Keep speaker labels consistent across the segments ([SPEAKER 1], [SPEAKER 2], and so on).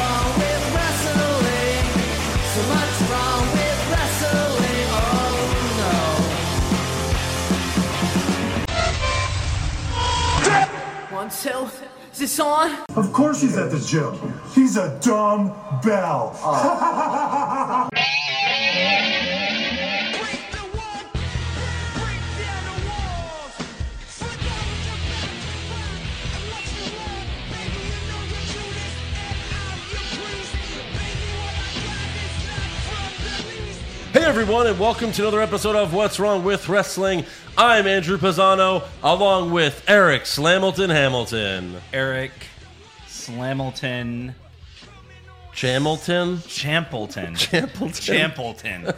[SPEAKER 1] Oh, Till? Is this on?
[SPEAKER 2] Of course he's at the gym. He's a dumb bell.
[SPEAKER 3] Break the wall. Break down the walls. Forget what your passion burn and what you want. Baby, you know your Judas and I'm your priest. Baby, what I got is not from the least.
[SPEAKER 4] Hey everyone, and welcome to another episode of What's Wrong with Wrestling. I'm Andrew Pisano, along with Eric Slamilton Hamilton.
[SPEAKER 5] Eric Slamilton
[SPEAKER 4] Chamilton?
[SPEAKER 5] Champleton.
[SPEAKER 4] Champleton.
[SPEAKER 5] Champleton.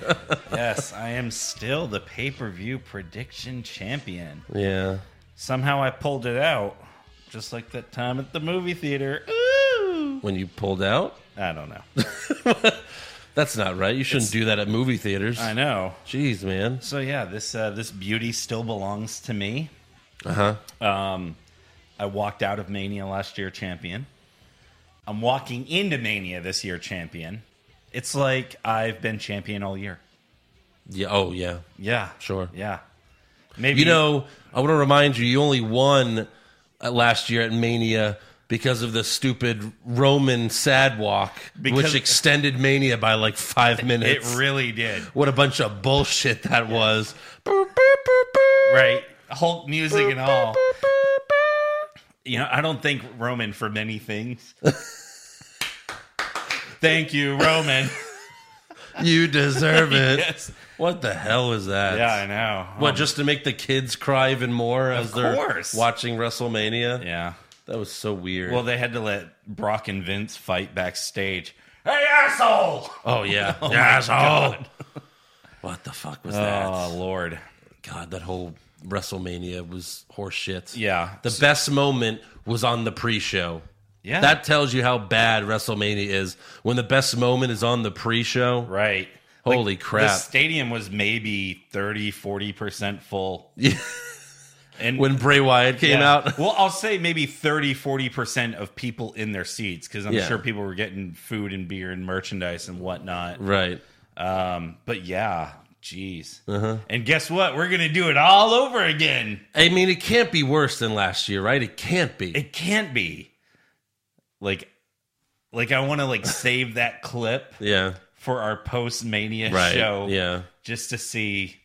[SPEAKER 5] yes, I am still the pay per view prediction champion.
[SPEAKER 4] yeah.
[SPEAKER 5] Somehow I pulled it out, just like that time at the movie theater. Ooh!
[SPEAKER 4] When you pulled out?
[SPEAKER 5] I don't know.
[SPEAKER 4] That's not right. You shouldn't do that at movie theaters.
[SPEAKER 5] I know.
[SPEAKER 4] Jeez, man.
[SPEAKER 5] So yeah, this uh, this beauty still belongs to me. Um,
[SPEAKER 4] Uh huh.
[SPEAKER 5] I walked out of Mania last year champion. I'm walking into Mania this year champion. It's like I've been champion all year.
[SPEAKER 4] Yeah. Oh, yeah.
[SPEAKER 5] Yeah.
[SPEAKER 4] Sure.
[SPEAKER 5] Yeah. Maybe
[SPEAKER 4] You know, I want to remind you, you only won uh, last year at Mania because of the stupid Roman sad walk, which
[SPEAKER 5] Because-
[SPEAKER 4] extended Mania by like five
[SPEAKER 5] it
[SPEAKER 4] minutes.
[SPEAKER 5] really did.
[SPEAKER 4] What a bunch of bullshit that was. Boop, boop, boop, boop.
[SPEAKER 5] Right. Hulk music and all. You know, I don't think Roman for many things. Thank you, Roman.
[SPEAKER 4] You deserve it.
[SPEAKER 5] yes.
[SPEAKER 4] What the hell is that?
[SPEAKER 5] Yeah, I know. Um,
[SPEAKER 4] What, just to make the kids cry even more as they're
[SPEAKER 5] course.
[SPEAKER 4] watching WrestleMania?
[SPEAKER 5] Yeah.
[SPEAKER 4] That was so weird.
[SPEAKER 5] Well, they had to let Brock and Vince fight backstage. Hey, asshole!
[SPEAKER 4] oh, yeah.
[SPEAKER 5] my
[SPEAKER 4] yes, oh.
[SPEAKER 5] God.
[SPEAKER 4] What the fuck was
[SPEAKER 5] Oh,
[SPEAKER 4] that?
[SPEAKER 5] Lord.
[SPEAKER 4] God, that whole WrestleMania was horseshit.
[SPEAKER 5] Yeah.
[SPEAKER 4] The best moment was on the pre show.
[SPEAKER 5] Yeah.
[SPEAKER 4] That tells you how bad WrestleMania is when the best moment is on the pre show.
[SPEAKER 5] right.
[SPEAKER 4] Holy
[SPEAKER 5] The
[SPEAKER 4] crap.
[SPEAKER 5] stadium was maybe 30, 40% full.
[SPEAKER 4] Yeah.
[SPEAKER 5] And
[SPEAKER 4] when Bray Wyatt came
[SPEAKER 5] Yeah.
[SPEAKER 4] out.
[SPEAKER 5] well, I'll say maybe 30, 40% of people in their seats because I'm
[SPEAKER 4] Yeah.
[SPEAKER 5] sure people were getting food and beer and merchandise and whatnot.
[SPEAKER 4] Right.
[SPEAKER 5] Um, but yeah, jeez.
[SPEAKER 4] Uh-huh.
[SPEAKER 5] And guess what? We're going to do it all over again.
[SPEAKER 4] I mean, it can't be worse than last year, right? It can't be.
[SPEAKER 5] It can't be. Like, like I want to like save that clip
[SPEAKER 4] yeah.
[SPEAKER 5] for our post mania
[SPEAKER 4] Right.
[SPEAKER 5] show,
[SPEAKER 4] Yeah.
[SPEAKER 5] just to see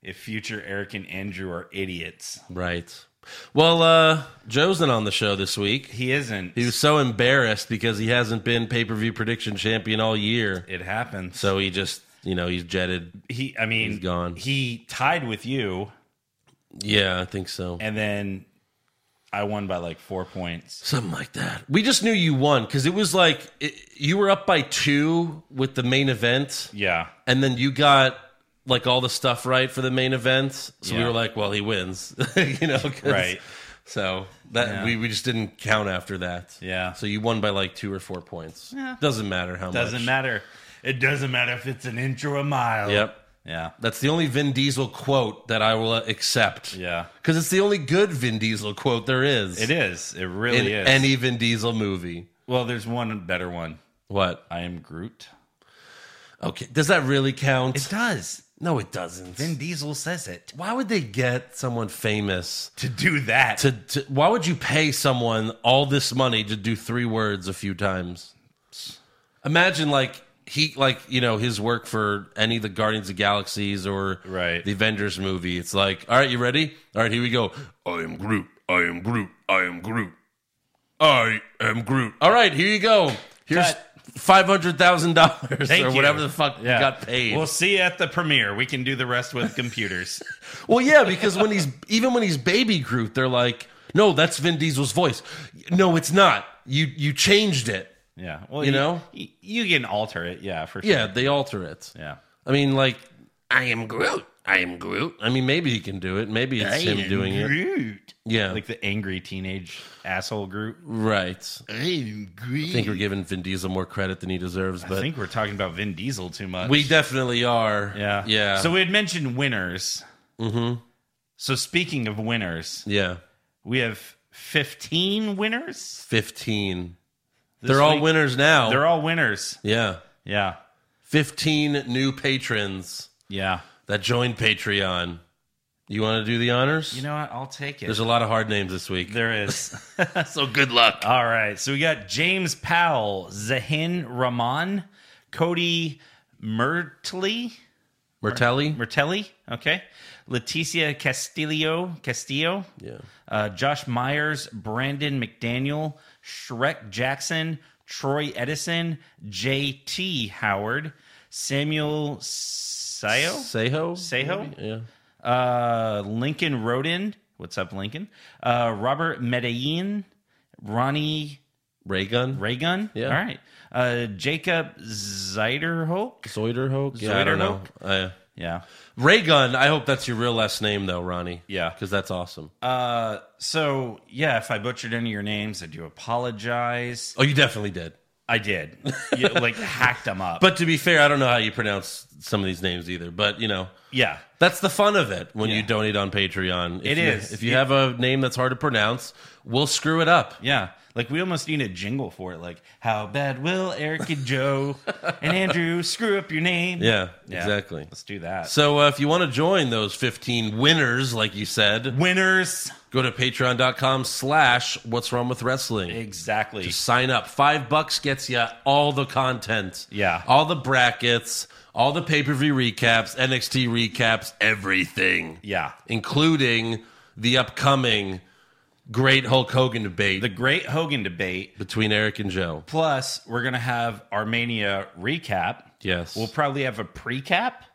[SPEAKER 5] if future Eric and Andrew are idiots.
[SPEAKER 4] Right. Well, uh, Joe's not on the show this week.
[SPEAKER 5] He isn't.
[SPEAKER 4] He was so embarrassed because he hasn't been pay per view prediction champion all year.
[SPEAKER 5] it happens.
[SPEAKER 4] So he just, you know, he's jetted.
[SPEAKER 5] he, I mean,
[SPEAKER 4] He's gone.
[SPEAKER 5] He tied with you.
[SPEAKER 4] Yeah, I think so.
[SPEAKER 5] and then I won by like four points.
[SPEAKER 4] Something like that. We just knew you won because it was like it, you were up by two with the main event.
[SPEAKER 5] Yeah,
[SPEAKER 4] and then you got like all the stuff right for the main event so we
[SPEAKER 5] Yeah.
[SPEAKER 4] were like well he wins you know 'cause-
[SPEAKER 5] Right.
[SPEAKER 4] so that
[SPEAKER 5] Yeah.
[SPEAKER 4] we, we just didn't count after that
[SPEAKER 5] Yeah.
[SPEAKER 4] so you won by like two or four points
[SPEAKER 5] Yeah.
[SPEAKER 4] doesn't matter how
[SPEAKER 5] doesn't
[SPEAKER 4] much
[SPEAKER 5] matter. It doesn't matter if it's an inch or a mile.
[SPEAKER 4] yep
[SPEAKER 5] Yeah.
[SPEAKER 4] that's the only vin diesel quote that i will accept
[SPEAKER 5] Yeah.
[SPEAKER 4] because it's the only good vin diesel quote there is
[SPEAKER 5] It is. It
[SPEAKER 4] in
[SPEAKER 5] really is.
[SPEAKER 4] any vin diesel movie
[SPEAKER 5] well, there's one better one.
[SPEAKER 4] what
[SPEAKER 5] I am Groot.
[SPEAKER 4] okay does that really count
[SPEAKER 5] does.
[SPEAKER 4] no it doesn't
[SPEAKER 5] Diesel says it.
[SPEAKER 4] why would they get someone famous
[SPEAKER 5] To do that.
[SPEAKER 4] to, to why would you pay someone all this money to do three words a few times imagine like he like you know his work for any of the guardians of galaxies or
[SPEAKER 5] Right.
[SPEAKER 4] the avengers movie it's like all right you ready all right here we go i am groot i am groot i am groot i am groot all right here you go here's
[SPEAKER 5] Cut.
[SPEAKER 4] five hundred thousand dollars
[SPEAKER 5] Thank
[SPEAKER 4] or
[SPEAKER 5] you.
[SPEAKER 4] whatever the fuck
[SPEAKER 5] Yeah.
[SPEAKER 4] you got paid
[SPEAKER 5] We'll see you at the premiere. We can do the rest with computers.
[SPEAKER 4] Well, yeah, because when he's even when he's baby Groot, they're like, "No, that's Vin Diesel's voice." No, it's not. You you changed it.
[SPEAKER 5] yeah. Well,
[SPEAKER 4] You know?
[SPEAKER 5] y- you can alter it. Yeah, for sure.
[SPEAKER 4] Yeah, they alter it.
[SPEAKER 5] Yeah.
[SPEAKER 4] I mean, like, I am Groot. I am Groot. I mean, maybe he can do it. Maybe it's him doing it.
[SPEAKER 5] Groot.
[SPEAKER 4] Yeah,
[SPEAKER 5] Like the angry teenage asshole Groot.
[SPEAKER 4] right. I am Groot. I think we're giving Vin Diesel more credit than he deserves,
[SPEAKER 5] I
[SPEAKER 4] but
[SPEAKER 5] think we're talking about Vin Diesel too much.
[SPEAKER 4] we definitely are.
[SPEAKER 5] Yeah.
[SPEAKER 4] yeah.
[SPEAKER 5] So we had mentioned winners. Mm-hmm. So speaking of winners,
[SPEAKER 4] yeah,
[SPEAKER 5] we have 15 winners.
[SPEAKER 4] fifteen.
[SPEAKER 5] this
[SPEAKER 4] They're all
[SPEAKER 5] week.
[SPEAKER 4] winners now.
[SPEAKER 5] They're all winners.
[SPEAKER 4] yeah,
[SPEAKER 5] Yeah.
[SPEAKER 4] fifteen new patrons
[SPEAKER 5] Yeah.
[SPEAKER 4] that joined Patreon. You want to do the honors?
[SPEAKER 5] You know what? I'll take it.
[SPEAKER 4] There's a lot of hard names this week.
[SPEAKER 5] there is.
[SPEAKER 4] so good luck.
[SPEAKER 5] All right. So we got James Powell, Zahin Rahman, Cody Mertley,
[SPEAKER 4] Mertelli?
[SPEAKER 5] Mertelli. Okay. Leticia Castillo, Castillo,
[SPEAKER 4] Yeah.
[SPEAKER 5] uh, Josh Myers, Brandon McDaniel, Shrek Jackson, Troy Edison, J.T. Howard, Samuel Sayo,
[SPEAKER 4] Seho?
[SPEAKER 5] Seho?
[SPEAKER 4] Maybe? Yeah.
[SPEAKER 5] uh, Lincoln Roden. What's up, Lincoln? Uh, Robert Medellin, Ronnie
[SPEAKER 4] Ray gun?
[SPEAKER 5] Ray gun?
[SPEAKER 4] Yeah.
[SPEAKER 5] All right. Uh, Jacob Zeiderholk.
[SPEAKER 4] Zoiderhoek? Yeah, I don't know. Uh,
[SPEAKER 5] Yeah.
[SPEAKER 4] Ray gun, I hope that's your real last name, though, Ronnie.
[SPEAKER 5] Yeah.
[SPEAKER 4] Because that's awesome.
[SPEAKER 5] Uh, so yeah, if I butchered any of your names, I do apologize.
[SPEAKER 4] oh, you definitely did.
[SPEAKER 5] I did. You, like hacked them up.
[SPEAKER 4] But to be fair, I don't know how you pronounce some of these names either. But, you know,
[SPEAKER 5] yeah.
[SPEAKER 4] that's the fun of it when you
[SPEAKER 5] Yeah.
[SPEAKER 4] donate on Patreon. If
[SPEAKER 5] It
[SPEAKER 4] you,
[SPEAKER 5] is.
[SPEAKER 4] If you
[SPEAKER 5] Yeah.
[SPEAKER 4] have a name that's hard to pronounce, we'll screw it up.
[SPEAKER 5] Yeah. Like we almost need a jingle for it. Like, how bad will Eric and Joe and Andrew screw up your name?
[SPEAKER 4] Yeah,
[SPEAKER 5] Yeah.
[SPEAKER 4] exactly.
[SPEAKER 5] Let's do that.
[SPEAKER 4] So uh, if you want to join those 15 winners, like you said,
[SPEAKER 5] Winners.
[SPEAKER 4] go to patreon.com slash what's wrong with wrestling.
[SPEAKER 5] Exactly.
[SPEAKER 4] Just sign up. Five bucks gets you all the content.
[SPEAKER 5] Yeah.
[SPEAKER 4] All the brackets, all the pay per view recaps, NXT recaps, everything.
[SPEAKER 5] yeah.
[SPEAKER 4] Including the upcoming great Hulk Hogan debate
[SPEAKER 5] The great Hogan debate.
[SPEAKER 4] between Eric and Joe.
[SPEAKER 5] Plus, we're gonna have Armenia recap.
[SPEAKER 4] Yes.
[SPEAKER 5] We'll probably have a pre-cap.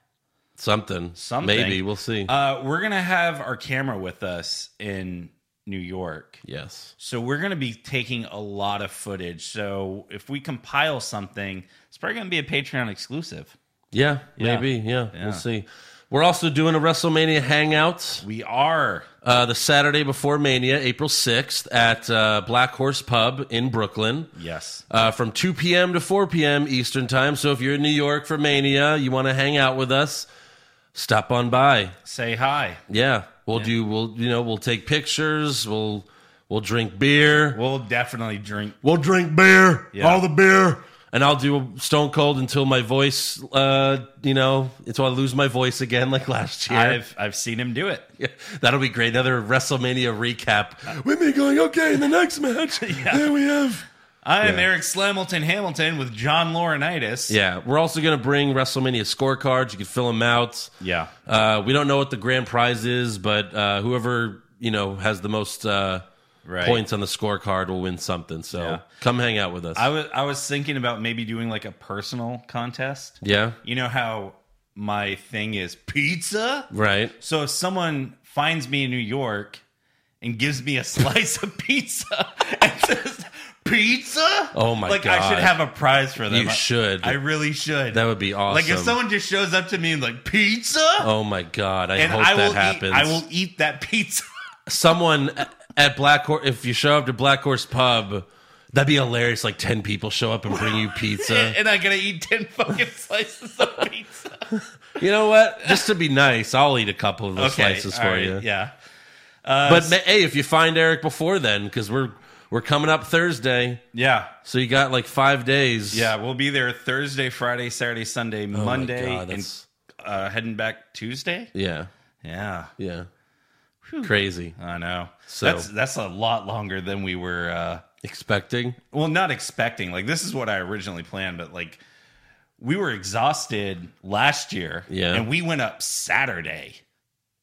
[SPEAKER 4] something.
[SPEAKER 5] Something.
[SPEAKER 4] Maybe. We'll see.
[SPEAKER 5] Uh, we're gonna have our camera with us in New York,
[SPEAKER 4] yes.
[SPEAKER 5] so we're gonna be taking a lot of footage. So if we compile something, it's probably gonna be a Patreon exclusive.
[SPEAKER 4] Yeah.
[SPEAKER 5] Yeah.
[SPEAKER 4] Maybe. Yeah,
[SPEAKER 5] Yeah.
[SPEAKER 4] We'll see. We're also doing a WrestleMania hangout.
[SPEAKER 5] We are
[SPEAKER 4] uh, the Saturday before Mania, April 6th, at uh, Black Horse Pub in Brooklyn.
[SPEAKER 5] yes,
[SPEAKER 4] Uh, from 2 p.m. to 4 p.m. Eastern Time. So if you're in New York for Mania, you want to hang out with us, stop on by.
[SPEAKER 5] say hi.
[SPEAKER 4] Yeah, we'll do. We'll you know we'll take pictures. We'll we'll drink beer.
[SPEAKER 5] We'll definitely drink.
[SPEAKER 4] We'll drink beer.
[SPEAKER 5] Yeah. all the
[SPEAKER 4] beer. And I'll do a Stone Cold until my voice, uh, you know, until I lose my voice again, like last year.
[SPEAKER 5] I've I've seen him do it.
[SPEAKER 4] Yeah, that'll be great. Another WrestleMania recap with me going, okay, in the next match, there we have.
[SPEAKER 5] I am Eric Slamilton Hamilton with John Laurinaitis.
[SPEAKER 4] Yeah, we're also going to bring WrestleMania scorecards. You can fill them out.
[SPEAKER 5] yeah.
[SPEAKER 4] Uh, we don't know what the grand prize is, but uh, whoever you know has the most uh,
[SPEAKER 5] Right.
[SPEAKER 4] points on the scorecard will win something. So
[SPEAKER 5] Yeah.
[SPEAKER 4] come hang out with us.
[SPEAKER 5] I was I was thinking about maybe doing like a personal contest.
[SPEAKER 4] yeah,
[SPEAKER 5] You know how my thing is pizza?
[SPEAKER 4] right.
[SPEAKER 5] So if someone finds me in New York and gives me a slice of pizza and says, Pizza?
[SPEAKER 4] Oh my
[SPEAKER 5] like, I
[SPEAKER 4] God.
[SPEAKER 5] should have a prize for them.
[SPEAKER 4] You should.
[SPEAKER 5] I really should.
[SPEAKER 4] That would be awesome.
[SPEAKER 5] Like if someone just shows up to me and like pizza
[SPEAKER 4] Oh my god! I
[SPEAKER 5] and
[SPEAKER 4] hope
[SPEAKER 5] I
[SPEAKER 4] that
[SPEAKER 5] will
[SPEAKER 4] happens.
[SPEAKER 5] eat I will eat that pizza.
[SPEAKER 4] someone at Black Horse, if you show up to Black Horse Pub, that'd be hilarious. Like 10 people show up and bring you pizza.
[SPEAKER 5] and I gotta eat ten fucking slices of pizza.
[SPEAKER 4] you know what? Just to be nice, I'll eat a couple of the slices
[SPEAKER 5] all
[SPEAKER 4] for
[SPEAKER 5] right,
[SPEAKER 4] you.
[SPEAKER 5] Yeah. Uh,
[SPEAKER 4] But ma- hey, if you find Eric before then, because we're we're coming up Thursday,
[SPEAKER 5] Yeah.
[SPEAKER 4] so you got like five days.
[SPEAKER 5] Yeah, we'll be there Thursday, Friday, Saturday, Sunday,
[SPEAKER 4] Oh my
[SPEAKER 5] Monday,
[SPEAKER 4] God,
[SPEAKER 5] and
[SPEAKER 4] that's-
[SPEAKER 5] uh, heading back Tuesday.
[SPEAKER 4] yeah,
[SPEAKER 5] Yeah,
[SPEAKER 4] yeah. Crazy.
[SPEAKER 5] I know.
[SPEAKER 4] So-
[SPEAKER 5] that's that's a lot longer than we were. Uh,
[SPEAKER 4] Expecting.
[SPEAKER 5] well, not expecting. Like this is what I originally planned, but like we were exhausted last year.
[SPEAKER 4] Yeah.
[SPEAKER 5] and we went up Saturday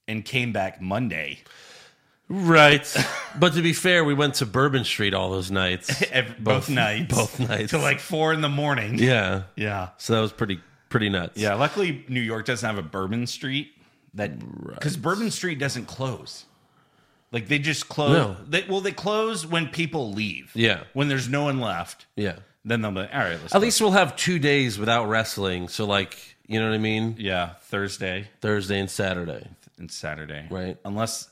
[SPEAKER 5] and came back Monday.
[SPEAKER 4] Right. but to be fair, we went to Bourbon Street all those nights.
[SPEAKER 5] Ev- both, nights,
[SPEAKER 4] both nights.
[SPEAKER 5] to like four in the morning.
[SPEAKER 4] yeah.
[SPEAKER 5] yeah,
[SPEAKER 4] So that was pretty pretty nuts.
[SPEAKER 5] yeah. Luckily, New York doesn't have a Bourbon Street that because Bourbon Street doesn't close. Like they just close.
[SPEAKER 4] No.
[SPEAKER 5] They, well, they close when people leave.
[SPEAKER 4] Yeah.
[SPEAKER 5] when there's no one left.
[SPEAKER 4] Yeah.
[SPEAKER 5] Then they'll be all right. Let's
[SPEAKER 4] At least we'll have two days without wrestling. So, like, you know what I mean?
[SPEAKER 5] yeah, Thursday
[SPEAKER 4] Thursday and Saturday.
[SPEAKER 5] and Saturday.
[SPEAKER 4] Right.
[SPEAKER 5] Unless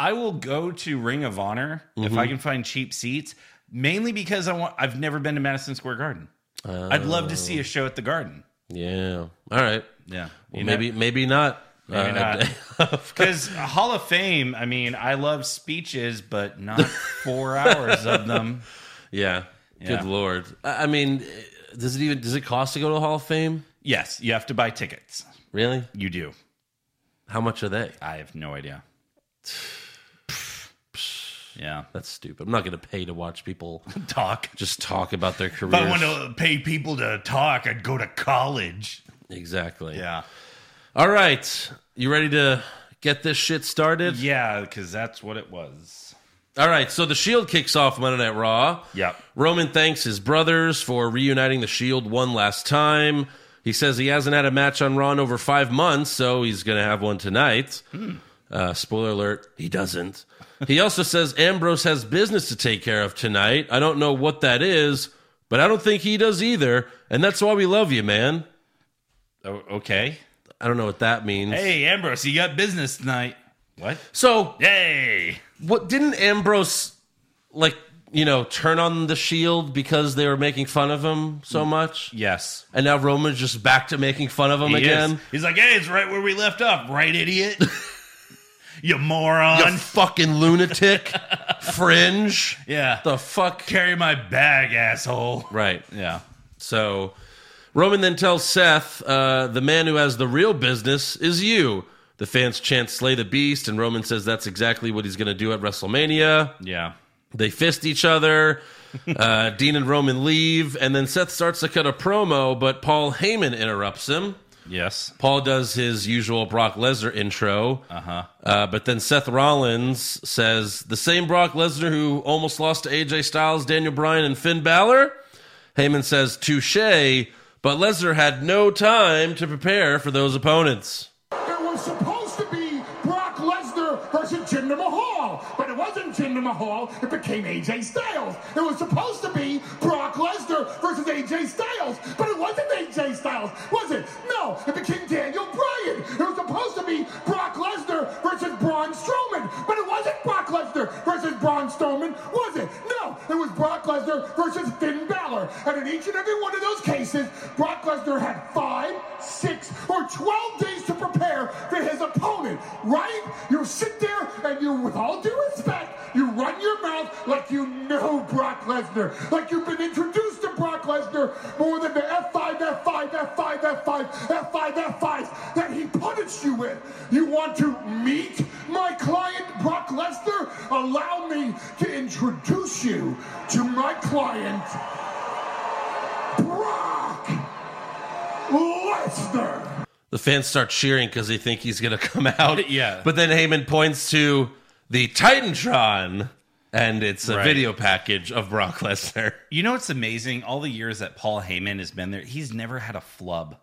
[SPEAKER 5] I will go to Ring of Honor if I can find cheap seats, mainly because I want. I've never been to Madison Square Garden. I'd love to see a show at the Garden.
[SPEAKER 4] Uh, Yeah. All right.
[SPEAKER 5] Oh. Yeah,
[SPEAKER 4] Well, maybe, maybe not. Uh,
[SPEAKER 5] Maybe not.
[SPEAKER 4] not.
[SPEAKER 5] because Hall of Fame. I mean, I love speeches, but not four hours of them.
[SPEAKER 4] yeah.
[SPEAKER 5] Yeah.
[SPEAKER 4] Good lord. I I mean, does it even does it cost to go to the Hall of Fame?
[SPEAKER 5] Yes, you have to buy tickets.
[SPEAKER 4] Really?
[SPEAKER 5] You do.
[SPEAKER 4] How much are they?
[SPEAKER 5] I have no idea. yeah.
[SPEAKER 4] That's stupid. I'm not going to pay to watch people
[SPEAKER 5] Talk.
[SPEAKER 4] just talk about their careers.
[SPEAKER 5] If I want to pay people to talk, I'd go to college.
[SPEAKER 4] Exactly.
[SPEAKER 5] Yeah.
[SPEAKER 4] All right. You ready to get this shit started?
[SPEAKER 5] Yeah, because that's what it was.
[SPEAKER 4] All right. So the Shield kicks off Monday Night Raw.
[SPEAKER 5] Yep.
[SPEAKER 4] Roman thanks his brothers for reuniting the Shield one last time. He says he hasn't had a match on Raw in over five months, so he's going to have one tonight. Uh, spoiler alert, he doesn't. he also says Ambrose has business to take care of tonight. I don't know what that is, but I don't think he does either. And that's why we love you, man.
[SPEAKER 5] O- Oh, okay.
[SPEAKER 4] I don't know what that means.
[SPEAKER 5] Hey, Ambrose, you got business tonight. What?
[SPEAKER 4] So,
[SPEAKER 5] Yay!
[SPEAKER 4] what didn't Ambrose like, you know, turn on the shield because they were making fun of him so
[SPEAKER 5] Mm.
[SPEAKER 4] much?
[SPEAKER 5] Yes.
[SPEAKER 4] And now Roman's just back to making fun of him
[SPEAKER 5] He
[SPEAKER 4] again.
[SPEAKER 5] is. He's like, hey, it's right where we left off, right, idiot? you moron.
[SPEAKER 4] You fucking lunatic. Fringe.
[SPEAKER 5] yeah.
[SPEAKER 4] The fuck?
[SPEAKER 5] Carry my bag, asshole.
[SPEAKER 4] Right.
[SPEAKER 5] Yeah.
[SPEAKER 4] So Roman then tells Seth, uh, the man who has the real business is you. The fans chant Slay the Beast, and Roman says that's exactly what he's going to do at WrestleMania.
[SPEAKER 5] Yeah.
[SPEAKER 4] They fist each other. Uh, Dean and Roman leave, and then Seth starts to cut a promo, but Paul Heyman interrupts him.
[SPEAKER 5] Yes.
[SPEAKER 4] Paul does his usual Brock Lesnar intro. Uh-huh. but then Seth Rollins says, the same Brock Lesnar who almost lost to AJ Styles, Daniel Bryan, and Finn Balor? Heyman says, touche, but Lesnar had no time to prepare for those opponents.
[SPEAKER 2] It was supposed to be Brock Lesnar versus Jinder Mahal, but it wasn't Jinder Mahal. It became AJ Styles. It was supposed to be Brock Lesnar versus AJ Styles, but it wasn't AJ Styles, was it? No, it became Daniel Bryan. It was supposed to be Brock Lesnar versus Braun Strowman, but it wasn't Brock Lesnar versus Braun Strowman, was it? No, it was Brock Lesnar versus Finn Balor. And in each and every one of those cases, Brock Lesnar had five, six, or 12 days to prepare for his opponent, right? You sit there and you, with all due respect, you run your mouth like you know Brock Lesnar, like you've been introduced to Brock Lesnar more than the F5, F5, F5, F5, F5, F5 that he punished you with. You want to meet my client, Brock Lesnar? Allow me to introduce you to my client, Brock Lesnar.
[SPEAKER 4] The fans start cheering because they think he's going to come out.
[SPEAKER 5] Yeah.
[SPEAKER 4] But then Heyman points to the Titantron, and it's a
[SPEAKER 5] Right.
[SPEAKER 4] video package of Brock Lesnar.
[SPEAKER 5] You know what's amazing? All the years that Paul Heyman has been there, he's never had a flub.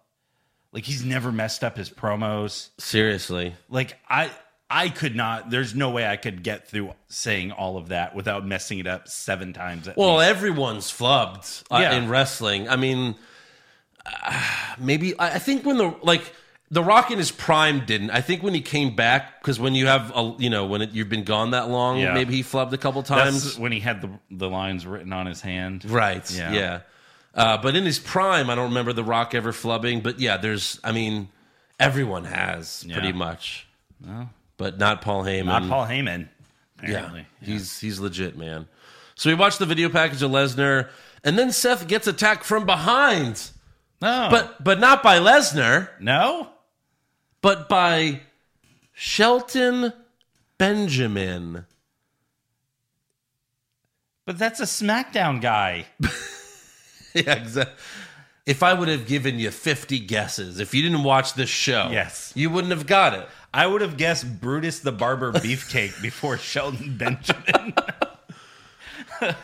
[SPEAKER 5] Like he's never messed up his promos.
[SPEAKER 4] Seriously.
[SPEAKER 5] Like I I could not there's no way I could get through saying all of that without messing it up seven times at
[SPEAKER 4] Well,
[SPEAKER 5] least.
[SPEAKER 4] everyone's flubbed uh,
[SPEAKER 5] Yeah.
[SPEAKER 4] in wrestling. I mean, uh, maybe I, I think when the like the Rock in his prime didn't. I think when he came back because when you have a you know when it, you've been gone that long,
[SPEAKER 5] Yeah.
[SPEAKER 4] maybe he flubbed a couple
[SPEAKER 5] That's
[SPEAKER 4] times.
[SPEAKER 5] when he had the the lines written on his hand.
[SPEAKER 4] right.
[SPEAKER 5] Yeah.
[SPEAKER 4] Yeah. Uh, but in his prime, I don't remember the Rock ever flubbing. But yeah, there's. I mean, everyone has
[SPEAKER 5] Yeah.
[SPEAKER 4] pretty much. But not Paul Heyman.
[SPEAKER 5] Not Paul Heyman.
[SPEAKER 4] Yeah,
[SPEAKER 5] Apparently.
[SPEAKER 4] he's he's legit, man. So we watched the video package of Lesnar, and then Seth gets attacked from behind.
[SPEAKER 5] No.
[SPEAKER 4] but but not by Lesnar,
[SPEAKER 5] no?
[SPEAKER 4] but by Shelton Benjamin.
[SPEAKER 5] But that's a SmackDown guy.
[SPEAKER 4] yeah, exactly. If I would have given you 50 guesses, if you didn't watch this show,
[SPEAKER 5] Yes.
[SPEAKER 4] you wouldn't have got it.
[SPEAKER 5] I would have guessed Brutus the Barber Beefcake before Sheldon Benjamin.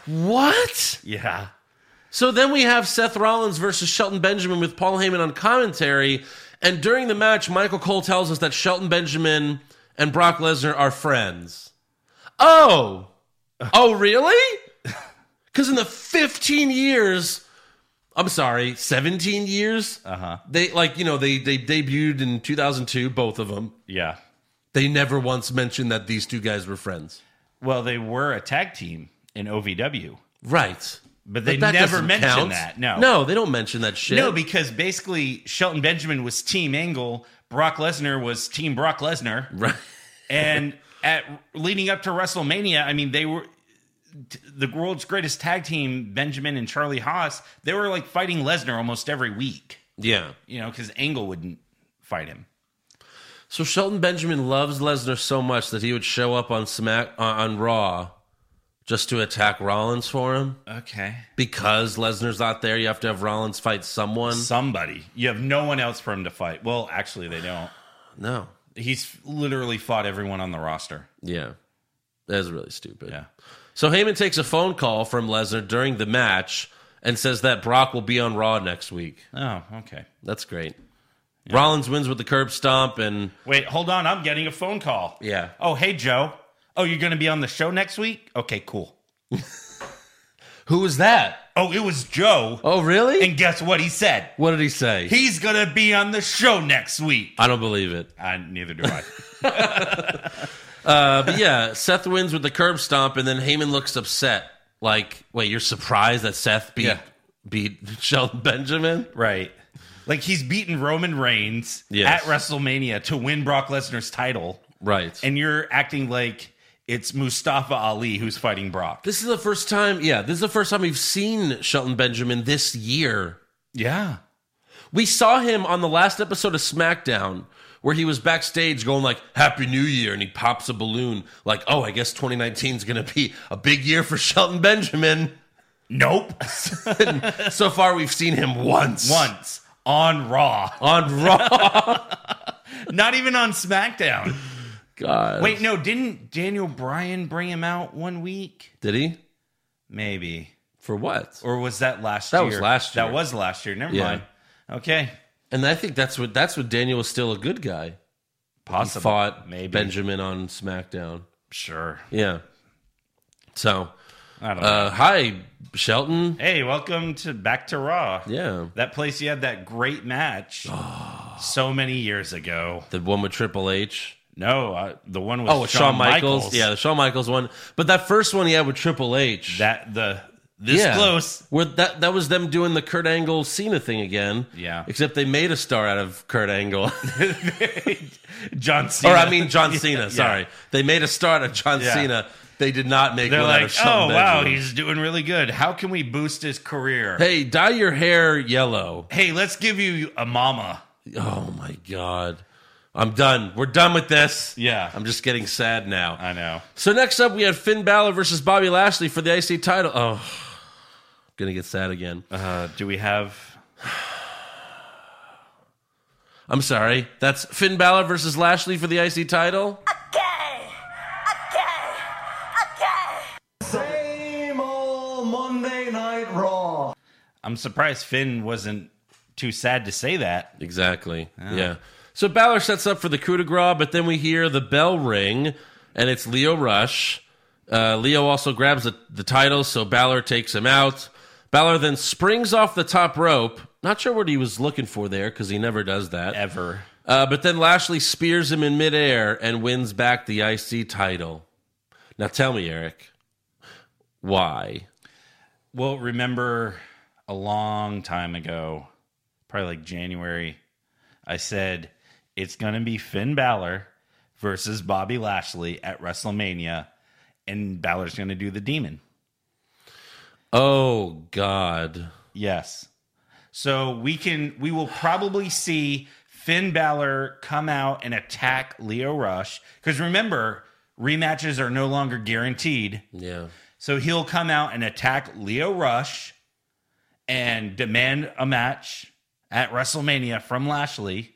[SPEAKER 4] What?
[SPEAKER 5] yeah.
[SPEAKER 4] So then we have Seth Rollins versus Shelton Benjamin with Paul Heyman on commentary. And during the match, Michael Cole tells us that Shelton Benjamin and Brock Lesnar are friends. Oh. Oh, really? Because in the 15 years, I'm sorry, 17 years, uh-huh. they like, you know, they, they debuted in 2002, both of them.
[SPEAKER 5] Yeah.
[SPEAKER 4] They never once mentioned that these two guys were friends.
[SPEAKER 5] Well, they were a tag team in OVW,
[SPEAKER 4] Right.
[SPEAKER 5] but they
[SPEAKER 4] that
[SPEAKER 5] never
[SPEAKER 4] doesn't
[SPEAKER 5] mentioned
[SPEAKER 4] count.
[SPEAKER 5] that. No.
[SPEAKER 4] No, they don't mention that shit.
[SPEAKER 5] No, because basically Shelton Benjamin was Team Angle, Brock Lesnar was Team Brock Lesnar,
[SPEAKER 4] right.
[SPEAKER 5] and at leading up to WrestleMania, I mean, they were t- the world's greatest tag team, Benjamin and Charlie Haas. They were like fighting Lesnar almost every week,
[SPEAKER 4] Yeah.
[SPEAKER 5] you know, because Angle wouldn't fight him.
[SPEAKER 4] So Shelton Benjamin loves Lesnar so much that he would show up on Smack uh, on Raw just to attack Rollins for him
[SPEAKER 5] Okay.
[SPEAKER 4] because Lesnar's not there. You have to have Rollins fight someone.
[SPEAKER 5] Somebody. You have no one else for him to fight. Well, actually, they don't.
[SPEAKER 4] No,
[SPEAKER 5] He's literally fought everyone on the roster.
[SPEAKER 4] yeah, that's really stupid.
[SPEAKER 5] Yeah.
[SPEAKER 4] So Heyman takes a phone call from Lesnar during the match and says that Brock will be on Raw next week.
[SPEAKER 5] Oh, okay.
[SPEAKER 4] That's great. Rollins wins with the curb stomp and
[SPEAKER 5] Wait, hold on. I'm getting a phone call.
[SPEAKER 4] Yeah.
[SPEAKER 5] Oh, hey, Joe. Oh, you're going to be on the show next week? Okay, cool.
[SPEAKER 4] who was that?
[SPEAKER 5] Oh, it was Joe.
[SPEAKER 4] Oh, really?
[SPEAKER 5] And guess what he said?
[SPEAKER 4] what did he say?
[SPEAKER 5] He's going to be on the show next week.
[SPEAKER 4] I don't believe it.
[SPEAKER 5] Uh, neither do I.
[SPEAKER 4] But yeah, Seth wins with the curb stomp, and then Heyman looks upset. Like, wait, you're surprised that Seth beat
[SPEAKER 5] Yeah.
[SPEAKER 4] beat Shelton Benjamin?
[SPEAKER 5] right. Like, he's beaten Roman Reigns
[SPEAKER 4] Yes.
[SPEAKER 5] at WrestleMania to win Brock Lesnar's title,
[SPEAKER 4] Right. And
[SPEAKER 5] and you're acting like it's Mustafa Ali who's fighting Brock.
[SPEAKER 4] this is the first time. Yeah, this is the first time we've seen Shelton Benjamin this year.
[SPEAKER 5] Yeah.
[SPEAKER 4] We saw him on the last episode of SmackDown, where he was backstage going like "Happy New Year," and he pops a balloon. Like, oh, I guess 2019 is going to be a big year for Shelton Benjamin.
[SPEAKER 5] Nope.
[SPEAKER 4] So far, we've seen him once.
[SPEAKER 5] Once on Raw,
[SPEAKER 4] on Raw.
[SPEAKER 5] not even on SmackDown.
[SPEAKER 4] God,
[SPEAKER 5] Wait, no, didn't Daniel Bryan bring him out one week?
[SPEAKER 4] did he?
[SPEAKER 5] Maybe.
[SPEAKER 4] For what?
[SPEAKER 5] Or was that last
[SPEAKER 4] That
[SPEAKER 5] year?
[SPEAKER 4] was last year.
[SPEAKER 5] That was last year. Never
[SPEAKER 4] Yeah.
[SPEAKER 5] mind. Okay.
[SPEAKER 4] And I think that's what that's what Daniel was still a good guy.
[SPEAKER 5] Possible.
[SPEAKER 4] Fought
[SPEAKER 5] Maybe.
[SPEAKER 4] Benjamin on SmackDown.
[SPEAKER 5] Sure.
[SPEAKER 4] Yeah. So
[SPEAKER 5] I don't know.
[SPEAKER 4] uh hi Shelton.
[SPEAKER 5] hey, welcome to Back to Raw.
[SPEAKER 4] Yeah.
[SPEAKER 5] That place you had that great match
[SPEAKER 4] Ah.
[SPEAKER 5] so many years ago.
[SPEAKER 4] The one with Triple H.
[SPEAKER 5] No, I, the one with
[SPEAKER 4] Oh, with Shawn, Michaels. Yeah, the Shawn Michaels one. But that first one he had with Triple H.
[SPEAKER 5] That the this
[SPEAKER 4] yeah.
[SPEAKER 5] close.
[SPEAKER 4] Where that that was them doing the Kurt Angle Cena thing again.
[SPEAKER 5] Yeah.
[SPEAKER 4] Except they made a star out of Kurt Angle.
[SPEAKER 5] John Cena.
[SPEAKER 4] or I mean John Cena, sorry. They made a star out of John
[SPEAKER 5] Yeah.
[SPEAKER 4] Cena. They did not make
[SPEAKER 5] They're
[SPEAKER 4] one out
[SPEAKER 5] like,
[SPEAKER 4] of
[SPEAKER 5] oh
[SPEAKER 4] Shelton
[SPEAKER 5] wow,
[SPEAKER 4] Benjamin.
[SPEAKER 5] he's doing really good. How can we boost his career?
[SPEAKER 4] Hey, dye your hair yellow.
[SPEAKER 5] hey, let's give you a mama.
[SPEAKER 4] Oh my god. I'm done. We're done with this.
[SPEAKER 5] Yeah.
[SPEAKER 4] I'm just getting sad now.
[SPEAKER 5] I know.
[SPEAKER 4] So next up we have Finn Balor versus Bobby Lashley for the IC title. Oh. Gonna get sad again.
[SPEAKER 5] Uh, do we have?
[SPEAKER 4] I'm sorry. That's Finn Balor versus Lashley for the IC title.
[SPEAKER 3] Okay, okay, okay.
[SPEAKER 1] Same old Monday Night Raw.
[SPEAKER 5] I'm surprised Finn wasn't too sad to say that.
[SPEAKER 4] Exactly. Yeah. So Balor sets up for the coup de grace, but then we hear the bell ring, and it's Leo Rush. Uh, Leo also grabs the, the title, so Balor takes him out. Balor then springs off the top rope. Not sure what he was looking for there because he never does that.
[SPEAKER 5] Ever.
[SPEAKER 4] Uh, but then Lashley spears him in midair and wins back the IC title. Now tell me, Eric, why?
[SPEAKER 5] Well, remember a long time ago, probably like January, I said it's going to be Finn Balor versus Bobby Lashley at WrestleMania, and Balor's going to do the demon.
[SPEAKER 4] Oh, God.
[SPEAKER 5] Yes. So we can we will probably see Finn Balor come out and attack Leo Rush because remember rematches are no longer guaranteed.
[SPEAKER 4] Yeah.
[SPEAKER 5] So he'll come out and attack Leo Rush and demand a match at WrestleMania from Lashley.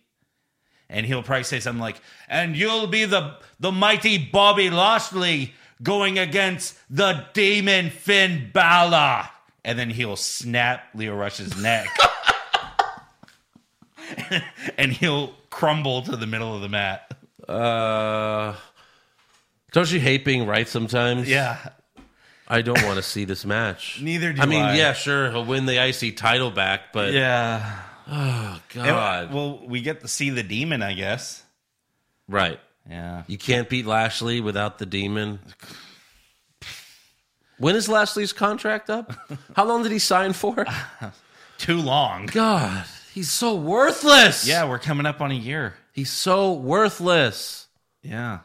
[SPEAKER 5] And he'll probably say something like, and you'll be the the mighty Bobby Lashley going against the demon Finn Balor. And then he'll snap Leo Rush's neck. and he'll crumble to the middle of the mat.
[SPEAKER 4] Uh, don't you hate being right sometimes?
[SPEAKER 5] Yeah.
[SPEAKER 4] I don't want to see this match.
[SPEAKER 5] Neither do
[SPEAKER 4] I mean,
[SPEAKER 5] I.
[SPEAKER 4] yeah, sure, he'll win the IC title back, but
[SPEAKER 5] Yeah.
[SPEAKER 4] oh god,
[SPEAKER 5] Well, we get to see the demon, I guess.
[SPEAKER 4] right?
[SPEAKER 5] Yeah.
[SPEAKER 4] You can't beat Lashley without the Demon. When is Lashley's contract up? How long did he sign for?
[SPEAKER 5] Too long.
[SPEAKER 4] God, he's so worthless.
[SPEAKER 5] Yeah, we're coming up on a year.
[SPEAKER 4] he's so worthless.
[SPEAKER 5] Yeah.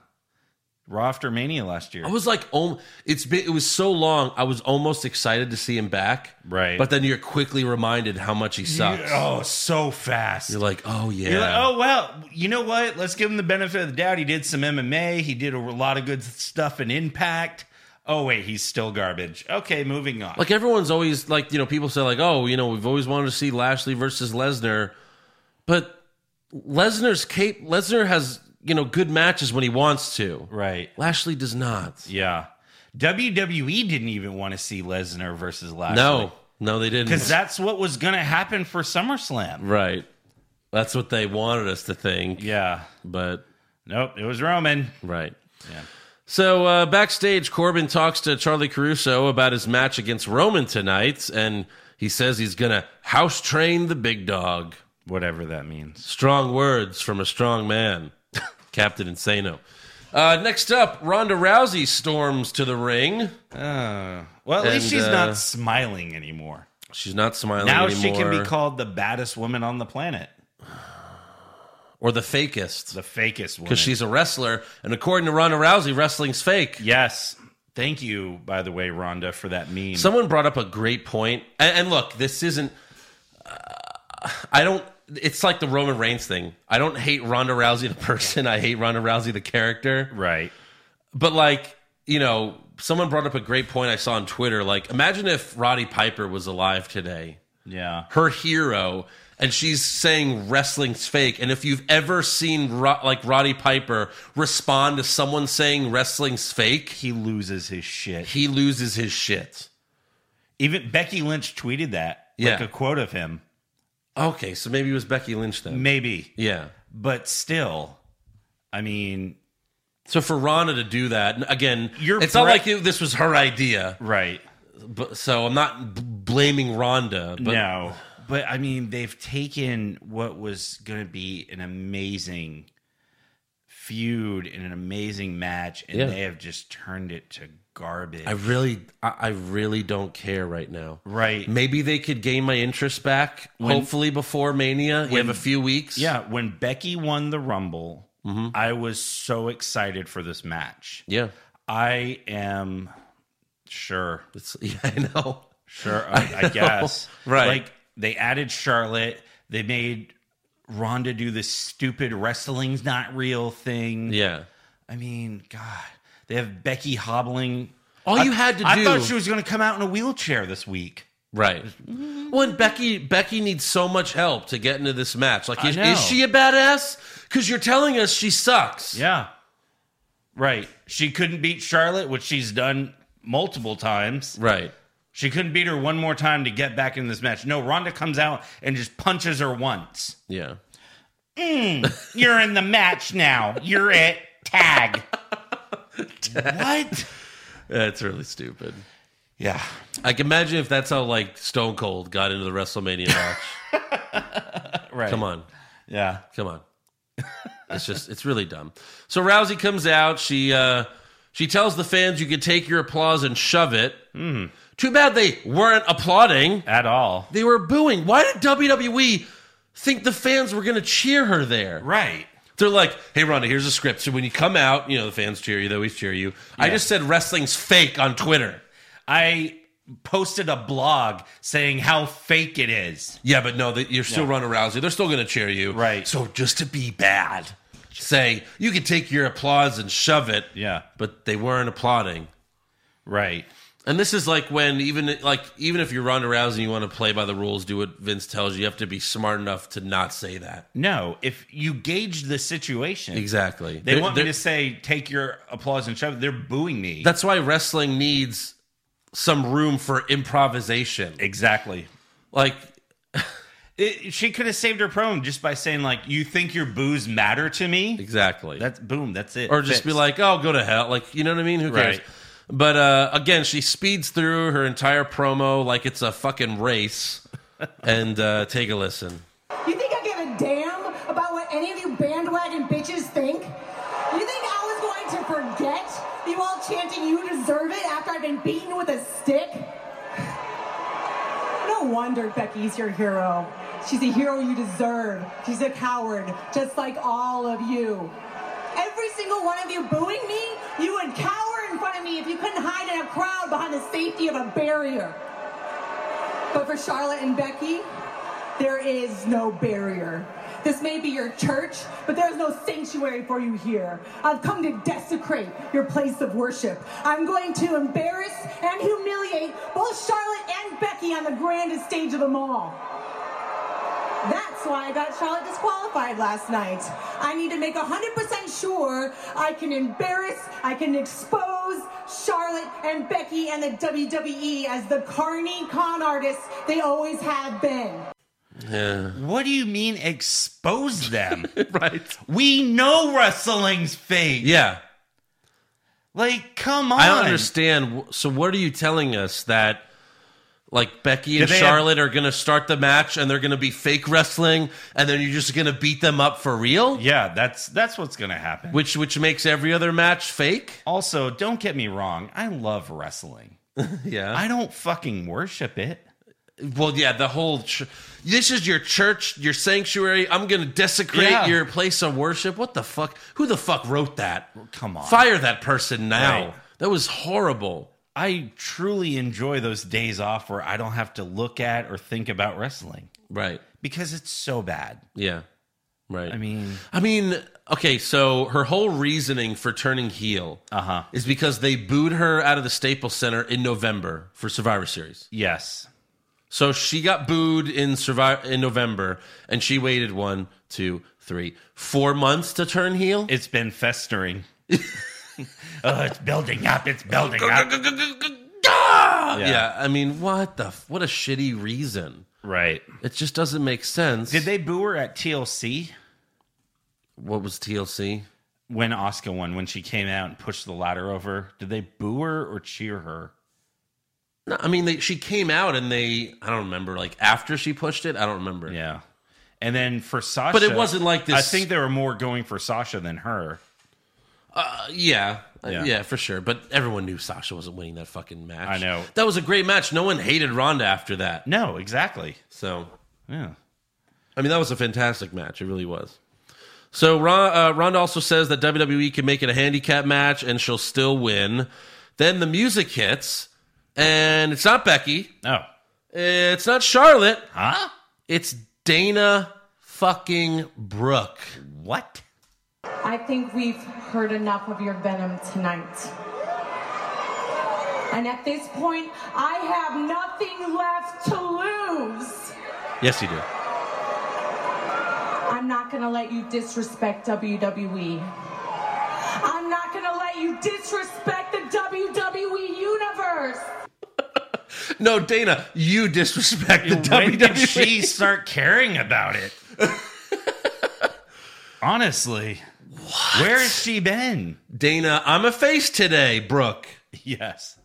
[SPEAKER 5] Raw after Mania last year.
[SPEAKER 4] I was like, oh, it's been, it was so long. I was almost excited to see him back,
[SPEAKER 5] Right.
[SPEAKER 4] But then you're quickly reminded how much he sucks.
[SPEAKER 5] oh, so fast.
[SPEAKER 4] You're like, oh yeah,
[SPEAKER 5] You're like, oh well, you know what? Let's give him the benefit of the doubt. He did some MMA. He did a lot of good stuff in Impact. Oh wait, he's still garbage. Okay, moving on.
[SPEAKER 4] Like everyone's always like, you know, people say like, oh, you know, we've always wanted to see Lashley versus Lesnar, but Lesnar's cape. Lesnar has you know good matches when he wants to.
[SPEAKER 5] right?
[SPEAKER 4] Lashley does not.
[SPEAKER 5] Yeah. WWE didn't even want to see Lesnar versus Lashley.
[SPEAKER 4] No, no, they didn't.
[SPEAKER 5] because that's what was going to happen for SummerSlam.
[SPEAKER 4] right. That's what they wanted us to think,
[SPEAKER 5] Yeah.
[SPEAKER 4] but
[SPEAKER 5] Nope. It was Roman.
[SPEAKER 4] right.
[SPEAKER 5] Yeah.
[SPEAKER 4] So uh, backstage, Corbin talks to Charlie Caruso about his match against Roman tonight, and he says he's gonna house train the big dog.
[SPEAKER 5] Whatever that means.
[SPEAKER 4] Strong words from a strong man, Captain Insano. Uh, next up, Ronda Rousey storms to the ring.
[SPEAKER 5] Uh, well, at
[SPEAKER 4] And,
[SPEAKER 5] least she's
[SPEAKER 4] uh,
[SPEAKER 5] not smiling anymore.
[SPEAKER 4] She's not smiling
[SPEAKER 5] Now
[SPEAKER 4] anymore.
[SPEAKER 5] she can be called the baddest woman on the planet,
[SPEAKER 4] or the fakest
[SPEAKER 5] the fakest woman.
[SPEAKER 4] because she's a wrestler, and according to Ronda Rousey, wrestling's fake.
[SPEAKER 5] Yes. Thank you, by the way, Rhonda, for that meme.
[SPEAKER 4] Someone brought up a great point, and, and look, this isn't. Uh, I don't. It's like the Roman Reigns thing. I don't hate Ronda Rousey the person. I hate Ronda Rousey the character.
[SPEAKER 5] right.
[SPEAKER 4] But like, you know, someone brought up a great point I saw on Twitter. Like, imagine if Roddy Piper was alive today,
[SPEAKER 5] Yeah.
[SPEAKER 4] her hero, and she's saying wrestling's fake. And if you've ever seen Ro- like Roddy Piper respond to someone saying wrestling's fake,
[SPEAKER 5] He loses his shit.
[SPEAKER 4] he loses his shit.
[SPEAKER 5] Even Becky Lynch tweeted that. Like
[SPEAKER 4] Yeah.
[SPEAKER 5] a quote of him.
[SPEAKER 4] Okay, so maybe it was Becky Lynch then.
[SPEAKER 5] Maybe.
[SPEAKER 4] Yeah.
[SPEAKER 5] But still, I mean,
[SPEAKER 4] So for Rana to do that and again,
[SPEAKER 5] You're
[SPEAKER 4] it's not
[SPEAKER 5] bra-
[SPEAKER 4] like it, this was her idea.
[SPEAKER 5] right.
[SPEAKER 4] But, so I'm not b- blaming Ronda. But
[SPEAKER 5] no. But I mean, they've taken what was going to be an amazing feud and an amazing match, and
[SPEAKER 4] Yeah.
[SPEAKER 5] they have just turned it to garbage.
[SPEAKER 4] I really, I, I really don't care right now.
[SPEAKER 5] right.
[SPEAKER 4] Maybe they could gain my interest back. hopefully before Mania, you have a few weeks.
[SPEAKER 5] Yeah. When Becky won the Rumble, I was so excited for this match.
[SPEAKER 4] Mm-hmm. yeah.
[SPEAKER 5] I am sure,
[SPEAKER 4] It's, yeah, I know.
[SPEAKER 5] sure. I, I guess
[SPEAKER 4] Right.
[SPEAKER 5] Like they added Charlotte. They made Ronda do this stupid wrestling's not real thing.
[SPEAKER 4] Yeah.
[SPEAKER 5] I mean, God, they have Becky hobbling.
[SPEAKER 4] All
[SPEAKER 5] I-
[SPEAKER 4] you had to
[SPEAKER 5] I
[SPEAKER 4] do,
[SPEAKER 5] thought she was going to come out in a wheelchair this week.
[SPEAKER 4] right? Well, and Becky, Becky needs so much help to get into this match. Like,
[SPEAKER 5] I
[SPEAKER 4] is,
[SPEAKER 5] know.
[SPEAKER 4] is she a badass? Because you're telling us she sucks.
[SPEAKER 5] Yeah. Right. She couldn't beat Charlotte, which she's done multiple times.
[SPEAKER 4] Right.
[SPEAKER 5] She couldn't beat her one more time to get back in this match. No, Ronda comes out and just punches her once.
[SPEAKER 4] Yeah.
[SPEAKER 5] You're in the match now. You're it. Tag. What?
[SPEAKER 4] That's really stupid.
[SPEAKER 5] Yeah.
[SPEAKER 4] I can imagine if that's how like Stone Cold got into the WrestleMania match.
[SPEAKER 5] Right.
[SPEAKER 4] Come on.
[SPEAKER 5] Yeah.
[SPEAKER 4] Come on. It's just it's really dumb. So Rousey comes out, she uh she tells the fans you can take your applause and shove it.
[SPEAKER 5] Hmm.
[SPEAKER 4] Too bad they weren't applauding.
[SPEAKER 5] At all.
[SPEAKER 4] They were booing. Why did WWE think the fans were gonna cheer her there?
[SPEAKER 5] Right.
[SPEAKER 4] They're like, hey Ronda, here's a script. So when you come out, you know the fans cheer you, they always cheer you. I just said wrestling's fake on Twitter.
[SPEAKER 5] I posted a blog saying how fake it is.
[SPEAKER 4] Yeah, but no, that you're still Ronda Rousey. They're still going to cheer you.
[SPEAKER 5] Right.
[SPEAKER 4] So just to be bad, say, you can take your applause and shove it.
[SPEAKER 5] Yeah.
[SPEAKER 4] But they weren't applauding.
[SPEAKER 5] Right.
[SPEAKER 4] And this is like when even like even if you're Ronda Rousey and you want to play by the rules, do what Vince tells you, you have to be smart enough to not say that.
[SPEAKER 5] No, if you gauge the situation.
[SPEAKER 4] Exactly.
[SPEAKER 5] They want me to say, take your applause and shove. it." They're booing me.
[SPEAKER 4] That's why wrestling needs some room for improvisation.
[SPEAKER 5] exactly.
[SPEAKER 4] Like
[SPEAKER 5] It, she could have saved her promo just by saying, like, you think your boos matter to me?
[SPEAKER 4] exactly.
[SPEAKER 5] That's boom. That's it.
[SPEAKER 4] or just be
[SPEAKER 5] Fixed.
[SPEAKER 4] like, "Oh, go to hell!" Like, you know what I mean? Who cares?
[SPEAKER 5] Right.
[SPEAKER 4] But uh, again, she speeds through her entire promo like it's a fucking race. and uh, take a listen.
[SPEAKER 6] You think I give a damn about what any of you bandwagon bitches think? You think I was going to forget you all chanting you deserve it after I've been beaten with a stick? No wonder Becky's your hero. She's a hero you deserve. She's a coward, just like all of you. Every single one of you booing me, you would cower in front of me if you couldn't hide in a crowd behind the safety of a barrier. But for Charlotte and Becky, there is no barrier. This may be your church, but there is no sanctuary for you here. I've come to desecrate your place of worship. I'm going to embarrass and humiliate both Charlotte and Becky on the grandest stage of them all. That's why I got Charlotte disqualified last night. I need to make 100% sure I can embarrass, I can expose Charlotte and Becky and the WWE as the carny con artists they always have been.
[SPEAKER 4] Yeah.
[SPEAKER 5] What do you mean expose them?
[SPEAKER 4] Right.
[SPEAKER 5] we know wrestling's fake.
[SPEAKER 4] Yeah.
[SPEAKER 5] Like, come on.
[SPEAKER 4] I don't understand. So, what are you telling us that, like Becky and
[SPEAKER 5] they have-
[SPEAKER 4] Charlotte are going to start the match and they're going to be fake wrestling, and then you're just going to beat them up for real,
[SPEAKER 5] Yeah, that's that's what's gonna happen.
[SPEAKER 4] which which makes every other match fake?
[SPEAKER 5] Also, don't get me wrong. I love wrestling.
[SPEAKER 4] Yeah.
[SPEAKER 5] I don't fucking worship it.
[SPEAKER 4] well, yeah. The whole ch- this is your church, your sanctuary. I'm going to desecrate
[SPEAKER 5] Yeah.
[SPEAKER 4] your place of worship. What the fuck? Who the fuck wrote that?
[SPEAKER 5] Come on.
[SPEAKER 4] Fire that person now.
[SPEAKER 5] Right.
[SPEAKER 4] That was horrible.
[SPEAKER 5] I truly enjoy those days off where I don't have to look at or think about wrestling
[SPEAKER 4] Right.
[SPEAKER 5] because it's so bad.
[SPEAKER 4] Yeah. Right.
[SPEAKER 5] I mean,
[SPEAKER 4] I mean, okay, so her whole reasoning for turning heel
[SPEAKER 5] Uh-huh.
[SPEAKER 4] is because they booed her out of the Staples Center in November for Survivor Series.
[SPEAKER 5] yes.
[SPEAKER 4] So she got booed in Survivor in November, and she waited one, two, three, four months to turn heel.
[SPEAKER 5] It's been festering. oh, it's building up. It's building up.
[SPEAKER 4] Ah!
[SPEAKER 5] Yeah.
[SPEAKER 4] yeah. I mean, what the f- what a shitty reason.
[SPEAKER 5] Right.
[SPEAKER 4] It just doesn't make sense.
[SPEAKER 5] Did they boo her at TLC
[SPEAKER 4] What was TLC?
[SPEAKER 5] when Oscar won? When she came out and pushed the ladder over, did they boo her or cheer her?
[SPEAKER 4] No, I mean, they, she came out and they I don't remember like after she pushed it. I don't remember.
[SPEAKER 5] Yeah. And then for Sasha,
[SPEAKER 4] But it wasn't like this-
[SPEAKER 5] I think they were more going for Sasha than her.
[SPEAKER 4] Yeah. Uh,
[SPEAKER 5] Yeah.
[SPEAKER 4] Yeah. for sure. But everyone knew Sasha wasn't winning that fucking match.
[SPEAKER 5] I know.
[SPEAKER 4] That was a great match. No one hated Ronda after that.
[SPEAKER 5] No, exactly.
[SPEAKER 4] So,
[SPEAKER 5] Yeah.
[SPEAKER 4] I mean, that was a fantastic match. It really was. So, Ron, uh, Ronda also says that WWE can make it a handicap match and she'll still win. Then the music hits, and it's not Becky.
[SPEAKER 5] Oh.
[SPEAKER 4] It's not Charlotte.
[SPEAKER 5] Huh?
[SPEAKER 4] It's Dana fucking Brooke.
[SPEAKER 5] What?
[SPEAKER 6] I think we've heard enough of your venom tonight. And at this point, I have nothing left to lose.
[SPEAKER 4] Yes, you do.
[SPEAKER 6] I'm not gonna let you disrespect WWE. I'm not gonna let you disrespect the WWE universe.
[SPEAKER 4] No, Dana, you disrespect the E.
[SPEAKER 5] When did
[SPEAKER 4] WWE.
[SPEAKER 5] she start caring about it? Honestly. Where has she been?
[SPEAKER 4] Dana, I'm a face today, Brooke.
[SPEAKER 5] Yes.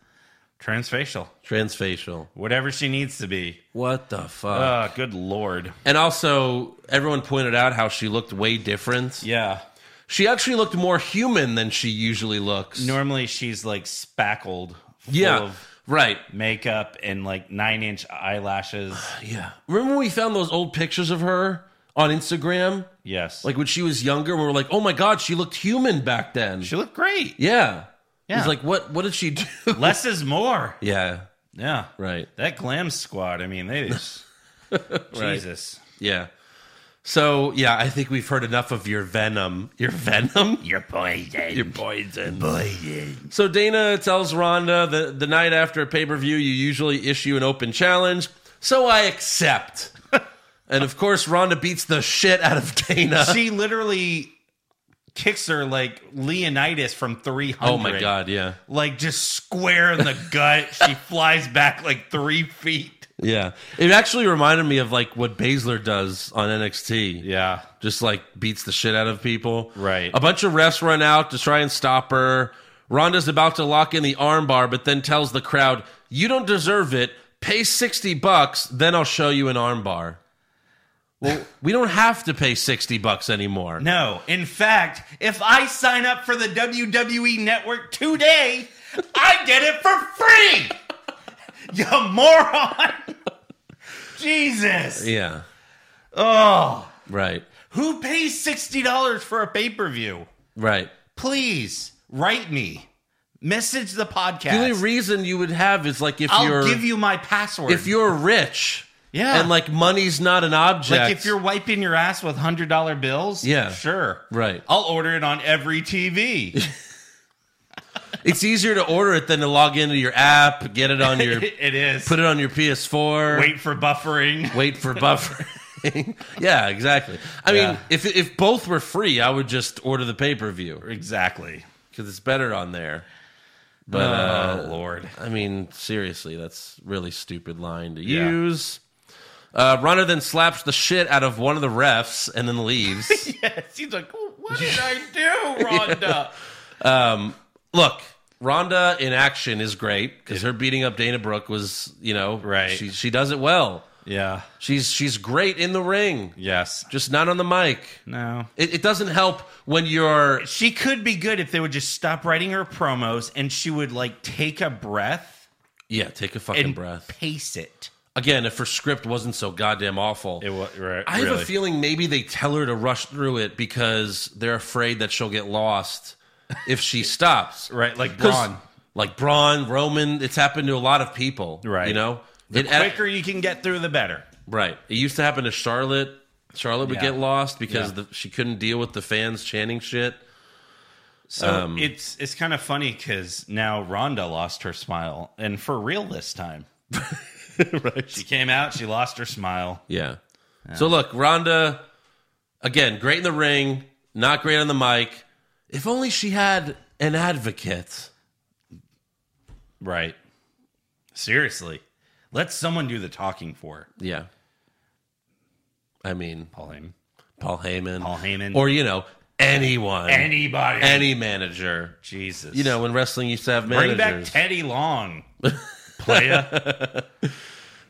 [SPEAKER 5] Transfacial.
[SPEAKER 4] Transfacial.
[SPEAKER 5] Whatever she needs to be.
[SPEAKER 4] What the fuck?
[SPEAKER 5] Oh, good lord.
[SPEAKER 4] and also, everyone pointed out how she looked way different.
[SPEAKER 5] Yeah.
[SPEAKER 4] She actually looked more human than she usually looks.
[SPEAKER 5] Normally she's like spackled full
[SPEAKER 4] yeah.
[SPEAKER 5] of
[SPEAKER 4] right.
[SPEAKER 5] makeup and like nine inch eyelashes.
[SPEAKER 4] Yeah. Remember when we found those old pictures of her on Instagram?
[SPEAKER 5] Yes.
[SPEAKER 4] Like when she was younger, we were like, oh my God, she looked human back then.
[SPEAKER 5] she looked great.
[SPEAKER 4] yeah.
[SPEAKER 5] Yeah.
[SPEAKER 4] It's like, what, what did she do?
[SPEAKER 5] Less is more.
[SPEAKER 4] yeah.
[SPEAKER 5] Yeah.
[SPEAKER 4] Right.
[SPEAKER 5] That glam squad, I mean, they just Jesus.
[SPEAKER 4] Yeah. So, yeah, I think we've heard enough of your venom. Your venom?
[SPEAKER 5] Your poison.
[SPEAKER 4] Your poison. So Dana tells Rhonda the, the night after a pay per view, you usually issue an open challenge. So I accept. and of course, Rhonda beats the shit out of Dana.
[SPEAKER 5] She literally kicks her like Leonidas from 300.
[SPEAKER 4] oh my God. Yeah.
[SPEAKER 5] Like just square in the gut. She flies back like three feet.
[SPEAKER 4] Yeah. It actually reminded me of like what Baszler does on NXT.
[SPEAKER 5] Yeah.
[SPEAKER 4] Just like beats the shit out of people.
[SPEAKER 5] Right.
[SPEAKER 4] A bunch of refs run out to try and stop her. Rhonda's about to lock in the armbar, but then tells the crowd, you don't deserve it. Pay 60 bucks, then I'll show you an armbar. Well, we don't have to pay 60 bucks anymore.
[SPEAKER 5] No. In fact, if I sign up for the WWE network today, I get it for free. you moron. Jesus.
[SPEAKER 4] Yeah.
[SPEAKER 5] Oh.
[SPEAKER 4] Right.
[SPEAKER 5] Who pays sixty dollars for a pay per view?
[SPEAKER 4] Right.
[SPEAKER 5] please write me. Message the podcast.
[SPEAKER 4] The only reason you would have is like if
[SPEAKER 5] I'll
[SPEAKER 4] you're
[SPEAKER 5] give you my password.
[SPEAKER 4] if you're rich,
[SPEAKER 5] Yeah.
[SPEAKER 4] and like money's not an object.
[SPEAKER 5] like if you're wiping your ass with hundred dollar bills,
[SPEAKER 4] Yeah.
[SPEAKER 5] sure,
[SPEAKER 4] Right.
[SPEAKER 5] I'll order it on every TV.
[SPEAKER 4] it's easier to order it than to log into your app, get it on your,
[SPEAKER 5] it is.
[SPEAKER 4] put it on your PS4,
[SPEAKER 5] Wait for buffering.
[SPEAKER 4] wait for buffering. yeah, exactly. I
[SPEAKER 5] Yeah.
[SPEAKER 4] mean, if if both were free, I would just order the pay per view
[SPEAKER 5] Exactly.
[SPEAKER 4] because it's better on there. But uh,
[SPEAKER 5] oh Lord.
[SPEAKER 4] I mean, seriously, that's really stupid line to
[SPEAKER 5] Yeah.
[SPEAKER 4] use. Uh, Runner then slaps the shit out of one of the refs and then leaves.
[SPEAKER 5] Yeah, she's like, what did I do, Rhonda?
[SPEAKER 4] Look, Rhonda in action is great because her beating up Dana Brooke was, you know,
[SPEAKER 5] Right.
[SPEAKER 4] She she does it well.
[SPEAKER 5] Yeah.
[SPEAKER 4] She's she's great in the ring,
[SPEAKER 5] Yes.
[SPEAKER 4] just not on the mic.
[SPEAKER 5] No.
[SPEAKER 4] It, it doesn't help when you're
[SPEAKER 5] She could be good if they would just stop writing her promos and she would like take a breath
[SPEAKER 4] yeah. Take a fucking
[SPEAKER 5] and
[SPEAKER 4] breath
[SPEAKER 5] pace it.
[SPEAKER 4] again. If her script wasn't so goddamn awful,
[SPEAKER 5] was right.
[SPEAKER 4] I have a feeling maybe they tell her to rush through it because they're afraid that she'll get lost if she stops.
[SPEAKER 5] Right, like
[SPEAKER 4] 'Cause-
[SPEAKER 5] Braun.
[SPEAKER 4] Like Braun, Roman, it's happened to a lot of people.
[SPEAKER 5] Right.
[SPEAKER 4] You know? It-
[SPEAKER 5] Quicker you can get through, the better.
[SPEAKER 4] right. It used to happen to Charlotte. Charlotte would
[SPEAKER 5] Yeah.
[SPEAKER 4] get lost because
[SPEAKER 5] Yeah.
[SPEAKER 4] the, she couldn't deal with the fans chanting shit.
[SPEAKER 5] So it's it's kind of funny because now Rhonda lost her smile, and for real this time. right. She came out. She lost her smile.
[SPEAKER 4] Yeah. So look, Rhonda, again, great in the ring, not great on the mic. If only she had an advocate.
[SPEAKER 5] Right. Seriously, let someone do the talking for her,
[SPEAKER 4] Yeah. I mean,
[SPEAKER 5] Pauline.
[SPEAKER 4] Paul Heyman,
[SPEAKER 5] Paul Heyman.
[SPEAKER 4] or you know anyone,
[SPEAKER 5] Anybody.
[SPEAKER 4] any manager.
[SPEAKER 5] Jesus.
[SPEAKER 4] You know, when wrestling used to have
[SPEAKER 5] bring
[SPEAKER 4] managers.
[SPEAKER 5] back Teddy Long. Playa.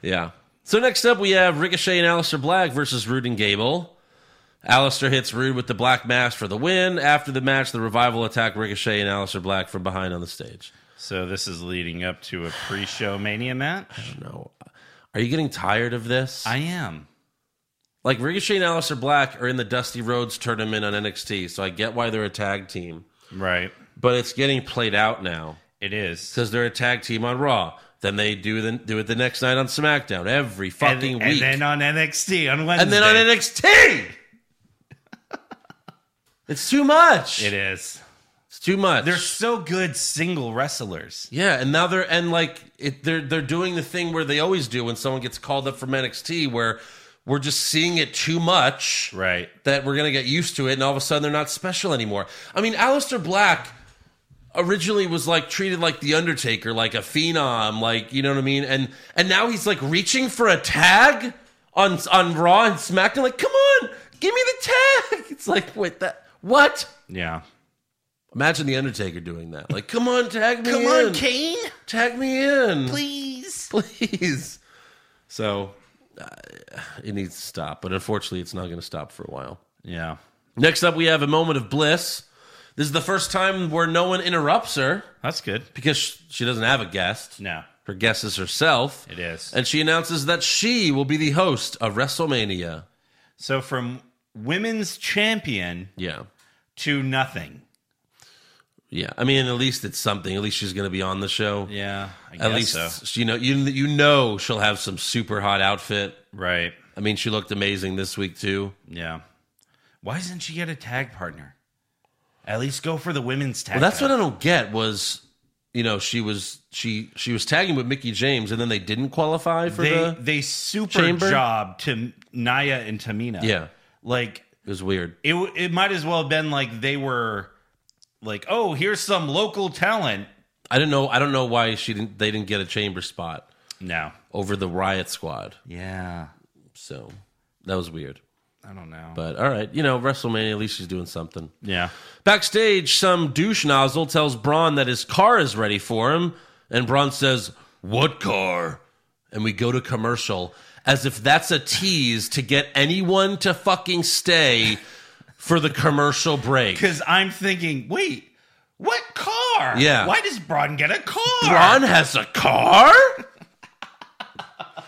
[SPEAKER 4] yeah. So next up, we have Ricochet and Aleister Black versus Rude and Gable. Aleister hits Rude with the Black Mask for the win. After the match, the Revival attack Ricochet and Aleister Black from behind on the stage.
[SPEAKER 5] so this is leading up to a pre-show Mania match.
[SPEAKER 4] No, are you getting tired of this?
[SPEAKER 5] I am.
[SPEAKER 4] like Ricochet and Aleister Black are in the Dusty Rhodes tournament on NXT, so I get why they're a tag team,
[SPEAKER 5] Right.
[SPEAKER 4] but it's getting played out now.
[SPEAKER 5] It is.
[SPEAKER 4] because they're a tag team on Raw. Then they do the, do it the next night on SmackDown every
[SPEAKER 5] And-
[SPEAKER 4] fucking
[SPEAKER 5] and,
[SPEAKER 4] week,
[SPEAKER 5] then on NXT on Wednesday.
[SPEAKER 4] And then on NXT. it's too much.
[SPEAKER 5] It is.
[SPEAKER 4] It's too much.
[SPEAKER 5] They're so good single wrestlers.
[SPEAKER 4] yeah, and now they're and like it, they're they're doing the thing where they always do when someone gets called up from NXT, where we're just seeing it too much.
[SPEAKER 5] Right.
[SPEAKER 4] that we're going to get used to it, and all of a sudden they're not special anymore. I mean, Aleister Black originally was like treated like the Undertaker, like a phenom, like you know what I mean, and and now he's like reaching for a tag on on Raw and SmackDown, like come on, give me the tag. It's like wait that what?
[SPEAKER 5] Yeah.
[SPEAKER 4] Imagine the Undertaker doing that. Like come on, tag me,
[SPEAKER 5] Come
[SPEAKER 4] in.
[SPEAKER 5] on, Kane.
[SPEAKER 4] tag me in,
[SPEAKER 5] Please.
[SPEAKER 4] please. So uh, it needs to stop, but unfortunately, it's not going to stop for a while.
[SPEAKER 5] Yeah.
[SPEAKER 4] Next up, we have a moment of bliss. This is the first time where no one interrupts her
[SPEAKER 5] That's good.
[SPEAKER 4] because sh- she doesn't have a guest.
[SPEAKER 5] No.
[SPEAKER 4] Her guest is herself.
[SPEAKER 5] It is.
[SPEAKER 4] And she announces that she will be the host of WrestleMania.
[SPEAKER 5] So from women's champion
[SPEAKER 4] Yeah.
[SPEAKER 5] to nothing.
[SPEAKER 4] Yeah. I mean, at least it's something. At least she's going to be on the show.
[SPEAKER 5] Yeah. I
[SPEAKER 4] At least she- you know you you know she'll have some super hot outfit.
[SPEAKER 5] Right.
[SPEAKER 4] I mean, she looked amazing this week too.
[SPEAKER 5] Yeah. Why doesn't she get a tag partner? At least go for the women's tag.
[SPEAKER 4] Well, that's what I don't get was, you know, she was she she was tagging with Mickey James and then they didn't qualify for
[SPEAKER 5] they
[SPEAKER 4] the
[SPEAKER 5] they super
[SPEAKER 4] chamber?
[SPEAKER 5] job to Naya and Tamina.
[SPEAKER 4] Yeah.
[SPEAKER 5] Like
[SPEAKER 4] It was weird.
[SPEAKER 5] it w- it might as well have been like they were like, "Oh, here's some local talent."
[SPEAKER 4] I didn't know. I don't know why she didn't. They didn't get a chamber spot
[SPEAKER 5] No.
[SPEAKER 4] over the riot squad.
[SPEAKER 5] Yeah.
[SPEAKER 4] So that was weird.
[SPEAKER 5] I don't know.
[SPEAKER 4] But all right, you know, WrestleMania. At least she's doing something.
[SPEAKER 5] yeah.
[SPEAKER 4] Backstage, some douche nozzle tells Braun that his car is ready for him, and Braun says, "What car?" And we go to commercial as if that's a tease to get anyone to fucking stay for the commercial break.
[SPEAKER 5] Cuz I'm thinking, "Wait, what car?
[SPEAKER 4] Yeah.
[SPEAKER 5] Why does Braun get a car?
[SPEAKER 4] Braun has a car?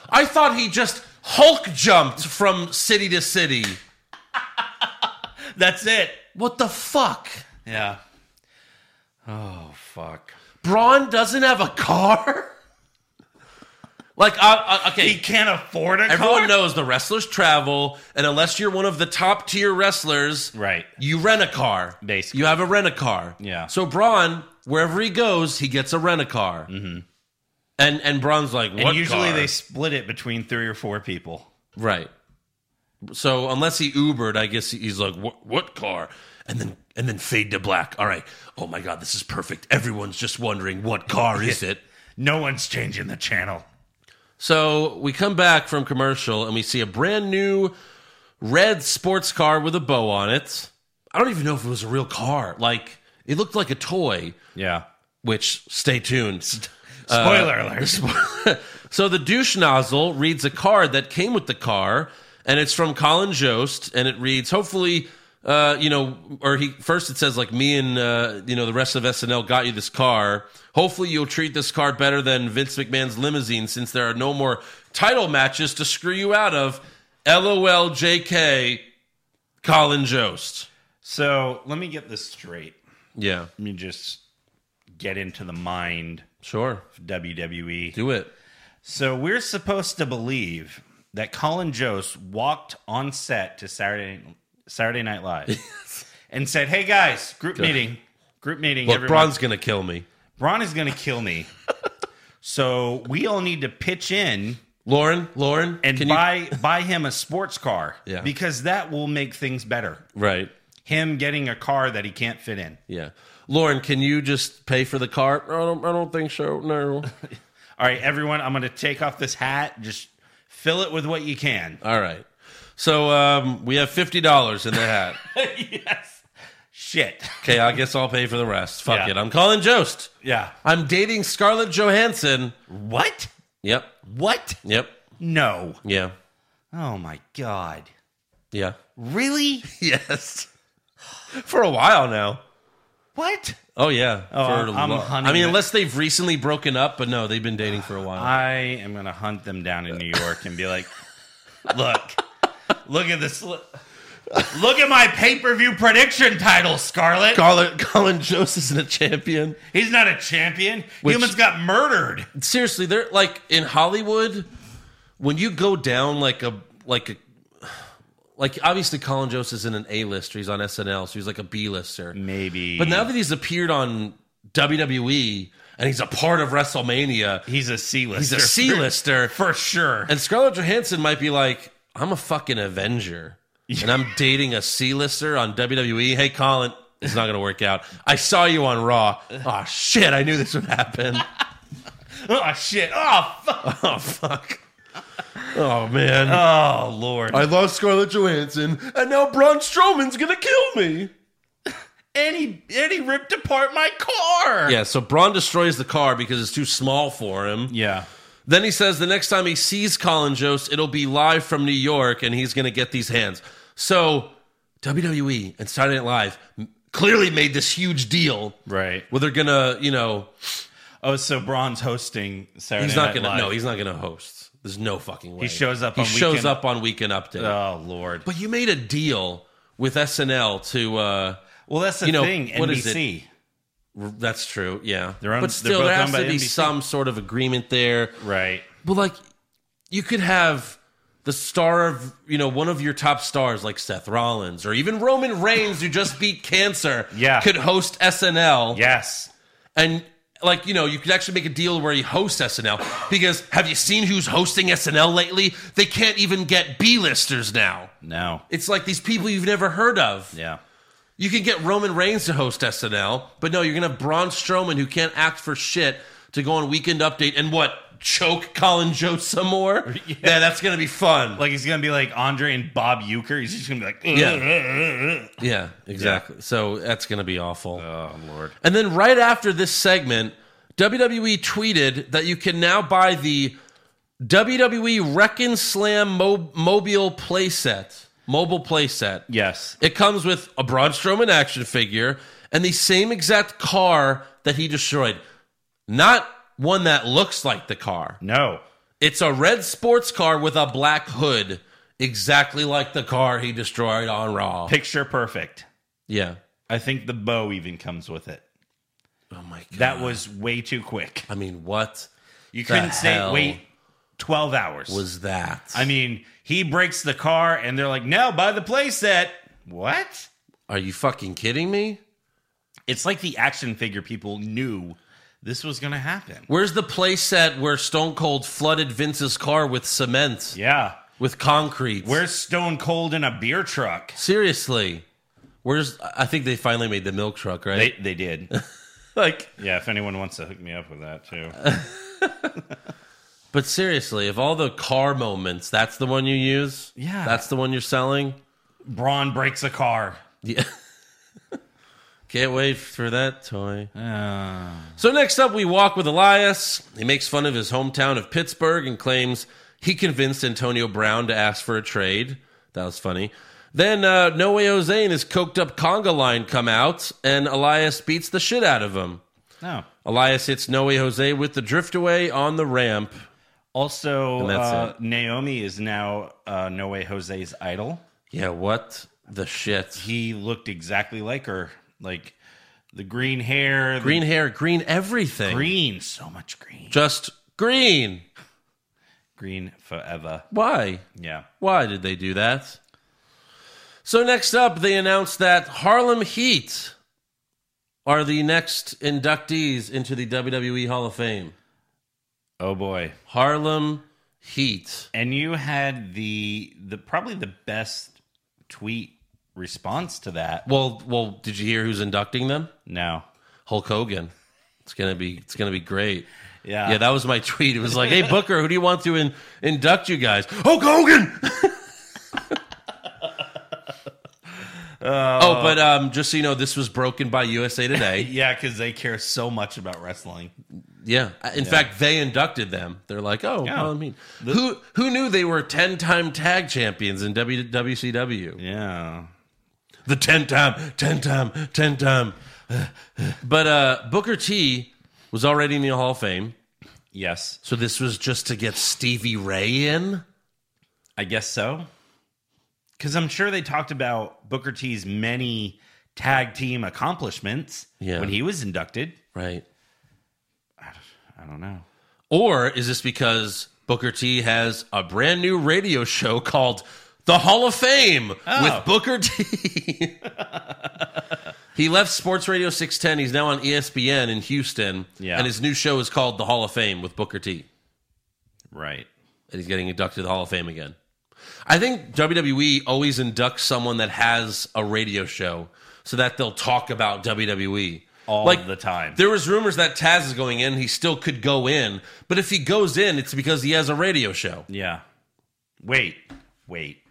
[SPEAKER 4] I thought he just Hulk jumped from city to city.
[SPEAKER 5] That's it.
[SPEAKER 4] What the fuck?
[SPEAKER 5] Yeah. Oh fuck.
[SPEAKER 4] Braun doesn't have a car. like, I, I, okay,
[SPEAKER 5] He can't afford a
[SPEAKER 4] everyone
[SPEAKER 5] car?
[SPEAKER 4] knows the wrestlers travel, and unless you're one of the top tier wrestlers,
[SPEAKER 5] Right.
[SPEAKER 4] you rent a car.
[SPEAKER 5] Basically.
[SPEAKER 4] you have a rent a car.
[SPEAKER 5] Yeah.
[SPEAKER 4] So Braun, wherever he goes, he gets a rent a car. Mm-hmm. And and Braun's like, what?
[SPEAKER 5] And usually
[SPEAKER 4] car?
[SPEAKER 5] they split it between three or four people.
[SPEAKER 4] right. So unless he Ubered, I guess he's like, what, what car? And then and then fade to black. All right. Oh my God, this is perfect. Everyone's just wondering what car is it.
[SPEAKER 5] No one's changing the channel.
[SPEAKER 4] So we come back from commercial and we see a brand new red sports car with a bow on it. I don't even know if it was a real car. Like it looked like a toy,
[SPEAKER 5] Yeah.
[SPEAKER 4] which stay tuned.
[SPEAKER 5] Spoiler alert.
[SPEAKER 4] so the douche nozzle reads a card that came with the car, and it's from Colin Jost, and it reads, hopefully, uh, you know, or he first it says like me and uh, you know the rest of SNL got you this car. Hopefully, you'll treat this car better than Vince McMahon's limousine, since there are no more title matches to screw you out of. LOL, JK, Colin Jost.
[SPEAKER 5] So let me get this straight.
[SPEAKER 4] Yeah,
[SPEAKER 5] Let me just get into the mind
[SPEAKER 4] sure,
[SPEAKER 5] of E. WWE.
[SPEAKER 4] do it.
[SPEAKER 5] So we're supposed to believe that Colin Jost walked on set to Saturday Saturday Night Live and said, "Hey guys, group meeting, group meeting.
[SPEAKER 4] Look,
[SPEAKER 5] everyone.
[SPEAKER 4] Braun's gonna kill me.
[SPEAKER 5] Braun is going to kill me. so we all need to pitch in
[SPEAKER 4] Lauren, Lauren,
[SPEAKER 5] and
[SPEAKER 4] can you-
[SPEAKER 5] buy buy him a sports car
[SPEAKER 4] Yeah.
[SPEAKER 5] because that will make things better.
[SPEAKER 4] right?
[SPEAKER 5] Him getting a car that he can't fit in.
[SPEAKER 4] Yeah. Lauren, can you just pay for the car? I don't, I don't think so. No.
[SPEAKER 5] All right, everyone, I'm going to take off this hat. Just fill it with what you can.
[SPEAKER 4] All right. So um, we have $50 in the hat.
[SPEAKER 5] yes. Shit.
[SPEAKER 4] Okay, I guess I'll pay for the rest. Fuck
[SPEAKER 5] Yeah.
[SPEAKER 4] it. I'm calling Jost.
[SPEAKER 5] Yeah.
[SPEAKER 4] I'm dating Scarlett Johansson.
[SPEAKER 5] What?
[SPEAKER 4] Yep.
[SPEAKER 5] What?
[SPEAKER 4] Yep.
[SPEAKER 5] No.
[SPEAKER 4] Yeah.
[SPEAKER 5] Oh my god.
[SPEAKER 4] Yeah.
[SPEAKER 5] Really?
[SPEAKER 4] Yes. For a while now.
[SPEAKER 5] What?
[SPEAKER 4] Oh, yeah.
[SPEAKER 5] Oh,
[SPEAKER 4] for
[SPEAKER 5] I'm
[SPEAKER 4] lo-
[SPEAKER 5] hunting
[SPEAKER 4] I mean,
[SPEAKER 5] it.
[SPEAKER 4] unless they've recently broken up, but no, they've been dating for a while.
[SPEAKER 5] I am going to hunt them down in New York and be like, look, look at this. Look, look at my pay per view prediction title, Scarlett.
[SPEAKER 4] Scarlett, Colin Jost isn't a champion.
[SPEAKER 5] He's not a champion.
[SPEAKER 4] Which-
[SPEAKER 5] Humans got murdered.
[SPEAKER 4] seriously, they're like in Hollywood when you go down like a like a like obviously Colin Jost is in an A lister. He's on SNL, so he's like a B lister.
[SPEAKER 5] Maybe.
[SPEAKER 4] But now that he's appeared on WWE and he's a part of WrestleMania,
[SPEAKER 5] he's a C lister.
[SPEAKER 4] he's a C lister.
[SPEAKER 5] For sure.
[SPEAKER 4] And Scarlett Johansson might be like, I'm a fucking Avenger. And I'm dating a C lister on WWE. Hey, Colin, it's not going to work out. I saw you on Raw. Oh, shit. I knew this would happen.
[SPEAKER 5] oh, shit. Oh, fuck.
[SPEAKER 4] Oh fuck. Oh man.
[SPEAKER 5] Oh, Lord.
[SPEAKER 4] I lost Scarlett Johansson, and now Braun Strowman's gonna kill me.
[SPEAKER 5] and, he, and he ripped apart my car.
[SPEAKER 4] Yeah, so Braun destroys the car because it's too small for him.
[SPEAKER 5] Yeah.
[SPEAKER 4] Then he says the next time he sees Colin Jost, it'll be live from New York, and he's gonna get these hands. So WWE and Saturday Night Live m- clearly made this huge deal
[SPEAKER 5] Right.
[SPEAKER 4] where they're gonna, you know,
[SPEAKER 5] Oh, so Braun's hosting Saturday
[SPEAKER 4] he's not
[SPEAKER 5] Night
[SPEAKER 4] gonna,
[SPEAKER 5] Live.
[SPEAKER 4] no, he's not gonna host. There's no fucking way.
[SPEAKER 5] shows up
[SPEAKER 4] He
[SPEAKER 5] on
[SPEAKER 4] shows
[SPEAKER 5] Weekend-
[SPEAKER 4] up on Weekend Update.
[SPEAKER 5] Oh, Lord.
[SPEAKER 4] But you made a deal with SNL to. uh
[SPEAKER 5] well, that's the
[SPEAKER 4] you know,
[SPEAKER 5] thing.
[SPEAKER 4] what is it?
[SPEAKER 5] NBC.
[SPEAKER 4] r- That's true. Yeah,
[SPEAKER 5] They're owned-
[SPEAKER 4] but
[SPEAKER 5] they're
[SPEAKER 4] still,
[SPEAKER 5] both
[SPEAKER 4] there
[SPEAKER 5] owned
[SPEAKER 4] has
[SPEAKER 5] by
[SPEAKER 4] to be
[SPEAKER 5] NBC.
[SPEAKER 4] some sort of agreement there.
[SPEAKER 5] Right.
[SPEAKER 4] But like, you could have the star of you know one of your top stars like Seth Rollins or even Roman Reigns, who just beat cancer.
[SPEAKER 5] Yeah.
[SPEAKER 4] could host SNL.
[SPEAKER 5] Yes.
[SPEAKER 4] and like you know, you could actually make a deal where he hosts SNL because have you seen who's hosting SNL lately? They can't even get B-listers now.
[SPEAKER 5] No.
[SPEAKER 4] It's like these people you've never heard of.
[SPEAKER 5] Yeah.
[SPEAKER 4] You can get Roman Reigns to host SNL, but no, you're gonna have Braun Strowman, who can't act for shit, to go on Weekend Update and what choke Colin Jost some more. Yeah, that's gonna be fun.
[SPEAKER 5] Like he's gonna be like Andre and Bob Euchre. He's just gonna be like,
[SPEAKER 4] yeah, yeah, exactly. So that's gonna be awful.
[SPEAKER 5] oh lord.
[SPEAKER 4] And then right after this segment, WWE tweeted that you can now buy the WWE Wreck and Slam mo- mobile playset, mobile playset.
[SPEAKER 5] Yes.
[SPEAKER 4] It comes with a Braun Strowman action figure and the same exact car that he destroyed. Not one that looks like the car.
[SPEAKER 5] No.
[SPEAKER 4] It's a red sports car with a black hood, exactly like the car he destroyed on Raw.
[SPEAKER 5] Picture perfect.
[SPEAKER 4] Yeah.
[SPEAKER 5] I think the bow even comes with it.
[SPEAKER 4] Oh my god.
[SPEAKER 5] That was way too quick.
[SPEAKER 4] I mean, what
[SPEAKER 5] You
[SPEAKER 4] the
[SPEAKER 5] couldn't say
[SPEAKER 4] hell
[SPEAKER 5] wait 12 hours.
[SPEAKER 4] was that?
[SPEAKER 5] I mean, he breaks the car and they're like, "No, buy the playset." What?
[SPEAKER 4] are you fucking kidding me?
[SPEAKER 5] It's like the action figure people knew this was going to happen.
[SPEAKER 4] Where's the playset where Stone Cold flooded Vince's car with cement,
[SPEAKER 5] Yeah.
[SPEAKER 4] with concrete?
[SPEAKER 5] Where's Stone Cold in a beer truck?
[SPEAKER 4] seriously? Where's I think they finally made the milk truck,
[SPEAKER 5] They
[SPEAKER 4] right?
[SPEAKER 5] they did.
[SPEAKER 4] like,
[SPEAKER 5] yeah, if anyone wants to hook me up with that too.
[SPEAKER 4] but seriously, of all the car moments, that's the one you use.
[SPEAKER 5] Yeah.
[SPEAKER 4] that's the one you're selling.
[SPEAKER 5] Braun breaks a car.
[SPEAKER 4] Yeah. Can't wait for that toy.
[SPEAKER 5] Uh,
[SPEAKER 4] So next up, we walk with Elias. He makes fun of his hometown of Pittsburgh and claims he convinced Antonio Brown to ask for a trade. That was funny. Then uh, No Way Jose and his coked up conga line come out, and Elias beats the shit out of him.
[SPEAKER 5] No.
[SPEAKER 4] Elias hits No Way Jose with the drift away on the ramp.
[SPEAKER 5] Also,
[SPEAKER 4] And that's
[SPEAKER 5] uh,
[SPEAKER 4] it.
[SPEAKER 5] Naomi is now uh, No Way Jose's idol.
[SPEAKER 4] Yeah, what the shit?
[SPEAKER 5] He looked exactly like her, like the green hair, the
[SPEAKER 4] Green hair, green everything.
[SPEAKER 5] green, so much green,
[SPEAKER 4] Just green.
[SPEAKER 5] green forever.
[SPEAKER 4] Why?
[SPEAKER 5] Yeah,
[SPEAKER 4] Why did they do that? So next up, they announced that Harlem Heat are the next inductees into the WWE Hall of Fame.
[SPEAKER 5] Oh boy.
[SPEAKER 4] Harlem Heat.
[SPEAKER 5] And you had the the probably the best tweet response to that.
[SPEAKER 4] Well, well, did you hear who's inducting them?
[SPEAKER 5] No.
[SPEAKER 4] Hulk Hogan. It's gonna be it's gonna be great.
[SPEAKER 5] Yeah.
[SPEAKER 4] Yeah, that was my tweet. It was like, "Hey Booker, who do you want to in- induct you guys?" Hulk Hogan. oh, but um, just so you know, this was broken by USA Today.
[SPEAKER 5] yeah, because they care so much about wrestling.
[SPEAKER 4] Yeah. In fact, they inducted them. They're like, oh,
[SPEAKER 5] Yeah.
[SPEAKER 4] well, I mean, who who knew they were ten time tag champions in W WCW?
[SPEAKER 5] Yeah.
[SPEAKER 4] The ten time, ten time, ten time. but uh, Booker T was already in the Hall of Fame,
[SPEAKER 5] Yes.
[SPEAKER 4] so this was just to get Stevie Ray in.
[SPEAKER 5] I guess so. Cause I'm sure they talked about Booker T's many tag team accomplishments
[SPEAKER 4] Yeah.
[SPEAKER 5] when he was inducted.
[SPEAKER 4] Right.
[SPEAKER 5] I don't know.
[SPEAKER 4] Or is this because Booker T has a brand new radio show called The Hall of Fame with Booker T? he left Sports Radio 610. He's now on E ESPN in Houston.
[SPEAKER 5] Yeah.
[SPEAKER 4] And his new show is called The Hall of Fame with Booker T.
[SPEAKER 5] Right.
[SPEAKER 4] And he's getting inducted to the Hall of Fame again. I think WWE always inducts someone that has a radio show so that they'll talk about WWE
[SPEAKER 5] All
[SPEAKER 4] Like,
[SPEAKER 5] the time.
[SPEAKER 4] there was rumors that Taz is going in. He still could go in, but if he goes in, it's because he has a radio show.
[SPEAKER 5] Yeah. Wait. Wait.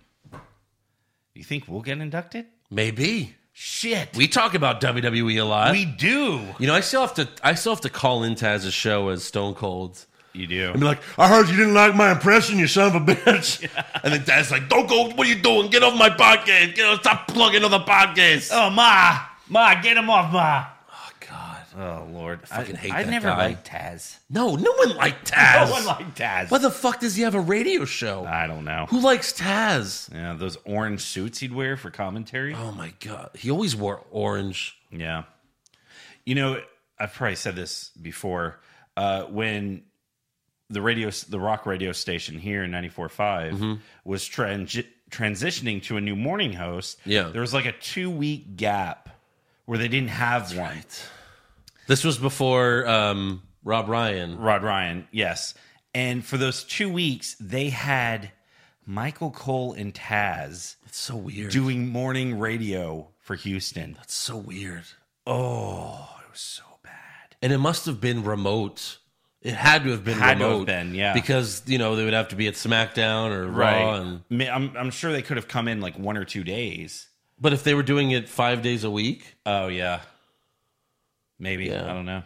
[SPEAKER 5] You think we'll get inducted?
[SPEAKER 4] Maybe
[SPEAKER 5] Shit.
[SPEAKER 4] we talk about WWE a lot.
[SPEAKER 5] we do.
[SPEAKER 4] you know, I still have to. I still have to call in Taz's show as Stone Cold.
[SPEAKER 5] You do.
[SPEAKER 4] And be like, I heard you didn't like my impression, you son of a bitch. And then Taz's like, Don't go. What are you doing? Get off my podcast. Get off, stop plugging on the podcast.
[SPEAKER 5] Oh ma, ma, get him off, ma.
[SPEAKER 4] Oh God.
[SPEAKER 5] Oh lord, I
[SPEAKER 4] fucking hate
[SPEAKER 5] I
[SPEAKER 4] that
[SPEAKER 5] never
[SPEAKER 4] guy.
[SPEAKER 5] liked Taz.
[SPEAKER 4] No, no one liked Taz.
[SPEAKER 5] No one liked Taz.
[SPEAKER 4] Why the fuck does he have a radio show?
[SPEAKER 5] I don't know.
[SPEAKER 4] Who likes Taz?
[SPEAKER 5] Yeah, those orange suits he'd wear for commentary.
[SPEAKER 4] Oh my God. He always wore orange.
[SPEAKER 5] Yeah, you know, I've probably said this before. Uh, when the radio, the rock radio station here in 94.5 was transi- transitioning to a new morning host,
[SPEAKER 4] Yeah.
[SPEAKER 5] there was like a two week gap where they didn't have one.
[SPEAKER 4] This was before um, Rob Ryan.
[SPEAKER 5] Rod Ryan, yes. And for those two weeks, they had Michael Cole and Taz
[SPEAKER 4] It's so weird.
[SPEAKER 5] doing morning radio for Houston.
[SPEAKER 4] It's so weird.
[SPEAKER 5] Oh, it was so bad.
[SPEAKER 4] And it must have been remote. It had to have been
[SPEAKER 5] Had to have
[SPEAKER 4] remote.
[SPEAKER 5] been, yeah.
[SPEAKER 4] Because, you know, they would have to be at SmackDown or Raw. And,
[SPEAKER 5] Ma- I'm, I'm sure they could have come in like one or two days.
[SPEAKER 4] but if they were doing it five days a week, uh,
[SPEAKER 5] Oh, yeah. Maybe.
[SPEAKER 4] Yeah.
[SPEAKER 5] I don't know.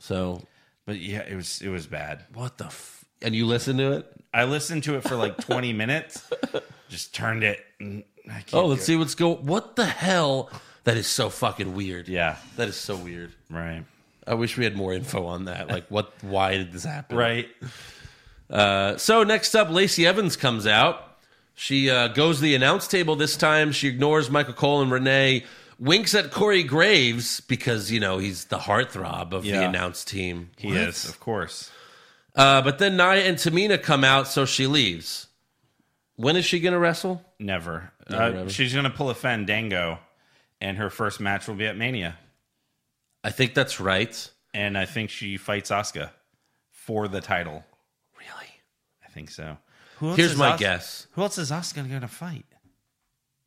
[SPEAKER 4] so
[SPEAKER 5] But yeah, it was it was bad.
[SPEAKER 4] what the f- And you listen to it?
[SPEAKER 5] I listened to it for like 20 minutes, just turned it. and I can't
[SPEAKER 4] Oh,
[SPEAKER 5] do
[SPEAKER 4] let's
[SPEAKER 5] it.
[SPEAKER 4] see what's go. What the hell? That is so fucking weird.
[SPEAKER 5] Yeah,
[SPEAKER 4] That is so weird.
[SPEAKER 5] right.
[SPEAKER 4] I wish we had more info on that. Like, what? Why did this happen? Uh,
[SPEAKER 5] Right.
[SPEAKER 4] So next up, Lacey Evans comes out. She uh, goes to the announce table this time. She ignores Michael Cole and Renee. winks at Corey Graves because, you know, he's the heartthrob of the
[SPEAKER 5] Yeah.
[SPEAKER 4] announced team.
[SPEAKER 5] He is, of course.
[SPEAKER 4] Uh, but then Naya and Tamina come out, so she leaves. When is she going to wrestle?
[SPEAKER 5] Never.
[SPEAKER 4] Never,
[SPEAKER 5] uh,
[SPEAKER 4] ever.
[SPEAKER 5] She's gonna pull a Fandango, and her first match will be at Mania.
[SPEAKER 4] I think that's right.
[SPEAKER 5] And I think she fights Asuka for the title.
[SPEAKER 4] Really?
[SPEAKER 5] I think so. Who else
[SPEAKER 4] Here's
[SPEAKER 5] is
[SPEAKER 4] my
[SPEAKER 5] As-
[SPEAKER 4] guess.
[SPEAKER 5] Who else is Asuka gonna fight?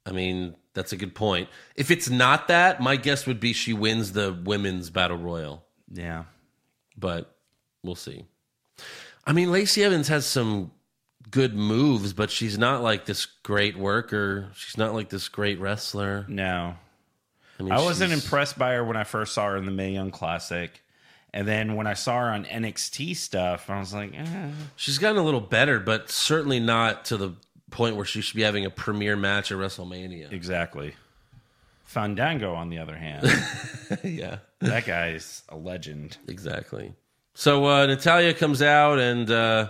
[SPEAKER 4] I mean, that's a good point. If it's not that, my guess would be she wins the women's battle royal,
[SPEAKER 5] Yeah.
[SPEAKER 4] but we'll see. I mean, Lacey Evans has some good moves, but she's not like this great worker. She's not like this great wrestler.
[SPEAKER 5] No.
[SPEAKER 4] I, mean,
[SPEAKER 5] I wasn't
[SPEAKER 4] she's-
[SPEAKER 5] impressed by her when I first saw her in the Mae Young Classic. And then when I saw her on NXT stuff, I was like, eh.
[SPEAKER 4] She's gotten a little better, but certainly not to the point where she should be having a premier match at WrestleMania.
[SPEAKER 5] exactly. Fandango, on the other hand,
[SPEAKER 4] yeah,
[SPEAKER 5] that guy's a legend.
[SPEAKER 4] exactly. So uh, Natalia comes out, and uh,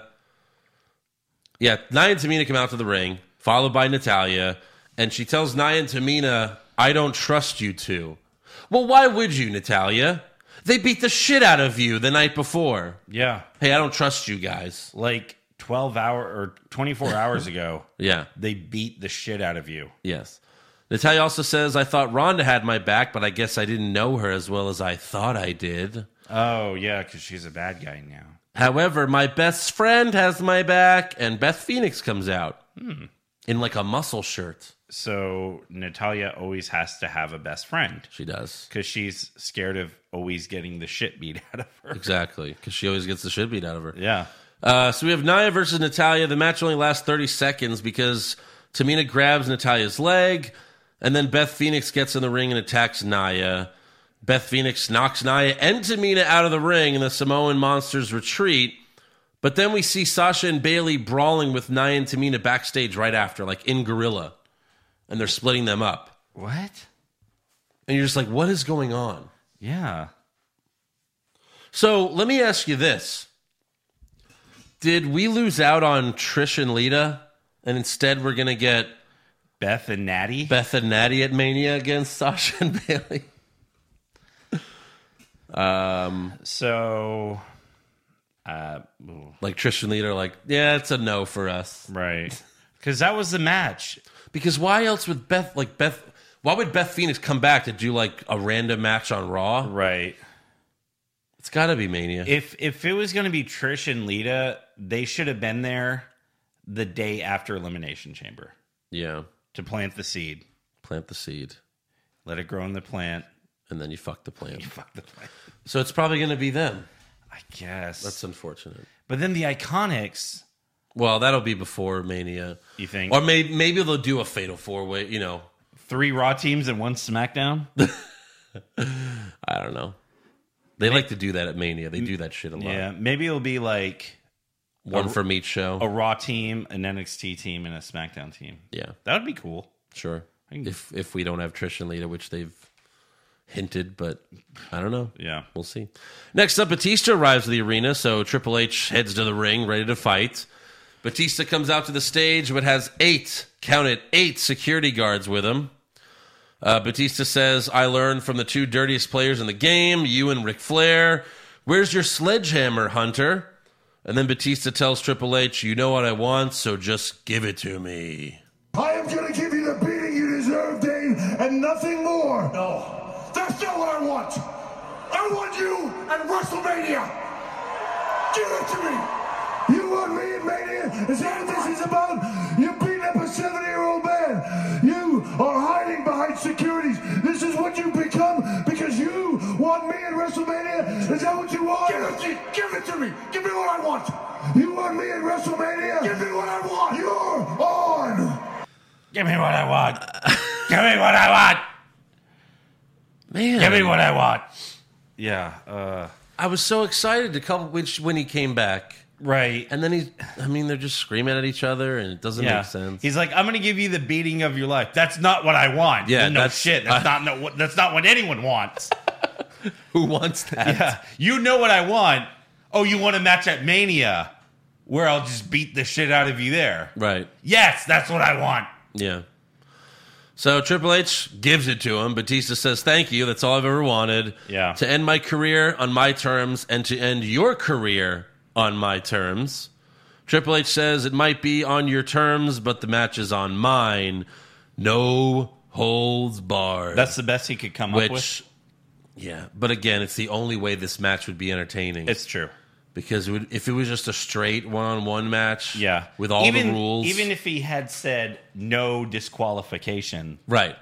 [SPEAKER 4] yeah, Nia and Tamina come out to the ring, followed by Natalia, and she tells Nia and Tamina, "I don't trust you two. Well, why would you, Natalia? They beat the shit out of you the night before.
[SPEAKER 5] Yeah.
[SPEAKER 4] Hey, I don't trust you guys.
[SPEAKER 5] Like 12 hour or 24 hours ago,
[SPEAKER 4] Yeah,
[SPEAKER 5] they beat the shit out of you.
[SPEAKER 4] Yes. Natalia also says, I thought Rhonda had my back, but I guess I didn't know her as well as I thought I did.
[SPEAKER 5] Oh, yeah, because she's a bad guy now.
[SPEAKER 4] However, my best friend has my back, and Beth Phoenix comes out in like a muscle shirt.
[SPEAKER 5] So Natalia always has to have a best friend
[SPEAKER 4] She does.
[SPEAKER 5] because she's scared of always getting the shit beat out of her.
[SPEAKER 4] Exactly. Because she always gets the shit beat out of her.
[SPEAKER 5] Yeah.
[SPEAKER 4] Uh, so we have Naya versus Natalia. The match only lasts 30 seconds because Tamina grabs Natalia's leg, and then Beth Phoenix gets in the ring and attacks Naya. Beth Phoenix knocks Naya and Tamina out of the ring, and the Samoan monsters retreat. But then we see Sasha and Bailey brawling with Naya and Tamina backstage right after, like in Gorilla, and they're splitting them up.
[SPEAKER 5] What?
[SPEAKER 4] And you're just like, what is going on?
[SPEAKER 5] Yeah.
[SPEAKER 4] So let me ask you this: Did we lose out on Trish and Lita, and instead we're gonna get
[SPEAKER 5] Beth and Natty.
[SPEAKER 4] Beth and Natty at Mania against Sasha and Bailey?
[SPEAKER 5] So,
[SPEAKER 4] Like Trish and Lita are like, yeah, it's a no for us.
[SPEAKER 5] right. Because that was the match.
[SPEAKER 4] Because why else would Beth like Beth? Why would Beth Phoenix come back to do like a random match on Raw?
[SPEAKER 5] Right.
[SPEAKER 4] It's got to be Mania.
[SPEAKER 5] If if it was going to be Trish and Lita, they should have been there the day after Elimination Chamber
[SPEAKER 4] yeah,
[SPEAKER 5] to plant the seed.
[SPEAKER 4] plant the seed,
[SPEAKER 5] Let it grow in the plant.
[SPEAKER 4] and then you fuck the plant.
[SPEAKER 5] Fuck the plant.
[SPEAKER 4] So it's probably gonna be them.
[SPEAKER 5] I guess.
[SPEAKER 4] That's unfortunate.
[SPEAKER 5] but then the Iconics,
[SPEAKER 4] Well, that'll be before Mania.
[SPEAKER 5] you think?
[SPEAKER 4] Or maybe maybe they'll do a fatal four way. You know,
[SPEAKER 5] three Raw teams and one SmackDown?
[SPEAKER 4] I don't know. They like to do that at Mania. They do that shit a lot.
[SPEAKER 5] yeah. Maybe it'll be like
[SPEAKER 4] One from each show.
[SPEAKER 5] a Raw team, an NXT team, and a SmackDown team.
[SPEAKER 4] yeah,
[SPEAKER 5] That would be cool.
[SPEAKER 4] sure.
[SPEAKER 5] can-
[SPEAKER 4] If if we don't have Trish and Lita, which they've hinted, but I don't know.
[SPEAKER 5] Yeah.
[SPEAKER 4] We'll see. Next up, Batista arrives at the arena, so Triple H heads to the ring, ready to fight. Batista comes out to the stage, but has eight, count it, eight security guards with him. Uh, Batista says, I learned from the two dirtiest players in the game, you and Ric Flair. Where's your sledgehammer, Hunter? And then Batista tells Triple H, You know what I want, so just give it to me.
[SPEAKER 1] I am gonna give you the beating you deserve, Dane, and nothing more. No,
[SPEAKER 2] That's not what I want. I want you at WrestleMania. Give it to me.
[SPEAKER 1] you want me at Mania? Is that what this is about? You beat up a 70 year old man. You are hiding behind securities. This is what you become because you want me at WrestleMania? Is that what you
[SPEAKER 2] Give it
[SPEAKER 1] want?
[SPEAKER 2] to, give it to me. Give me what I want.
[SPEAKER 1] You want me at WrestleMania?
[SPEAKER 2] Give me what I want.
[SPEAKER 1] You're on!
[SPEAKER 5] Give me what I want. Give me what I want.
[SPEAKER 4] Man.
[SPEAKER 5] Give me what I want. Yeah. Uh,
[SPEAKER 4] I was so excited to couple which when he came back,
[SPEAKER 5] right.
[SPEAKER 4] and then he, I mean, they're just screaming at each other, and it doesn't
[SPEAKER 5] yeah.
[SPEAKER 4] make sense.
[SPEAKER 5] He's like, I'm gonna give you the beating of your life. That's not what I want.
[SPEAKER 4] Yeah,
[SPEAKER 5] Then no
[SPEAKER 4] that's-
[SPEAKER 5] shit. That's not no. That's not what anyone wants.
[SPEAKER 4] Who wants that?
[SPEAKER 5] yeah. You know what I want. Oh, you want a match at Mania, where I'll just beat the shit out of you there.
[SPEAKER 4] Right.
[SPEAKER 5] Yes, that's what I want.
[SPEAKER 4] Yeah. So Triple H gives it to him. Batista says, Thank you. That's all I've ever wanted.
[SPEAKER 5] Yeah.
[SPEAKER 4] To end my career on my terms and to end your career on my terms. Triple H says, It might be on your terms, but the match is on mine. No holds barred.
[SPEAKER 5] That's the best he could come up with.
[SPEAKER 4] which, yeah. But again, it's the only way this match would be entertaining.
[SPEAKER 5] It's true.
[SPEAKER 4] because it would, if it was just a straight one-on-one match,
[SPEAKER 5] Yeah.
[SPEAKER 4] with all
[SPEAKER 5] even,
[SPEAKER 4] the rules,
[SPEAKER 5] Even if he had said no disqualification,
[SPEAKER 4] right?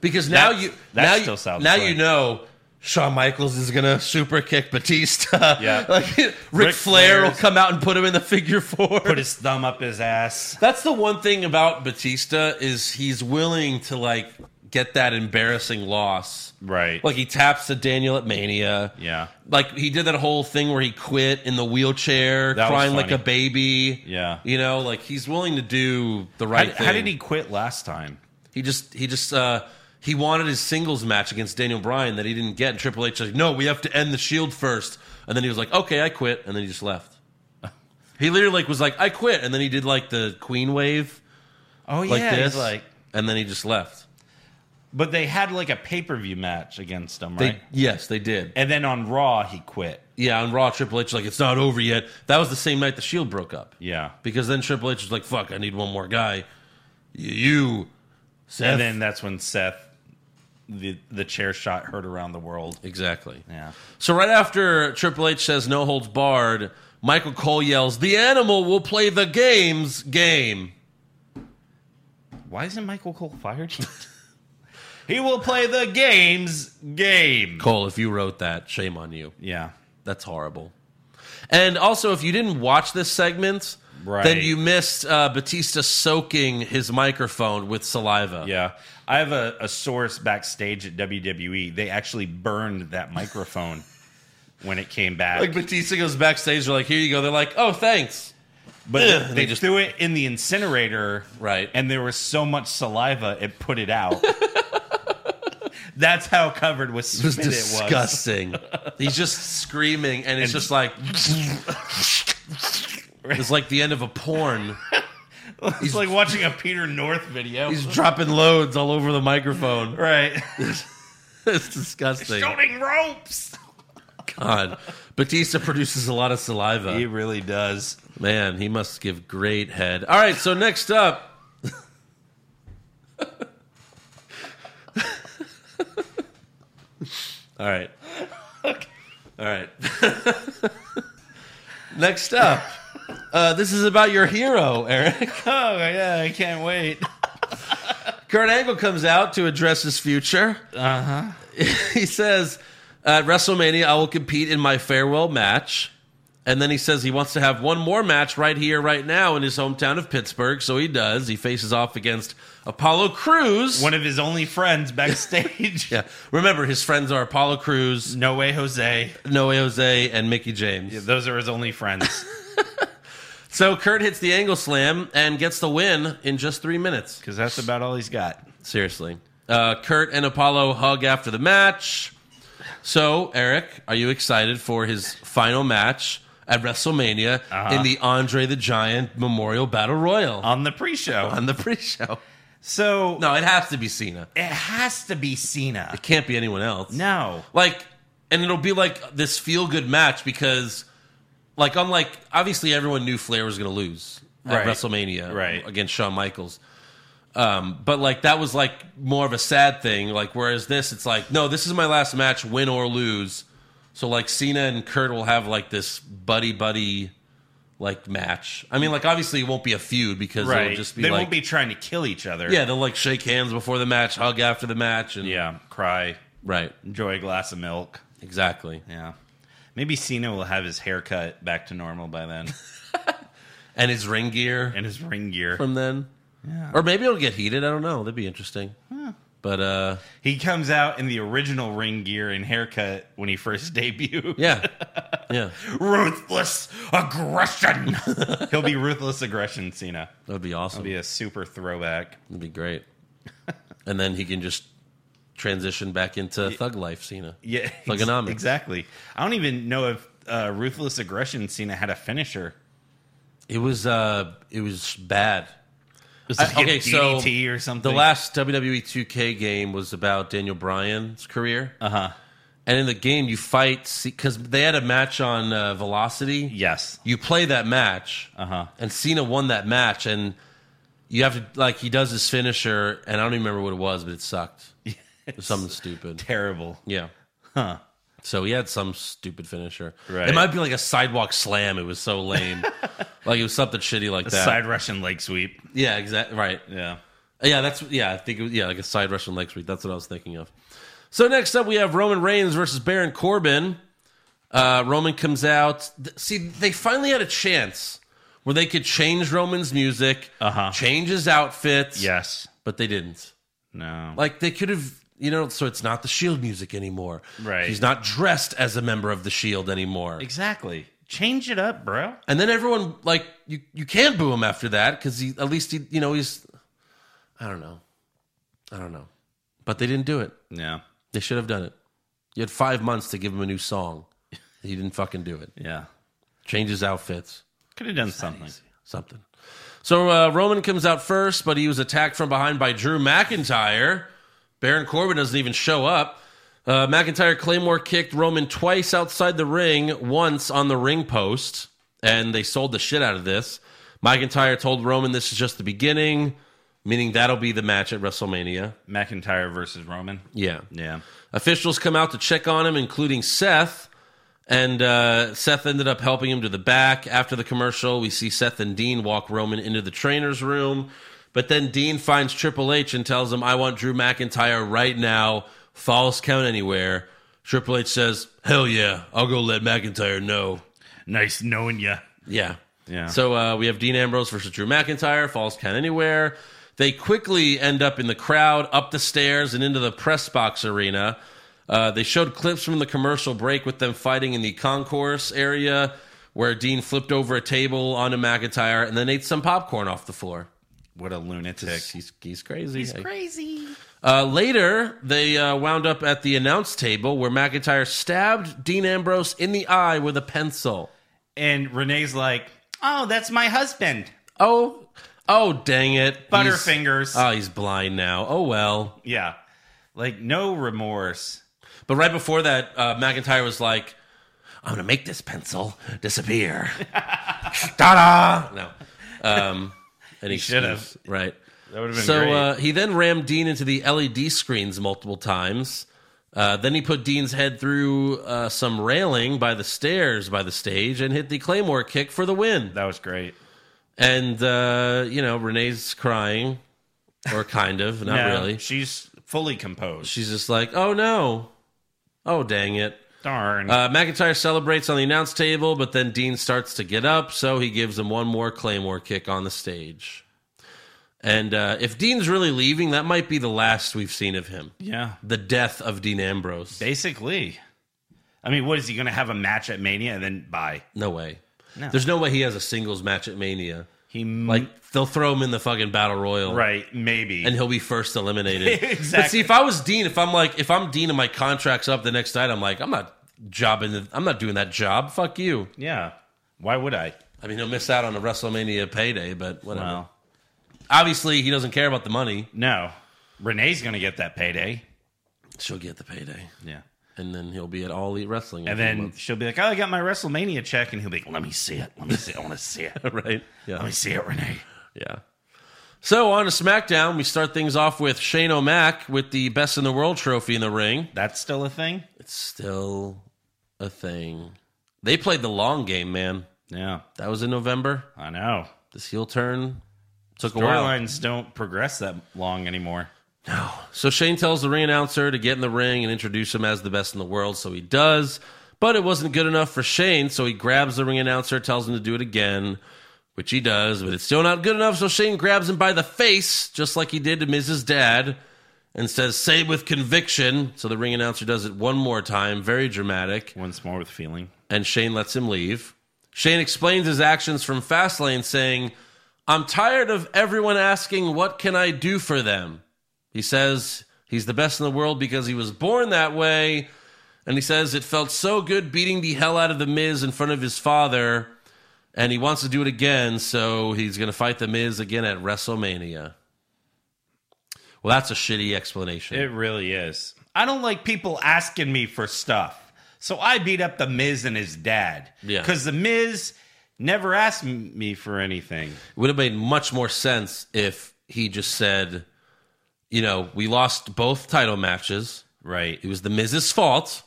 [SPEAKER 4] Because now
[SPEAKER 5] That's-
[SPEAKER 4] you
[SPEAKER 5] that
[SPEAKER 4] now
[SPEAKER 5] still
[SPEAKER 4] you,
[SPEAKER 5] sounds
[SPEAKER 4] now
[SPEAKER 5] right.
[SPEAKER 4] you know Shawn Michaels is gonna super kick Batista.
[SPEAKER 5] Yeah.
[SPEAKER 4] like Ric,
[SPEAKER 5] Ric
[SPEAKER 4] Flair will
[SPEAKER 5] Flair's-
[SPEAKER 4] come out and put him in the figure four.
[SPEAKER 5] put his thumb up his ass.
[SPEAKER 4] That's the one thing about Batista is he's willing to like get that embarrassing loss.
[SPEAKER 5] Right.
[SPEAKER 4] Like he taps the Daniel at Mania.
[SPEAKER 5] Yeah.
[SPEAKER 4] Like he did that whole thing where he quit in the wheelchair,
[SPEAKER 5] That was
[SPEAKER 4] crying like
[SPEAKER 5] funny.
[SPEAKER 4] a baby.
[SPEAKER 5] Yeah.
[SPEAKER 4] You know, like he's willing to do the
[SPEAKER 5] How,
[SPEAKER 4] right thing.
[SPEAKER 5] how did he quit last time?
[SPEAKER 4] He just he just uh he wanted his singles match against Daniel Bryan that he didn't get and Triple H was like, No, we have to end the shield first. And then he was like, Okay, I quit, and then he just left. He literally like was like, I quit, and then he did like the Queen wave
[SPEAKER 5] Oh
[SPEAKER 4] like
[SPEAKER 5] yeah, he's
[SPEAKER 4] this,
[SPEAKER 5] like.
[SPEAKER 4] and then he just left.
[SPEAKER 5] But they had like a pay per view match against him,
[SPEAKER 4] They
[SPEAKER 5] right?
[SPEAKER 4] yes, they did.
[SPEAKER 5] and then on Raw he quit.
[SPEAKER 4] Yeah, on Raw, Triple H was like it's not over yet. That was the same night the Shield broke up.
[SPEAKER 5] Yeah.
[SPEAKER 4] because then Triple H was like, "Fuck, I need one more guy." You, Seth.
[SPEAKER 5] And then that's when Seth, the the chair shot heard around the world.
[SPEAKER 4] exactly.
[SPEAKER 5] Yeah.
[SPEAKER 4] So right after Triple H says no holds barred, Michael Cole yells, "The animal will play the games game."
[SPEAKER 5] Why isn't Michael Cole fired? he will play the game's game.
[SPEAKER 4] Cole, if you wrote that, shame on you.
[SPEAKER 5] Yeah.
[SPEAKER 4] That's horrible. And also, if you didn't watch this segment,
[SPEAKER 5] Right.
[SPEAKER 4] then you missed uh, Batista soaking his microphone with saliva.
[SPEAKER 5] Yeah. I have a, a source backstage at WWE. They actually burned that microphone when it came back.
[SPEAKER 4] Like Batista goes backstage, they're like, "Here you go." They're like, "Oh, thanks."
[SPEAKER 5] but
[SPEAKER 4] Ugh,
[SPEAKER 5] they,
[SPEAKER 4] Eh, they just-
[SPEAKER 5] just threw it in the incinerator.
[SPEAKER 4] Right.
[SPEAKER 5] And there was so much saliva, it put it out. That's how covered with
[SPEAKER 4] It was
[SPEAKER 5] spit it was.
[SPEAKER 4] disgusting. He's just screaming, and it's
[SPEAKER 5] And-
[SPEAKER 4] just like it's like the end of a porn.
[SPEAKER 5] It's like watching a Peter North video.
[SPEAKER 4] He's dropping loads all over the microphone.
[SPEAKER 5] right.
[SPEAKER 4] It's disgusting.
[SPEAKER 5] Shooting ropes.
[SPEAKER 4] God, Batista produces a lot of saliva.
[SPEAKER 5] He really does.
[SPEAKER 4] Man, he must give great head. All right, so next up. All right. All right. next up. Uh, this is about your hero, Eric.
[SPEAKER 5] Oh yeah, I can't wait.
[SPEAKER 4] Kurt Angle comes out to address his future. Uh huh. he says, At WrestleMania, I will compete in my farewell match. And then he says he wants to have one more match right here, right now, in his hometown of Pittsburgh. So he does. He faces off against Apollo Cruz.
[SPEAKER 5] One of his only friends backstage.
[SPEAKER 4] yeah. Remember, his friends are Apollo Cruz,
[SPEAKER 5] No way, Jose.
[SPEAKER 4] Noe Jose, and Mickey James.
[SPEAKER 5] Those are his only friends
[SPEAKER 4] So Kurt hits the angle slam and gets the win in just three minutes.
[SPEAKER 5] because that's about all he's got.
[SPEAKER 4] Seriously. Uh, Kurt and Apollo hug after the match. So, Eric, are you excited for his final match at WrestleMania in the Andre the Giant Memorial Battle Royal
[SPEAKER 5] On the pre-show,
[SPEAKER 4] on the pre show?
[SPEAKER 5] so
[SPEAKER 4] No, it has to be Cena.
[SPEAKER 5] it has to be Cena.
[SPEAKER 4] It can't be anyone else.
[SPEAKER 5] No,
[SPEAKER 4] Like, and it'll be like this feel good match because, like, unlike, obviously, everyone knew Flair was going to lose at
[SPEAKER 5] Right.
[SPEAKER 4] WrestleMania
[SPEAKER 5] Right.
[SPEAKER 4] against Shawn Michaels. Um, but, like, that was, like, more of a sad thing. Like, whereas this, it's like, no, this is my last match, win or lose. So, like, Cena and Kurt will have, like, this buddy buddy, like, match. I mean, like, obviously, it won't be a feud because
[SPEAKER 5] right?
[SPEAKER 4] it'll just be
[SPEAKER 5] they
[SPEAKER 4] like,
[SPEAKER 5] won't be trying to kill each other.
[SPEAKER 4] yeah, they'll, like, shake hands before the match, hug after the match. And,
[SPEAKER 5] yeah. Cry,
[SPEAKER 4] Right.
[SPEAKER 5] enjoy a glass of milk.
[SPEAKER 4] Exactly.
[SPEAKER 5] Yeah, maybe Cena will have his haircut back to normal by then,
[SPEAKER 4] And his ring gear.
[SPEAKER 5] and his ring gear.
[SPEAKER 4] from then.
[SPEAKER 5] Yeah.
[SPEAKER 4] Or maybe it'll get heated. I don't know. That'd be interesting. But uh,
[SPEAKER 5] He comes out in the original ring gear and haircut when he first debuted.
[SPEAKER 4] yeah, yeah,
[SPEAKER 5] Ruthless aggression. He'll be ruthless aggression, Cena.
[SPEAKER 4] that'd be awesome.
[SPEAKER 5] It'll be a super throwback.
[SPEAKER 4] That'd be great. and then he can just transition back into thug life, Cena.
[SPEAKER 5] Yeah,
[SPEAKER 4] Thugonomics.
[SPEAKER 5] exactly. I don't even know if uh, ruthless aggression Cena had a finisher.
[SPEAKER 4] It was uh, it was bad.
[SPEAKER 5] It's
[SPEAKER 4] I-
[SPEAKER 5] like a
[SPEAKER 4] okay, so
[SPEAKER 5] DDT or something.
[SPEAKER 4] The last WWE 2K game was about Daniel Bryan's career. Uh
[SPEAKER 5] Uh-huh.
[SPEAKER 4] huh. And in the game, you fight because they had a match on uh, Velocity.
[SPEAKER 5] Yes.
[SPEAKER 4] You play that match.
[SPEAKER 5] Uh-huh.
[SPEAKER 4] And Cena won that match, and you have to like he does his finisher, and I don't even remember what it was, but it sucked. It was something stupid.
[SPEAKER 5] Terrible.
[SPEAKER 4] Yeah.
[SPEAKER 5] Huh.
[SPEAKER 4] So he had some stupid finisher.
[SPEAKER 5] Right.
[SPEAKER 4] It might be like a sidewalk slam. It was so lame. like it was something shitty like that.
[SPEAKER 5] Side Russian leg sweep.
[SPEAKER 4] yeah, exactly. Right.
[SPEAKER 5] Yeah.
[SPEAKER 4] Yeah, that's yeah. I think it was, yeah, like a side Russian leg sweep. That's what I was thinking of. So next up, we have Roman Reigns versus Baron Corbin. Uh, Roman comes out. Th- See, they finally had a chance where they could change Roman's music,
[SPEAKER 5] Uh-huh.
[SPEAKER 4] change his outfits.
[SPEAKER 5] Yes.
[SPEAKER 4] but they didn't.
[SPEAKER 5] No.
[SPEAKER 4] Like they could have, you know. So it's not the Shield E music anymore.
[SPEAKER 5] Right.
[SPEAKER 4] He's not dressed as a member of the Shield E anymore.
[SPEAKER 5] exactly. Change it up, bro.
[SPEAKER 4] And then everyone like you you can boo him after that because he at least he you know he's I don't know I don't know, but they didn't do it.
[SPEAKER 5] Yeah.
[SPEAKER 4] They should have done it. You had five months to give him a new song. He didn't fucking do it.
[SPEAKER 5] Yeah.
[SPEAKER 4] Change his outfits,
[SPEAKER 5] Could have done something.
[SPEAKER 4] something. So uh, Roman comes out first, but he was attacked from behind by Drew McIntyre. Baron Corbin doesn't even show up. Uh, McIntyre Claymore kicked Roman twice outside the ring, once on the ring post, and they sold the shit out of this. McIntyre told Roman this is just the beginning, meaning that'll be the match at WrestleMania.
[SPEAKER 5] McIntyre versus Roman.
[SPEAKER 4] Yeah.
[SPEAKER 5] Yeah.
[SPEAKER 4] Officials come out to check on him, including Seth. And uh, Seth ended up helping him to the back. After the commercial, we see Seth and Dean walk Roman into the trainer's room. But then Dean finds Triple H and tells him, I want Drew McIntyre right now. False count anywhere. Triple H says, Hell yeah, I'll go let McIntyre know.
[SPEAKER 5] Nice knowing you.
[SPEAKER 4] Yeah.
[SPEAKER 5] Yeah.
[SPEAKER 4] So uh, we have Dean Ambrose versus Drew McIntyre, Falls Count Anywhere. They quickly end up in the crowd, up the stairs, and into the press box arena. Uh, they showed clips from the commercial break with them fighting in the concourse area where Dean flipped over a table onto McIntyre and then ate some popcorn off the floor.
[SPEAKER 5] What a lunatic.
[SPEAKER 4] He's, he's crazy. He's
[SPEAKER 5] Crazy.
[SPEAKER 4] uh, later, they uh, wound up at the announce table where McIntyre stabbed Dean Ambrose in the eye with a pencil.
[SPEAKER 5] And Renee's like, oh, that's my husband.
[SPEAKER 4] Oh, oh, dang it. He's-
[SPEAKER 5] Butterfingers.
[SPEAKER 4] Oh, he's blind now. Oh, well.
[SPEAKER 5] yeah. Like, no remorse.
[SPEAKER 4] But right before that, uh, McIntyre was like, I'm going to make this pencil disappear. Ta da! No. Um, and he
[SPEAKER 5] should have.
[SPEAKER 4] excuse- Right.
[SPEAKER 5] That would have been
[SPEAKER 4] So
[SPEAKER 5] great.
[SPEAKER 4] uh, he then rammed Dean into the LED screens multiple times. Uh, then he put Dean's head through uh, some railing by the stairs by the stage and hit the Claymore kick for the win.
[SPEAKER 5] that was great.
[SPEAKER 4] and uh, you know Renee's crying, or kind of, not
[SPEAKER 5] No,
[SPEAKER 4] really.
[SPEAKER 5] She's fully composed.
[SPEAKER 4] She's just like, "Oh no, oh dang it."
[SPEAKER 5] Darn.
[SPEAKER 4] Uh, McIntyre celebrates on the announce table, but then Dean starts to get up, so he gives him one more claymore kick on the stage. And uh, if Dean's really leaving, that might be the last we've seen of him.
[SPEAKER 5] yeah.
[SPEAKER 4] The death of Dean Ambrose.
[SPEAKER 5] Basically. I mean, what is he going to have a match at Mania and then bye?
[SPEAKER 4] no way. There's no way he has a singles match at Mania.
[SPEAKER 5] He m-
[SPEAKER 4] Like they'll throw him in the fucking battle royal.
[SPEAKER 5] Mm-hmm. right, maybe.
[SPEAKER 4] and he'll be first eliminated.
[SPEAKER 5] Exactly.
[SPEAKER 4] But see, if I was Dean, if I'm like, if I'm Dean and my contract's up the next night, I'm like, I'm not jobbing. I'm not doing that job. Fuck you.
[SPEAKER 5] yeah. Why would I?
[SPEAKER 4] I mean, he'll miss out on a WrestleMania payday, but whatever.
[SPEAKER 5] Well,
[SPEAKER 4] Obviously, he doesn't care about the money.
[SPEAKER 5] no. Renee's going to get that payday.
[SPEAKER 4] She'll get the payday,
[SPEAKER 5] Yeah.
[SPEAKER 4] and then he'll be at All Elite Wrestling.
[SPEAKER 5] And
[SPEAKER 4] in a few
[SPEAKER 5] then
[SPEAKER 4] months.
[SPEAKER 5] she'll be like, "Oh, I got my WrestleMania check," and he'll be like, "Let me see it. Let me see. It. I want to see it. Let
[SPEAKER 4] right? Yeah,
[SPEAKER 5] me see it, Renee."
[SPEAKER 4] yeah. So on to SmackDown, we start things off with Shane O'Mac with the Best in the World trophy in the ring.
[SPEAKER 5] That's still a thing.
[SPEAKER 4] It's still a thing. They played the long game, man.
[SPEAKER 5] Yeah,
[SPEAKER 4] That was in November.
[SPEAKER 5] I know.
[SPEAKER 4] This heel turn took a while.
[SPEAKER 5] Storylines don't progress that long anymore.
[SPEAKER 4] So Shane tells the ring announcer to get in the ring and introduce him as the best in the world. So he does, but it wasn't good enough for Shane. So he grabs the ring announcer, tells him to do it again, which he does, but it's still not good enough. So Shane grabs him by the face, just like he did to Miz's dad, and says, Say it with conviction. So the ring announcer does it one more time, very dramatic,
[SPEAKER 5] Once more with feeling.
[SPEAKER 4] and Shane lets him leave. Shane explains his actions from Fastlane, saying, I'm tired of everyone asking, What can I do for them? He says he's the best in the world because he was born that way. And he says it felt so good beating the hell out of The Miz in front of his father. and he wants to do it again, so he's going to fight The Miz again at WrestleMania. Well, that's a shitty explanation.
[SPEAKER 5] It really is. I don't like people asking me for stuff. So I beat up The Miz and his dad.
[SPEAKER 4] Yeah.
[SPEAKER 5] Because The Miz never asked m- me for anything.
[SPEAKER 4] It would have made much more sense if he just said, you know, we lost both title matches.
[SPEAKER 5] Right.
[SPEAKER 4] It was the Miz's fault.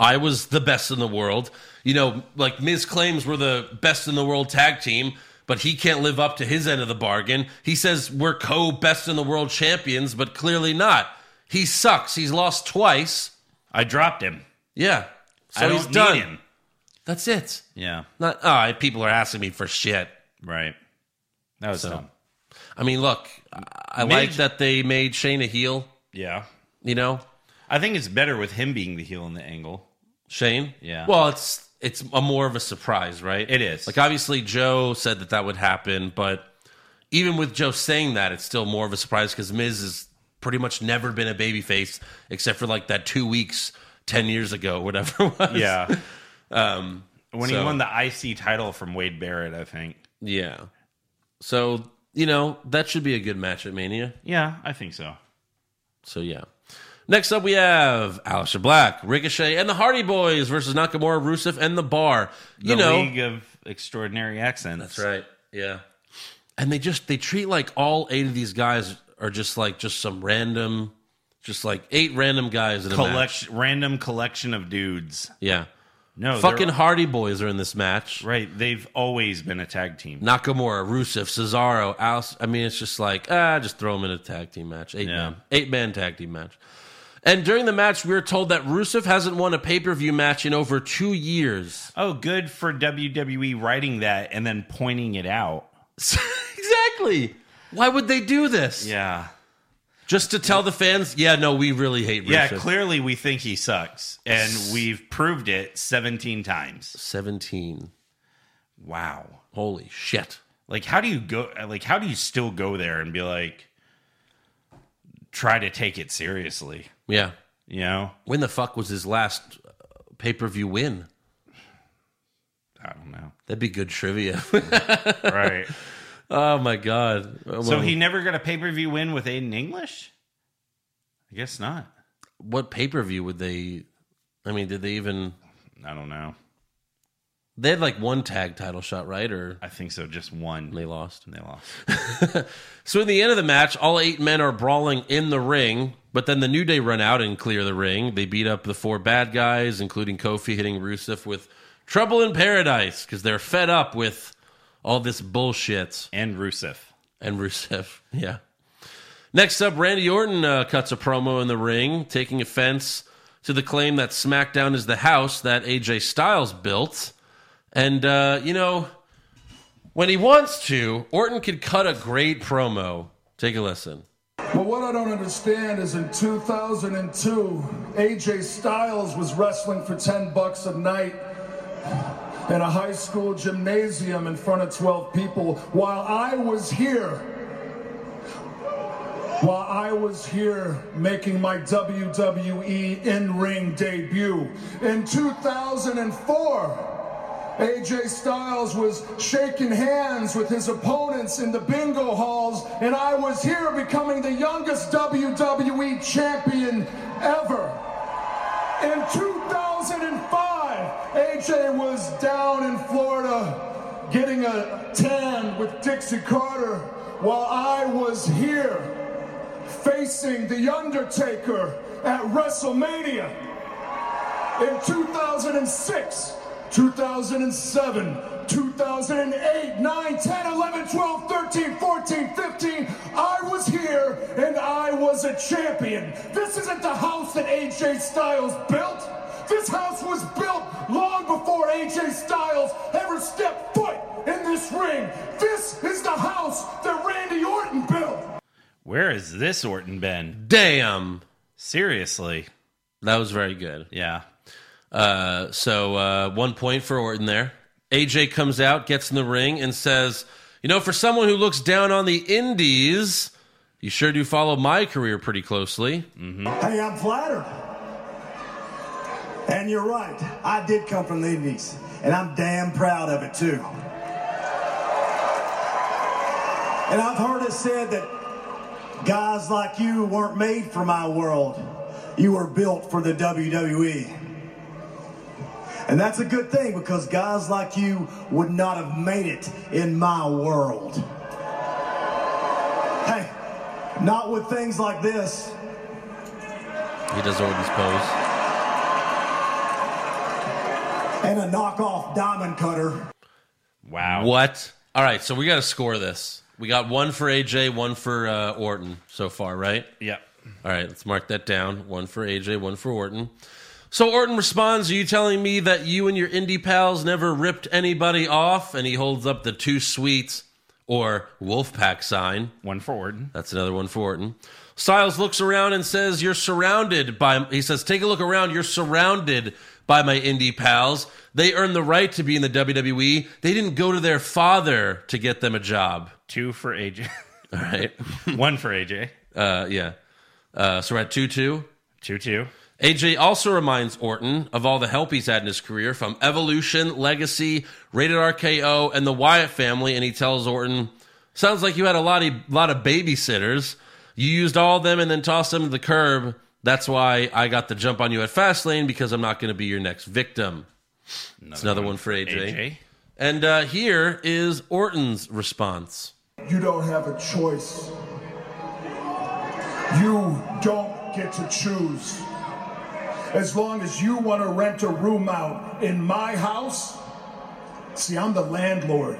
[SPEAKER 4] I was the best in the world. You know, like Miz claims we're the best in the world tag team, but he can't live up to his end of the bargain. He says we're co best in the world champions, but clearly not. He sucks. He's lost twice.
[SPEAKER 5] I dropped him.
[SPEAKER 4] Yeah. So
[SPEAKER 5] I don't
[SPEAKER 4] he's done.
[SPEAKER 5] need him.
[SPEAKER 4] That's it.
[SPEAKER 5] Yeah.
[SPEAKER 4] Not, all right, people are asking me for shit.
[SPEAKER 5] Right. That was
[SPEAKER 4] So-
[SPEAKER 5] dumb.
[SPEAKER 4] I mean, look, I, I
[SPEAKER 5] Midge-
[SPEAKER 4] like that they made Shane a heel,
[SPEAKER 5] Yeah.
[SPEAKER 4] you know?
[SPEAKER 5] I think it's better with him being the heel in the angle.
[SPEAKER 4] Shane?
[SPEAKER 5] Yeah.
[SPEAKER 4] Well, it's it's a more of a surprise, right?
[SPEAKER 5] It is.
[SPEAKER 4] Like obviously Joe said that that would happen, but even with Joe saying that, it's still more of a surprise because Miz has pretty much never been a babyface except for like that two weeks ten years ago, whatever it was.
[SPEAKER 5] Yeah.
[SPEAKER 4] Um.
[SPEAKER 5] when
[SPEAKER 4] so-
[SPEAKER 5] he won the IC title from Wade Barrett, I think.
[SPEAKER 4] Yeah. So you know that should be a good match at Mania.
[SPEAKER 5] Yeah, I think so.
[SPEAKER 4] So yeah. Next up, we have Aleister Black, Ricochet, and the Hardy Boys versus Nakamura, Rusev, and the Bar.
[SPEAKER 5] The
[SPEAKER 4] You know,
[SPEAKER 5] League of Extraordinary Accents.
[SPEAKER 4] That's right. Yeah. And they just they treat like all eight of these guys are just like just some random, just like eight random guys in a match.
[SPEAKER 5] Collect- random collection of dudes.
[SPEAKER 4] Yeah.
[SPEAKER 5] No, Oh, they're-
[SPEAKER 4] Fucking Hardy Boys are in this match.
[SPEAKER 5] right. They've always been a tag team.
[SPEAKER 4] Nakamura, Rusev, Cesaro, Alice. I mean, it's just like ah, just throw them in a tag team match, eight
[SPEAKER 5] Yeah.
[SPEAKER 4] man, eight man tag team match. And during the match, we were told that Rusev hasn't won a pay per view match in over two years.
[SPEAKER 5] Oh, good for WWE writing that and then pointing it out.
[SPEAKER 4] exactly. Why would they do this?
[SPEAKER 5] Yeah.
[SPEAKER 4] Just to tell the fans, yeah, no, we really hate Rusev.
[SPEAKER 5] Yeah, clearly we think he sucks and we've proved it 17 times.
[SPEAKER 4] 17.
[SPEAKER 5] Wow.
[SPEAKER 4] Holy shit.
[SPEAKER 5] Like how do you go like how do you still go there and be like try to take it seriously,
[SPEAKER 4] Yeah.
[SPEAKER 5] you know?
[SPEAKER 4] When the fuck was his last pay per view win?
[SPEAKER 5] I don't know.
[SPEAKER 4] That'd be good trivia.
[SPEAKER 5] Right.
[SPEAKER 4] oh my God. Well,
[SPEAKER 5] so he never got a pay-per-view win with Aiden English? I guess not.
[SPEAKER 4] what pay per view would they? I mean, did they even.
[SPEAKER 5] I don't know.
[SPEAKER 4] They had like one tag title shot, right? Or
[SPEAKER 5] I think so just one.
[SPEAKER 4] they lost.
[SPEAKER 5] They lost.
[SPEAKER 4] So in the end of the match, all eight men are brawling in the ring, but then the New Day run out and clear the ring. They beat up the four bad guys, including Kofi hitting Rusev with Trouble in Paradise because they're fed up with all this bullshit.
[SPEAKER 5] And Rusev.
[SPEAKER 4] and Rusev. Yeah. Next up, Randy Orton uh, cuts a promo in the ring, taking offense to the claim that SmackDown is the house that AJ Styles built. And, uh, you know, when he wants to, Orton could cut a great promo. Take a listen.
[SPEAKER 1] But what I don't understand is in 2002, AJ Styles was wrestling for 10 bucks a night in a high school gymnasium in front of 12 people while I was here. While I was here making my WWE in ring debut. In 2004, AJ Styles was shaking hands with his opponents in the bingo halls, and I was here becoming the youngest WWE champion ever. In 2005, AJ was down in Florida getting a tan with Dixie Carter while I was here facing The Undertaker at WrestleMania. In 2006, 2007, 2008, 9, 10, 11, 12, 13, 14, 15, I was here and I was a champion. This isn't the house that AJ Styles built. This house was built long before AJ Styles ever stepped foot in this ring. This is the house that Randy Orton built.
[SPEAKER 5] Where has this Orton been?
[SPEAKER 4] Damn.
[SPEAKER 5] Seriously.
[SPEAKER 4] That was very good.
[SPEAKER 5] Yeah.
[SPEAKER 4] Uh, so uh, one point for Orton there. AJ comes out, gets in the ring, and says, "You know, for someone who looks down on the Indies, you sure do follow my career pretty closely."
[SPEAKER 7] Hey, I'm flattered. And you're right, I did come from the Indies, and I'm damn proud of it too. And I've heard it said that guys like you weren't made for my world. You were built for the WWE. And that's a good thing because guys like you would not have made it in my world. Hey, not with things like this.
[SPEAKER 4] He does Orton's pose.
[SPEAKER 7] and a knockoff diamond cutter.
[SPEAKER 5] Wow.
[SPEAKER 4] What? All right, so we got to score this. We got one for AJ, one for uh, Orton so far, right?
[SPEAKER 5] Yep.
[SPEAKER 4] All right, let's mark that down. One for AJ, one for Orton. So Orton responds, Are you telling me that you and your indie pals never ripped anybody off? And he holds up the two sweet or Wolfpack sign.
[SPEAKER 5] One for Orton.
[SPEAKER 4] That's another one for Orton. Styles looks around and says, You're surrounded by, he says, Take a look around. You're surrounded by my indie pals. They earned the right to be in the WWE. They didn't go to their father to get them a job.
[SPEAKER 5] Two for AJ.
[SPEAKER 4] All right.
[SPEAKER 5] One for AJ.
[SPEAKER 4] Uh, yeah. Uh, so we're at 2 2.
[SPEAKER 5] Two two.
[SPEAKER 4] AJ also reminds Orton of all the help he's had in his career from Evolution, Legacy, Rated RKO, and the Wyatt family. And he tells Orton, Sounds like you had a lot of, lot of babysitters. You used all of them and then tossed them to the curb. That's why I got the jump on you at Fastlane because I'm not going to be your next victim. It's another one, for AJ.
[SPEAKER 5] AJ.
[SPEAKER 4] And uh, here is Orton's response.
[SPEAKER 1] You don't have a choice. You don't get to choose. As long as you want to rent a room out in my house, see, I'm the landlord.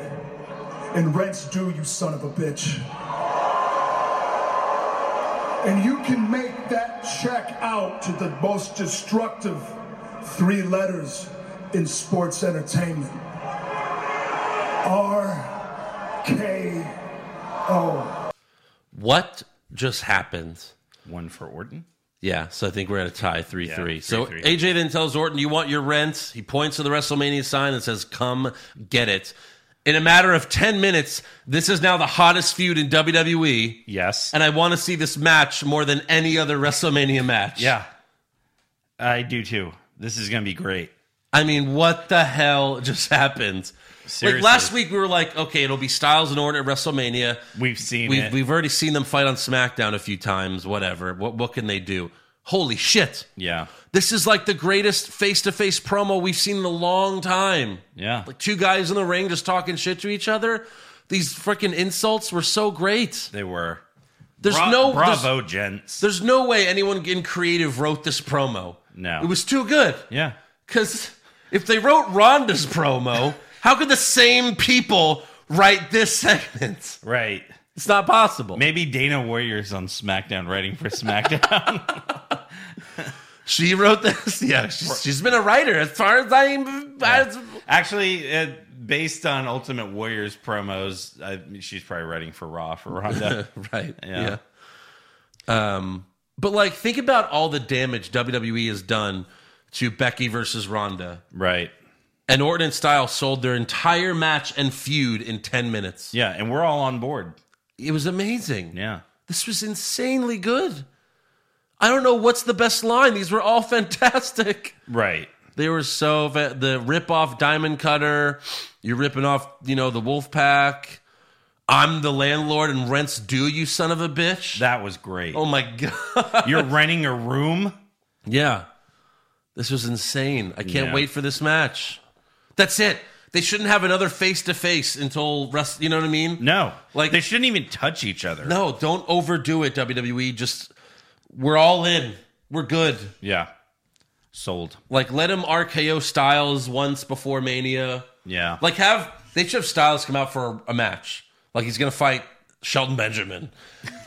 [SPEAKER 1] And rent's due, you son of a bitch. And you can make that check out to the most destructive three letters in sports entertainment R K O.
[SPEAKER 4] What just happened?
[SPEAKER 5] One for Orton.
[SPEAKER 4] Yeah, so I think we're at a tie, three three. So
[SPEAKER 5] 3-3.
[SPEAKER 4] AJ then tells Orton, "You want your rent?" He points to the WrestleMania sign and says, "Come get it." In a matter of ten minutes, this is now the hottest feud in WWE,
[SPEAKER 5] Yes.
[SPEAKER 4] and I want to see this match more than any other WrestleMania match.
[SPEAKER 5] yeah. I do too. This is gonna be great.
[SPEAKER 4] I mean, what the hell just happened?
[SPEAKER 5] Seriously.
[SPEAKER 4] Like last week, we were like, "Okay, it'll be Styles and Orton at WrestleMania."
[SPEAKER 5] We've seen
[SPEAKER 4] We've,
[SPEAKER 5] it.
[SPEAKER 4] we've already seen them fight on SmackDown a few times. Whatever. What what can they do? Holy shit!
[SPEAKER 5] yeah.
[SPEAKER 4] This is like the greatest face to face promo we've seen in a long time.
[SPEAKER 5] Yeah.
[SPEAKER 4] Like two guys in the ring just talking shit to each other. These freaking insults were so great.
[SPEAKER 5] they were.
[SPEAKER 4] There's
[SPEAKER 5] Bra-
[SPEAKER 4] no
[SPEAKER 5] Bravo,
[SPEAKER 4] There's,
[SPEAKER 5] gents.
[SPEAKER 4] there's no way anyone in creative wrote this promo.
[SPEAKER 5] No.
[SPEAKER 4] It was too good.
[SPEAKER 5] yeah.
[SPEAKER 4] Cuz if they wrote Rhonda's promo, how could the same people write this segment?
[SPEAKER 5] Right.
[SPEAKER 4] It's not possible.
[SPEAKER 5] Maybe Dana Warrior's on SmackDown writing for SmackDown.
[SPEAKER 4] She wrote this. Yeah, she's, she's been a writer as far as I'm as,
[SPEAKER 5] Actually, uh, based on Ultimate Warriors promos, I, she's probably writing for Raw for Ronda.
[SPEAKER 4] right.
[SPEAKER 5] Yeah.
[SPEAKER 4] Yeah. Um, but like, think about all the damage WWE has done to Becky versus Ronda.
[SPEAKER 5] right.
[SPEAKER 4] And Orton and Styles sold their entire match and feud in 10 minutes.
[SPEAKER 5] Yeah, and we're all on board.
[SPEAKER 4] It was amazing.
[SPEAKER 5] Yeah.
[SPEAKER 4] This was insanely good. I don't know what's the best line. These were all fantastic.
[SPEAKER 5] Right.
[SPEAKER 4] They were so fa- the rip off Diamond Cutter. You're ripping off, you know, the Wolf Pack. I'm the landlord and rents due, you son of a bitch.
[SPEAKER 5] That was great.
[SPEAKER 4] oh my god.
[SPEAKER 5] You're renting a room?
[SPEAKER 4] Yeah. This was insane. I can't
[SPEAKER 5] Yeah.
[SPEAKER 4] wait for this match. That's it. They shouldn't have another face to face until rest, you know what I mean?
[SPEAKER 5] No.
[SPEAKER 4] Like-
[SPEAKER 5] they shouldn't even touch each other.
[SPEAKER 4] No, don't overdo it WWE. Just we're all in. We're good.
[SPEAKER 5] Yeah. Sold.
[SPEAKER 4] Like let him RKO Styles once before Mania.
[SPEAKER 5] Yeah.
[SPEAKER 4] Like have they should have Styles come out for a, a match. Like he's gonna fight Shelton Benjamin.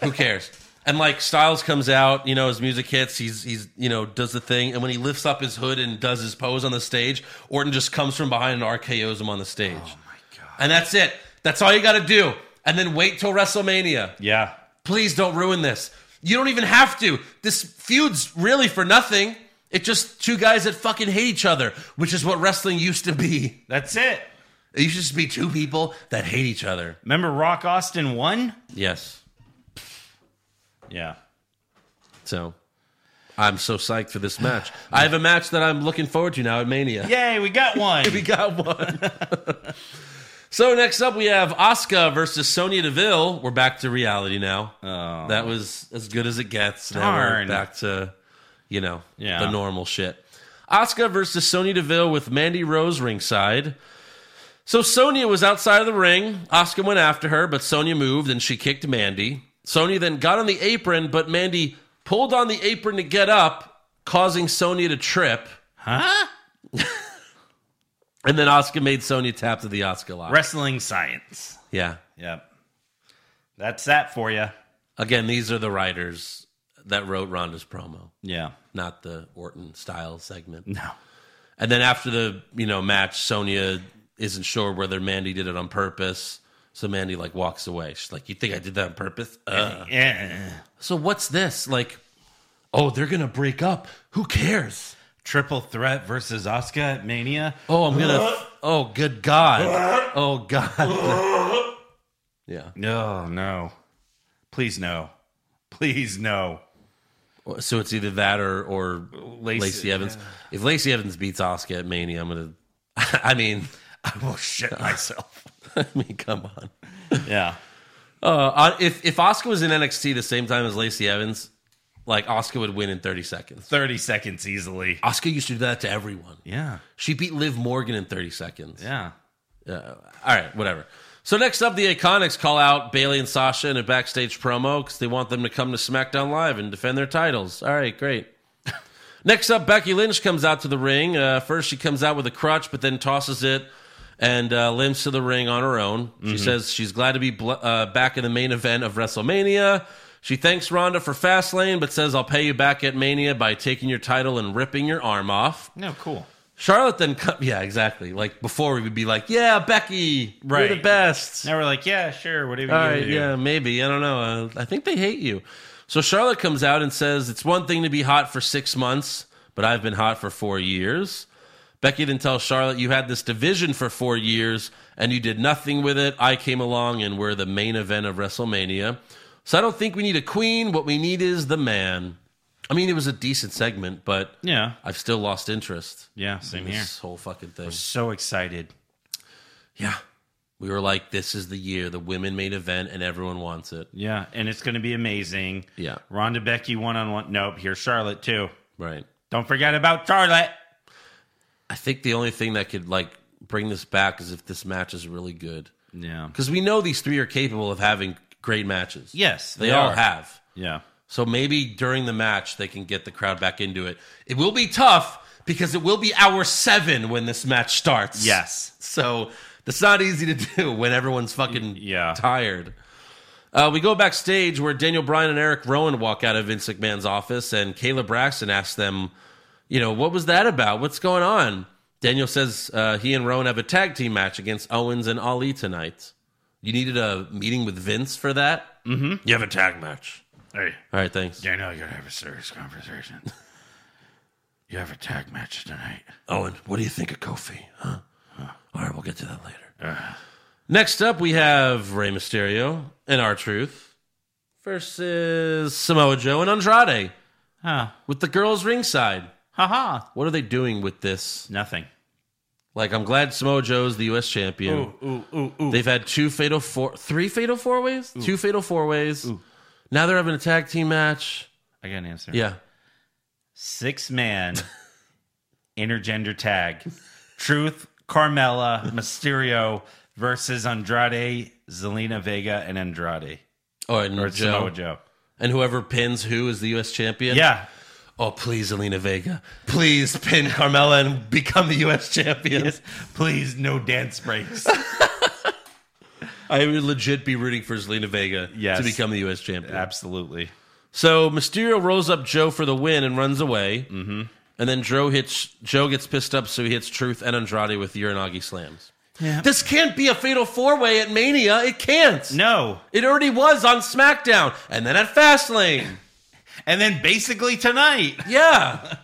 [SPEAKER 4] Who cares? And like Styles comes out, you know, his music hits, he's he's you know, does the thing, and when he lifts up his hood and does his pose on the stage, Orton just comes from behind and RKOs him on the stage. Oh my god. And that's it. That's all you gotta do. And then wait till WrestleMania.
[SPEAKER 5] yeah.
[SPEAKER 4] Please don't ruin this. You don't even have to. This feud's really for nothing. It's just two guys that fucking hate each other, which is what wrestling used to be.
[SPEAKER 5] That's it.
[SPEAKER 4] It used to just be two people that hate each other.
[SPEAKER 5] Remember Rock Austin won?
[SPEAKER 4] Yes.
[SPEAKER 5] Yeah.
[SPEAKER 4] So I'm so psyched for this match. I have a match that I'm looking forward to now at Mania.
[SPEAKER 5] Yay, we got one.
[SPEAKER 4] We got one. So next up, we have Oscar versus Sonya Deville. We're back to reality now.
[SPEAKER 5] Oh.
[SPEAKER 4] That was as good as it gets. Now
[SPEAKER 5] Darn.
[SPEAKER 4] we're back to, you know,
[SPEAKER 5] Yeah.
[SPEAKER 4] the normal shit. Oscar versus Sonya Deville with Mandy Rose ringside. So Sonya was outside of the ring. Oscar went after her, but Sonya moved and she kicked Mandy. Sonya then got on the apron, but Mandy pulled on the apron to get up, causing Sonya to trip.
[SPEAKER 5] Huh?
[SPEAKER 4] And then Oscar made Sonya tap to the Oscar lock.
[SPEAKER 5] Wrestling science.
[SPEAKER 4] Yeah.
[SPEAKER 5] Yep. That's that for you.
[SPEAKER 4] Again, these are the writers that wrote Ronda's promo,
[SPEAKER 5] Yeah.
[SPEAKER 4] not the Orton style segment.
[SPEAKER 5] No.
[SPEAKER 4] And then after the you know match, Sonya isn't sure whether Mandy did it on purpose. So Mandy like walks away. She's like, "You think I did that on purpose?" Uh.
[SPEAKER 5] Yeah.
[SPEAKER 4] So what's this? Like, oh, they're gonna break up. Who cares?
[SPEAKER 5] Triple threat versus Oscar at Mania.
[SPEAKER 4] Oh, I'm gonna. Oh, good God. Oh God. yeah.
[SPEAKER 5] No, no. Please no. Please no.
[SPEAKER 4] So it's either that or or Lacey, Evans. If Lacey Evans beats Oscar at Mania, I'm gonna. I mean,
[SPEAKER 5] I will shit myself.
[SPEAKER 4] I mean, come on.
[SPEAKER 5] yeah.
[SPEAKER 4] Uh, if if Oscar was in NXT the same time as Lacey Evans, like Oscar would win in 30 seconds.
[SPEAKER 5] 30 seconds easily.
[SPEAKER 4] Oscar used to do that to everyone.
[SPEAKER 5] Yeah.
[SPEAKER 4] She beat Liv Morgan in 30 seconds.
[SPEAKER 5] Yeah.
[SPEAKER 4] Uh, all right, whatever. So next up, the Iconics call out Bailey and Sasha in a backstage promo because they want them to come to SmackDown Live and defend their titles. All right, great. next up, Becky Lynch comes out to the ring. Uh, first, she comes out with a crutch, but then tosses it and uh, limps to the ring on her own. She says she's glad to be bl- uh, back in the main event of WrestleMania. She thanks Ronda for Fastlane, but says, "I'll pay you back at Mania by taking your title and ripping your arm off."
[SPEAKER 5] No, cool.
[SPEAKER 4] Charlotte then, co- yeah, exactly. Like before, we would be like, yeah, Becky, right. you're the
[SPEAKER 5] Right.
[SPEAKER 4] best.
[SPEAKER 5] Now we're like, yeah, sure, whatever
[SPEAKER 4] All
[SPEAKER 5] you
[SPEAKER 4] right,
[SPEAKER 5] do.
[SPEAKER 4] yeah, maybe. I don't know. Uh, I think they hate you. So Charlotte comes out and says, it's one thing to be hot for six months, but I've been hot for four years. Becky then tells Charlotte, you had this division for four years and you did nothing with it. I came along and we're the main event of WrestleMania. So I don't think we need a queen. What we need is the man. I mean, it was a decent segment, but
[SPEAKER 5] Yeah.
[SPEAKER 4] I've still lost interest.
[SPEAKER 5] Yeah, same here.
[SPEAKER 4] This whole fucking thing.
[SPEAKER 5] So excited.
[SPEAKER 4] Yeah. We were like, this is the year, the women main event, and everyone wants it.
[SPEAKER 5] Yeah, and it's going to be amazing.
[SPEAKER 4] Yeah.
[SPEAKER 5] Ronda Becky one on one. Nope, here's Charlotte too.
[SPEAKER 4] Right.
[SPEAKER 5] Don't forget about Charlotte.
[SPEAKER 4] I think the only thing that could like bring this back is if this match is really good.
[SPEAKER 5] Yeah.
[SPEAKER 4] Because we know these three are capable of having great matches.
[SPEAKER 5] Yes,
[SPEAKER 4] They,
[SPEAKER 5] they
[SPEAKER 4] all
[SPEAKER 5] are.
[SPEAKER 4] have.
[SPEAKER 5] Yeah.
[SPEAKER 4] So maybe during the match they can get the crowd back into it. It will be tough because it will be hour seven when this match starts.
[SPEAKER 5] Yes.
[SPEAKER 4] So that's not easy to do when everyone's fucking
[SPEAKER 5] yeah.
[SPEAKER 4] tired. Uh, we go backstage where Daniel Bryan and Eric Rowan walk out of Vince McMahon's office, and Kayla Braxton asks them, you know, what was that about? What's going on? Daniel says uh, he and Rowan have a tag team match against Owens and Ali tonight. You needed a meeting with Vince for that? Mm-hmm. You have a tag match.
[SPEAKER 5] Hey,
[SPEAKER 4] All right, thanks.
[SPEAKER 5] I know you gotta have a serious conversation. you have a tag match tonight.
[SPEAKER 4] Owen, what do you think of Kofi? Huh? All right, we'll get to that later. Next up, we have Rey Mysterio and R Truth versus Samoa Joe and Andrade
[SPEAKER 5] Huh.
[SPEAKER 4] with the girls ringside.
[SPEAKER 5] Ha ha.
[SPEAKER 4] What are they doing with this?
[SPEAKER 5] Nothing.
[SPEAKER 4] Like, I'm glad Samoa Joe's the U.S. champion.
[SPEAKER 5] ooh, ooh, ooh.
[SPEAKER 4] They've had two fatal four, three fatal four ways, two fatal four ways. Now they're having a tag team match.
[SPEAKER 5] I got an answer.
[SPEAKER 4] Yeah.
[SPEAKER 5] Six man intergender tag. Truth, Carmella, Mysterio versus Andrade, Zelina Vega, and Andrade.
[SPEAKER 4] Oh, and
[SPEAKER 5] Or
[SPEAKER 4] Joe.
[SPEAKER 5] Samoa Joe.
[SPEAKER 4] And whoever pins who is the U.S. champion.
[SPEAKER 5] Yeah.
[SPEAKER 4] Oh, please, Alina Vega. Please pin Carmella and become the U.S. champion.
[SPEAKER 5] Yes. Please, no dance breaks.
[SPEAKER 4] I would legit be rooting for Zelina Vega
[SPEAKER 5] Yes.
[SPEAKER 4] to become the U.S. champion.
[SPEAKER 5] Absolutely.
[SPEAKER 4] So Mysterio rolls up Joe for the win and runs away. Mm-hmm. And then Joe hits Joe gets pissed up, so he hits Truth and Andrade with Uranagi slams. This can't be a fatal four way at Mania. It can't.
[SPEAKER 5] No.
[SPEAKER 4] It already was on SmackDown and then at Fastlane.
[SPEAKER 5] And then basically tonight.
[SPEAKER 4] Yeah.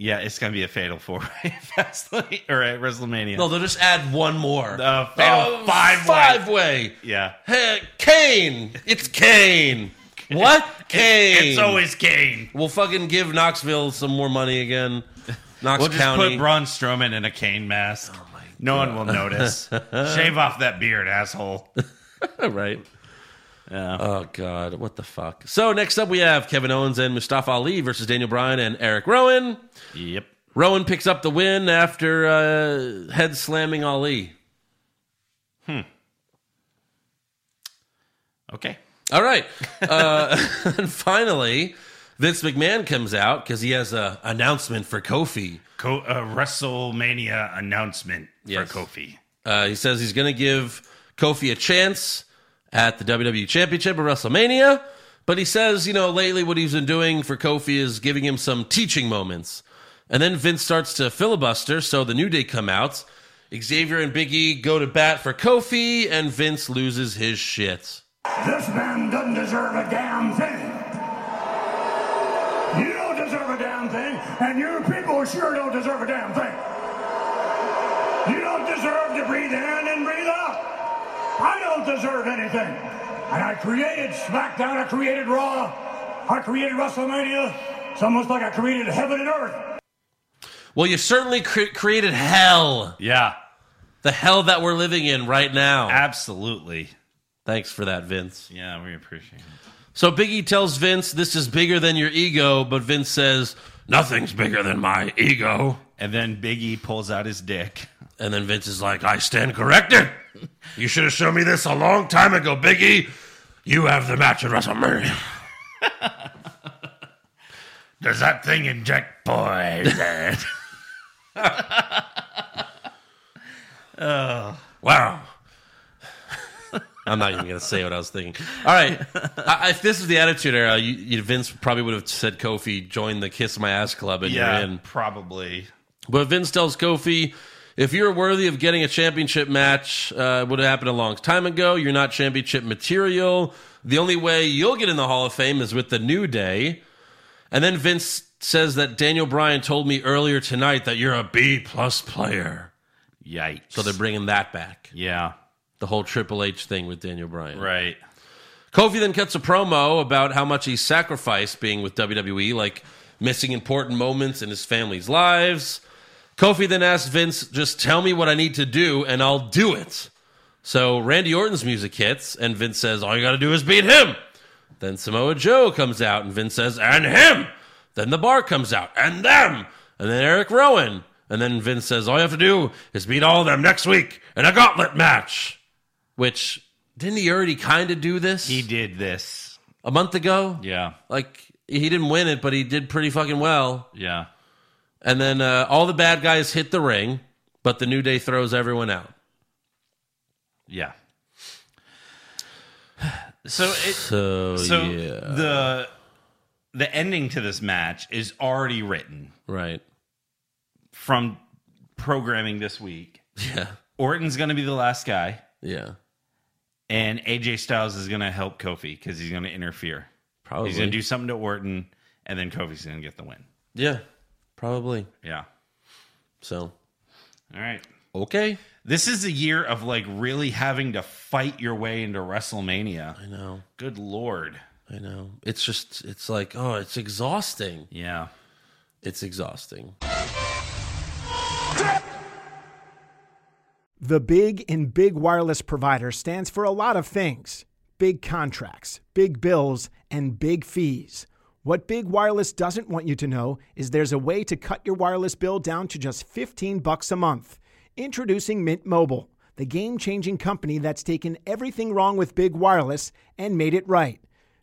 [SPEAKER 5] Yeah, it's gonna be a fatal four way Fastlane or at WrestleMania.
[SPEAKER 4] No, they'll just add one more. Oh,
[SPEAKER 5] The fatal five-way.
[SPEAKER 4] Five way.
[SPEAKER 5] yeah.
[SPEAKER 4] Hey, Kane. It's Kane. What? Kane.
[SPEAKER 5] It's always Kane.
[SPEAKER 4] We'll fucking give Knoxville some more money again. Knox
[SPEAKER 5] We'll just
[SPEAKER 4] County.
[SPEAKER 5] put Braun Strowman in a Kane mask.
[SPEAKER 4] oh my
[SPEAKER 5] No one will notice. Shave off that beard, asshole.
[SPEAKER 4] right. Oh God, what the fuck? So next up we have Kevin Owens and Mustafa Ali versus Daniel Bryan and Eric Rowan.
[SPEAKER 5] Yep.
[SPEAKER 4] Rowan picks up the win after uh, head slamming Ali.
[SPEAKER 5] Okay.
[SPEAKER 4] All right. Uh, and finally, Vince McMahon comes out because he has a announcement for Kofi.
[SPEAKER 5] Co- uh, WrestleMania announcement
[SPEAKER 4] Yes.
[SPEAKER 5] for Kofi.
[SPEAKER 4] Uh, he says he's going to give Kofi a chance at the WWE Championship at WrestleMania. But he says, you know, lately what he's been doing for Kofi is giving him some teaching moments. And then Vince starts to filibuster, so the New Day come out. Xavier and Big E go to bat for Kofi, and Vince loses his shit.
[SPEAKER 1] This man doesn't deserve a damn thing. You don't deserve a damn thing, and your people sure don't deserve a damn thing. You don't deserve to breathe in and breathe out. I don't deserve anything. And I created SmackDown, I created Raw, I created WrestleMania. It's almost like I created heaven and earth.
[SPEAKER 4] Well, you certainly cre- created hell.
[SPEAKER 5] Yeah,
[SPEAKER 4] The hell that we're living in right now.
[SPEAKER 5] absolutely.
[SPEAKER 4] Thanks for that, Vince.
[SPEAKER 5] Yeah, we appreciate it.
[SPEAKER 4] So Biggie tells Vince, this is bigger than your ego, but Vince says, nothing's bigger than my ego.
[SPEAKER 5] And then Biggie pulls out his dick.
[SPEAKER 4] And then Vince is like, I stand corrected. You should have shown me this a long time ago, Biggie. You have the match at WrestleMania.
[SPEAKER 5] Does that thing inject poison?
[SPEAKER 4] Wow. I'm not even going to say what I was thinking. All right. I, if this is the Attitude Era, you, you, Vince probably would have said, Kofi, join the Kiss My Ass Club and
[SPEAKER 5] yeah,
[SPEAKER 4] you're in.
[SPEAKER 5] probably.
[SPEAKER 4] But Vince tells Kofi, if you're worthy of getting a championship match, uh, it would have happened a long time ago. You're not championship material. The only way you'll get in the Hall of Fame is with the New Day. And then Vince says that Daniel Bryan told me earlier tonight that you're a B plus player.
[SPEAKER 5] Yikes.
[SPEAKER 4] So they're bringing that back.
[SPEAKER 5] yeah,
[SPEAKER 4] The whole Triple H thing with Daniel Bryan.
[SPEAKER 5] right.
[SPEAKER 4] Kofi then cuts a promo about how much he sacrificed being with WWE, like missing important moments in his family's lives. Kofi then asks Vince, just tell me what I need to do and I'll do it. So Randy Orton's music hits and Vince says, all you got to do is beat him. Then Samoa Joe comes out and Vince says, and him. Then the bar comes out, and them. And then Eric Rowan. And then Vince says, all you have to do is beat all of them next week in a gauntlet match. Which, didn't he already kind of do this?
[SPEAKER 5] He did this.
[SPEAKER 4] a month ago.
[SPEAKER 5] Yeah,
[SPEAKER 4] Like he didn't win it, but he did pretty fucking well.
[SPEAKER 5] yeah.
[SPEAKER 4] And then uh, all the bad guys hit the ring, but the New Day throws everyone out.
[SPEAKER 5] Yeah. So it
[SPEAKER 4] So,
[SPEAKER 5] so
[SPEAKER 4] yeah,
[SPEAKER 5] the the ending to this match is already written
[SPEAKER 4] right.
[SPEAKER 5] from programming this week.
[SPEAKER 4] Yeah.
[SPEAKER 5] Orton's going to be the last guy
[SPEAKER 4] Yeah.
[SPEAKER 5] and AJ Styles is going to help Kofi cuz he's going to interfere.
[SPEAKER 4] Probably.
[SPEAKER 5] He's going to do something to Orton and then Kofi's going to get the win.
[SPEAKER 4] yeah. Probably.
[SPEAKER 5] Yeah.
[SPEAKER 4] So
[SPEAKER 5] All right.
[SPEAKER 4] okay.
[SPEAKER 5] This is a year of like really having to fight your way into WrestleMania.
[SPEAKER 4] I know.
[SPEAKER 5] Good lord.
[SPEAKER 4] I know. It's just. It's like. Oh, it's exhausting.
[SPEAKER 5] Yeah.
[SPEAKER 4] It's exhausting.
[SPEAKER 8] The big in big wireless provider stands for a lot of things big contracts, big bills, and big fees. What Big Wireless doesn't want you to know is there's a way to cut your wireless bill down to just 15 bucks a month. Introducing Mint Mobile, the game-changing company that's taken everything wrong with big wireless and made it right.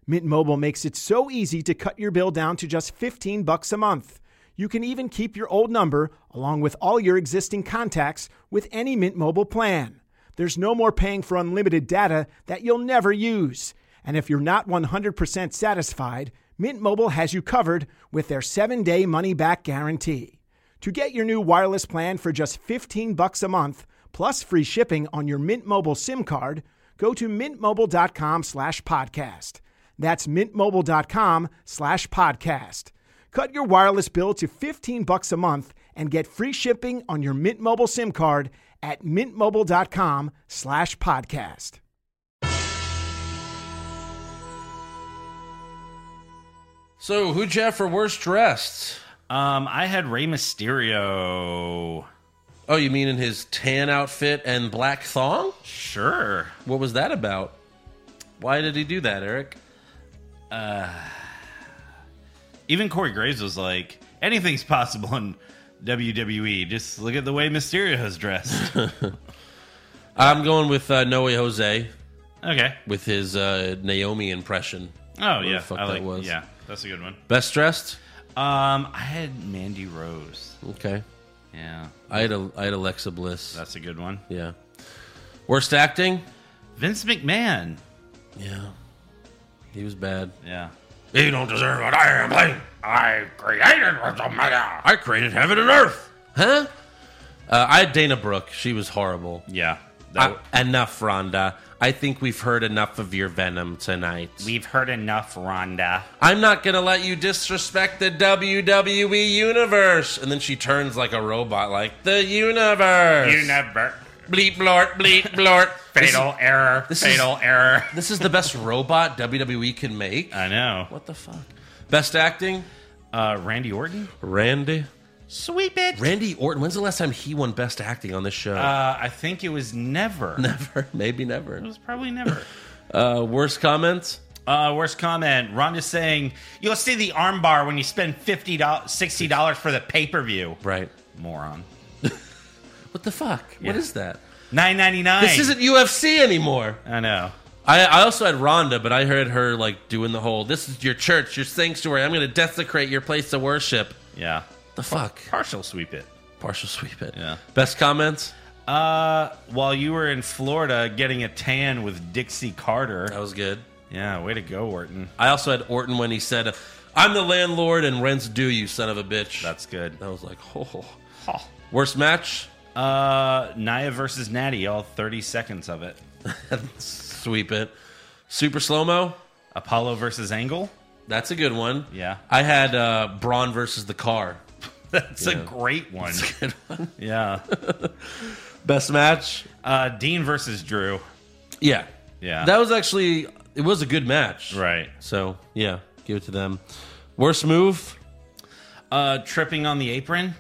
[SPEAKER 8] Mint Mobile makes it so easy to cut your bill down to just 15 bucks a month. You can even keep your old number along with all your existing contacts with any Mint Mobile plan. There's no more paying for unlimited data that you'll never use. And if you're not 100% satisfied, Mint Mobile has you covered with their 7-day money back guarantee. To get your new wireless plan for just 15 bucks a month plus free shipping on your Mint Mobile SIM card, go to mintmobile.com/podcast. That's mintmobile.com/podcast. Cut your wireless bill to 15 bucks a month and get free shipping on your Mint Mobile SIM card at mintmobile.com slash podcast.
[SPEAKER 4] So who Jeff for worst dressed?
[SPEAKER 5] Um I had Rey Mysterio.
[SPEAKER 4] Oh, you mean in his tan outfit and black thong?
[SPEAKER 5] Sure.
[SPEAKER 4] What was that about? Why did he do that, Eric?
[SPEAKER 5] Even Corey Graves was like, anything's possible in WWE. Just look at the way Mysterio's dressed.
[SPEAKER 4] I'm going with uh, Noe Jose
[SPEAKER 5] okay.
[SPEAKER 4] with his uh, Naomi impression.
[SPEAKER 5] Oh
[SPEAKER 4] the
[SPEAKER 5] yeah,
[SPEAKER 4] fuck
[SPEAKER 5] I
[SPEAKER 4] that
[SPEAKER 5] like.
[SPEAKER 4] was.
[SPEAKER 5] Yeah, that's a good one.
[SPEAKER 4] Best dressed?
[SPEAKER 5] Um, I had Mandy Rose.
[SPEAKER 4] Okay.
[SPEAKER 5] Yeah,
[SPEAKER 4] I had, a, I had Alexa Bliss.
[SPEAKER 5] that's a good one.
[SPEAKER 4] Yeah. Worst acting?
[SPEAKER 5] Vince McMahon.
[SPEAKER 4] Yeah. He was bad.
[SPEAKER 5] Yeah.
[SPEAKER 4] You don't deserve what I am playing. I created WrestleMania. I created heaven and earth. Huh? Uh, I had Dana Brooke. She was horrible.
[SPEAKER 5] Yeah.
[SPEAKER 4] Uh, enough, Rhonda. I think we've heard enough of your venom tonight.
[SPEAKER 5] We've heard enough, Rhonda.
[SPEAKER 4] I'm not gonna let you disrespect the WWE universe. And then she turns like a robot, like the universe.
[SPEAKER 5] never.
[SPEAKER 4] bleep blort bleep blort. This is-
[SPEAKER 5] error.
[SPEAKER 4] this is-
[SPEAKER 5] error.
[SPEAKER 4] This is the best robot WWE can make.
[SPEAKER 5] I know.
[SPEAKER 4] What the fuck? Best acting?
[SPEAKER 5] Uh, Randy Orton.
[SPEAKER 4] Randy.
[SPEAKER 5] Sweep it.
[SPEAKER 4] Randy Orton. When's the last time he won Best Acting on this show?
[SPEAKER 5] Uh, I think it was never.
[SPEAKER 4] never. Maybe
[SPEAKER 5] It
[SPEAKER 4] never.
[SPEAKER 5] was probably never.
[SPEAKER 4] Uh, worst comments?
[SPEAKER 5] Uh, worst comment. Rhonda saying, "You'll see the armbar when you spend fifty dollars, sixty dollars for the pay per view."
[SPEAKER 4] Right.
[SPEAKER 5] Moron.
[SPEAKER 4] What the fuck?
[SPEAKER 5] Yeah.
[SPEAKER 4] What is that?
[SPEAKER 5] Nine ninety nine.
[SPEAKER 4] This isn't UFC anymore.
[SPEAKER 5] I know.
[SPEAKER 4] I, I also had Rhonda, but I heard her like doing the whole "This is your church, your sanctuary. I'm going to desecrate your place of worship."
[SPEAKER 5] Yeah.
[SPEAKER 4] The fuck?
[SPEAKER 5] Partial sweep it.
[SPEAKER 4] Partial sweep it.
[SPEAKER 5] Yeah.
[SPEAKER 4] Best comments?
[SPEAKER 5] Uh, while you were in Florida getting a tan with Dixie Carter.
[SPEAKER 4] That was good.
[SPEAKER 5] Yeah, way to go, Orton.
[SPEAKER 4] I also had Orton when he said, "I'm the landlord and rents due, you son of a bitch."
[SPEAKER 5] That's good.
[SPEAKER 4] I was like, "Oh."
[SPEAKER 5] Huh.
[SPEAKER 4] Worst match?
[SPEAKER 5] Uh, Naya versus Natty, all 30 seconds of it.
[SPEAKER 4] sweep it. Super slow mo?
[SPEAKER 5] Apollo versus Angle.
[SPEAKER 4] That's a good one.
[SPEAKER 5] Yeah.
[SPEAKER 4] I had uh, Braun versus the car.
[SPEAKER 5] That's a great one.
[SPEAKER 4] Good one.
[SPEAKER 5] Yeah.
[SPEAKER 4] Best match?
[SPEAKER 5] Uh, Dean versus Drew.
[SPEAKER 4] Yeah.
[SPEAKER 5] Yeah.
[SPEAKER 4] That was actually it was a good match.
[SPEAKER 5] Right.
[SPEAKER 4] So yeah, give it to them. Worst move?
[SPEAKER 5] Uh, tripping on the apron.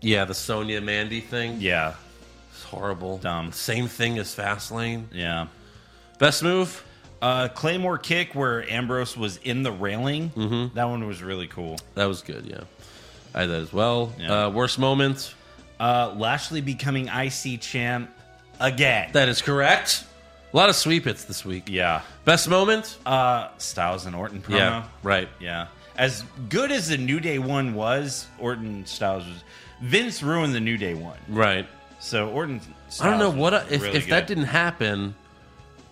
[SPEAKER 4] Yeah, the Sonya Mandy thing.
[SPEAKER 5] Yeah.
[SPEAKER 4] It's horrible.
[SPEAKER 5] Dumb.
[SPEAKER 4] Same thing as Fastlane.
[SPEAKER 5] Yeah.
[SPEAKER 4] Best move?
[SPEAKER 5] Uh, Claymore kick where Ambrose was in the railing. Mm-hmm. That one was really cool.
[SPEAKER 4] That was good, yeah. I had that as well.
[SPEAKER 5] Yeah.
[SPEAKER 4] Uh, worst moment?
[SPEAKER 5] Uh, Lashley becoming IC champ again.
[SPEAKER 4] That is correct. A lot of sweep hits this week.
[SPEAKER 5] yeah.
[SPEAKER 4] Best moment?
[SPEAKER 5] Uh, Styles and Orton promo.
[SPEAKER 4] yeah. Right.
[SPEAKER 5] Yeah. As good as the New Day one was, Orton Styles was. Vince ruined the New Day one.
[SPEAKER 4] Right.
[SPEAKER 5] So Orton. Styles
[SPEAKER 4] I don't know what I,
[SPEAKER 5] was
[SPEAKER 4] if,
[SPEAKER 5] really
[SPEAKER 4] if that
[SPEAKER 5] good.
[SPEAKER 4] didn't happen.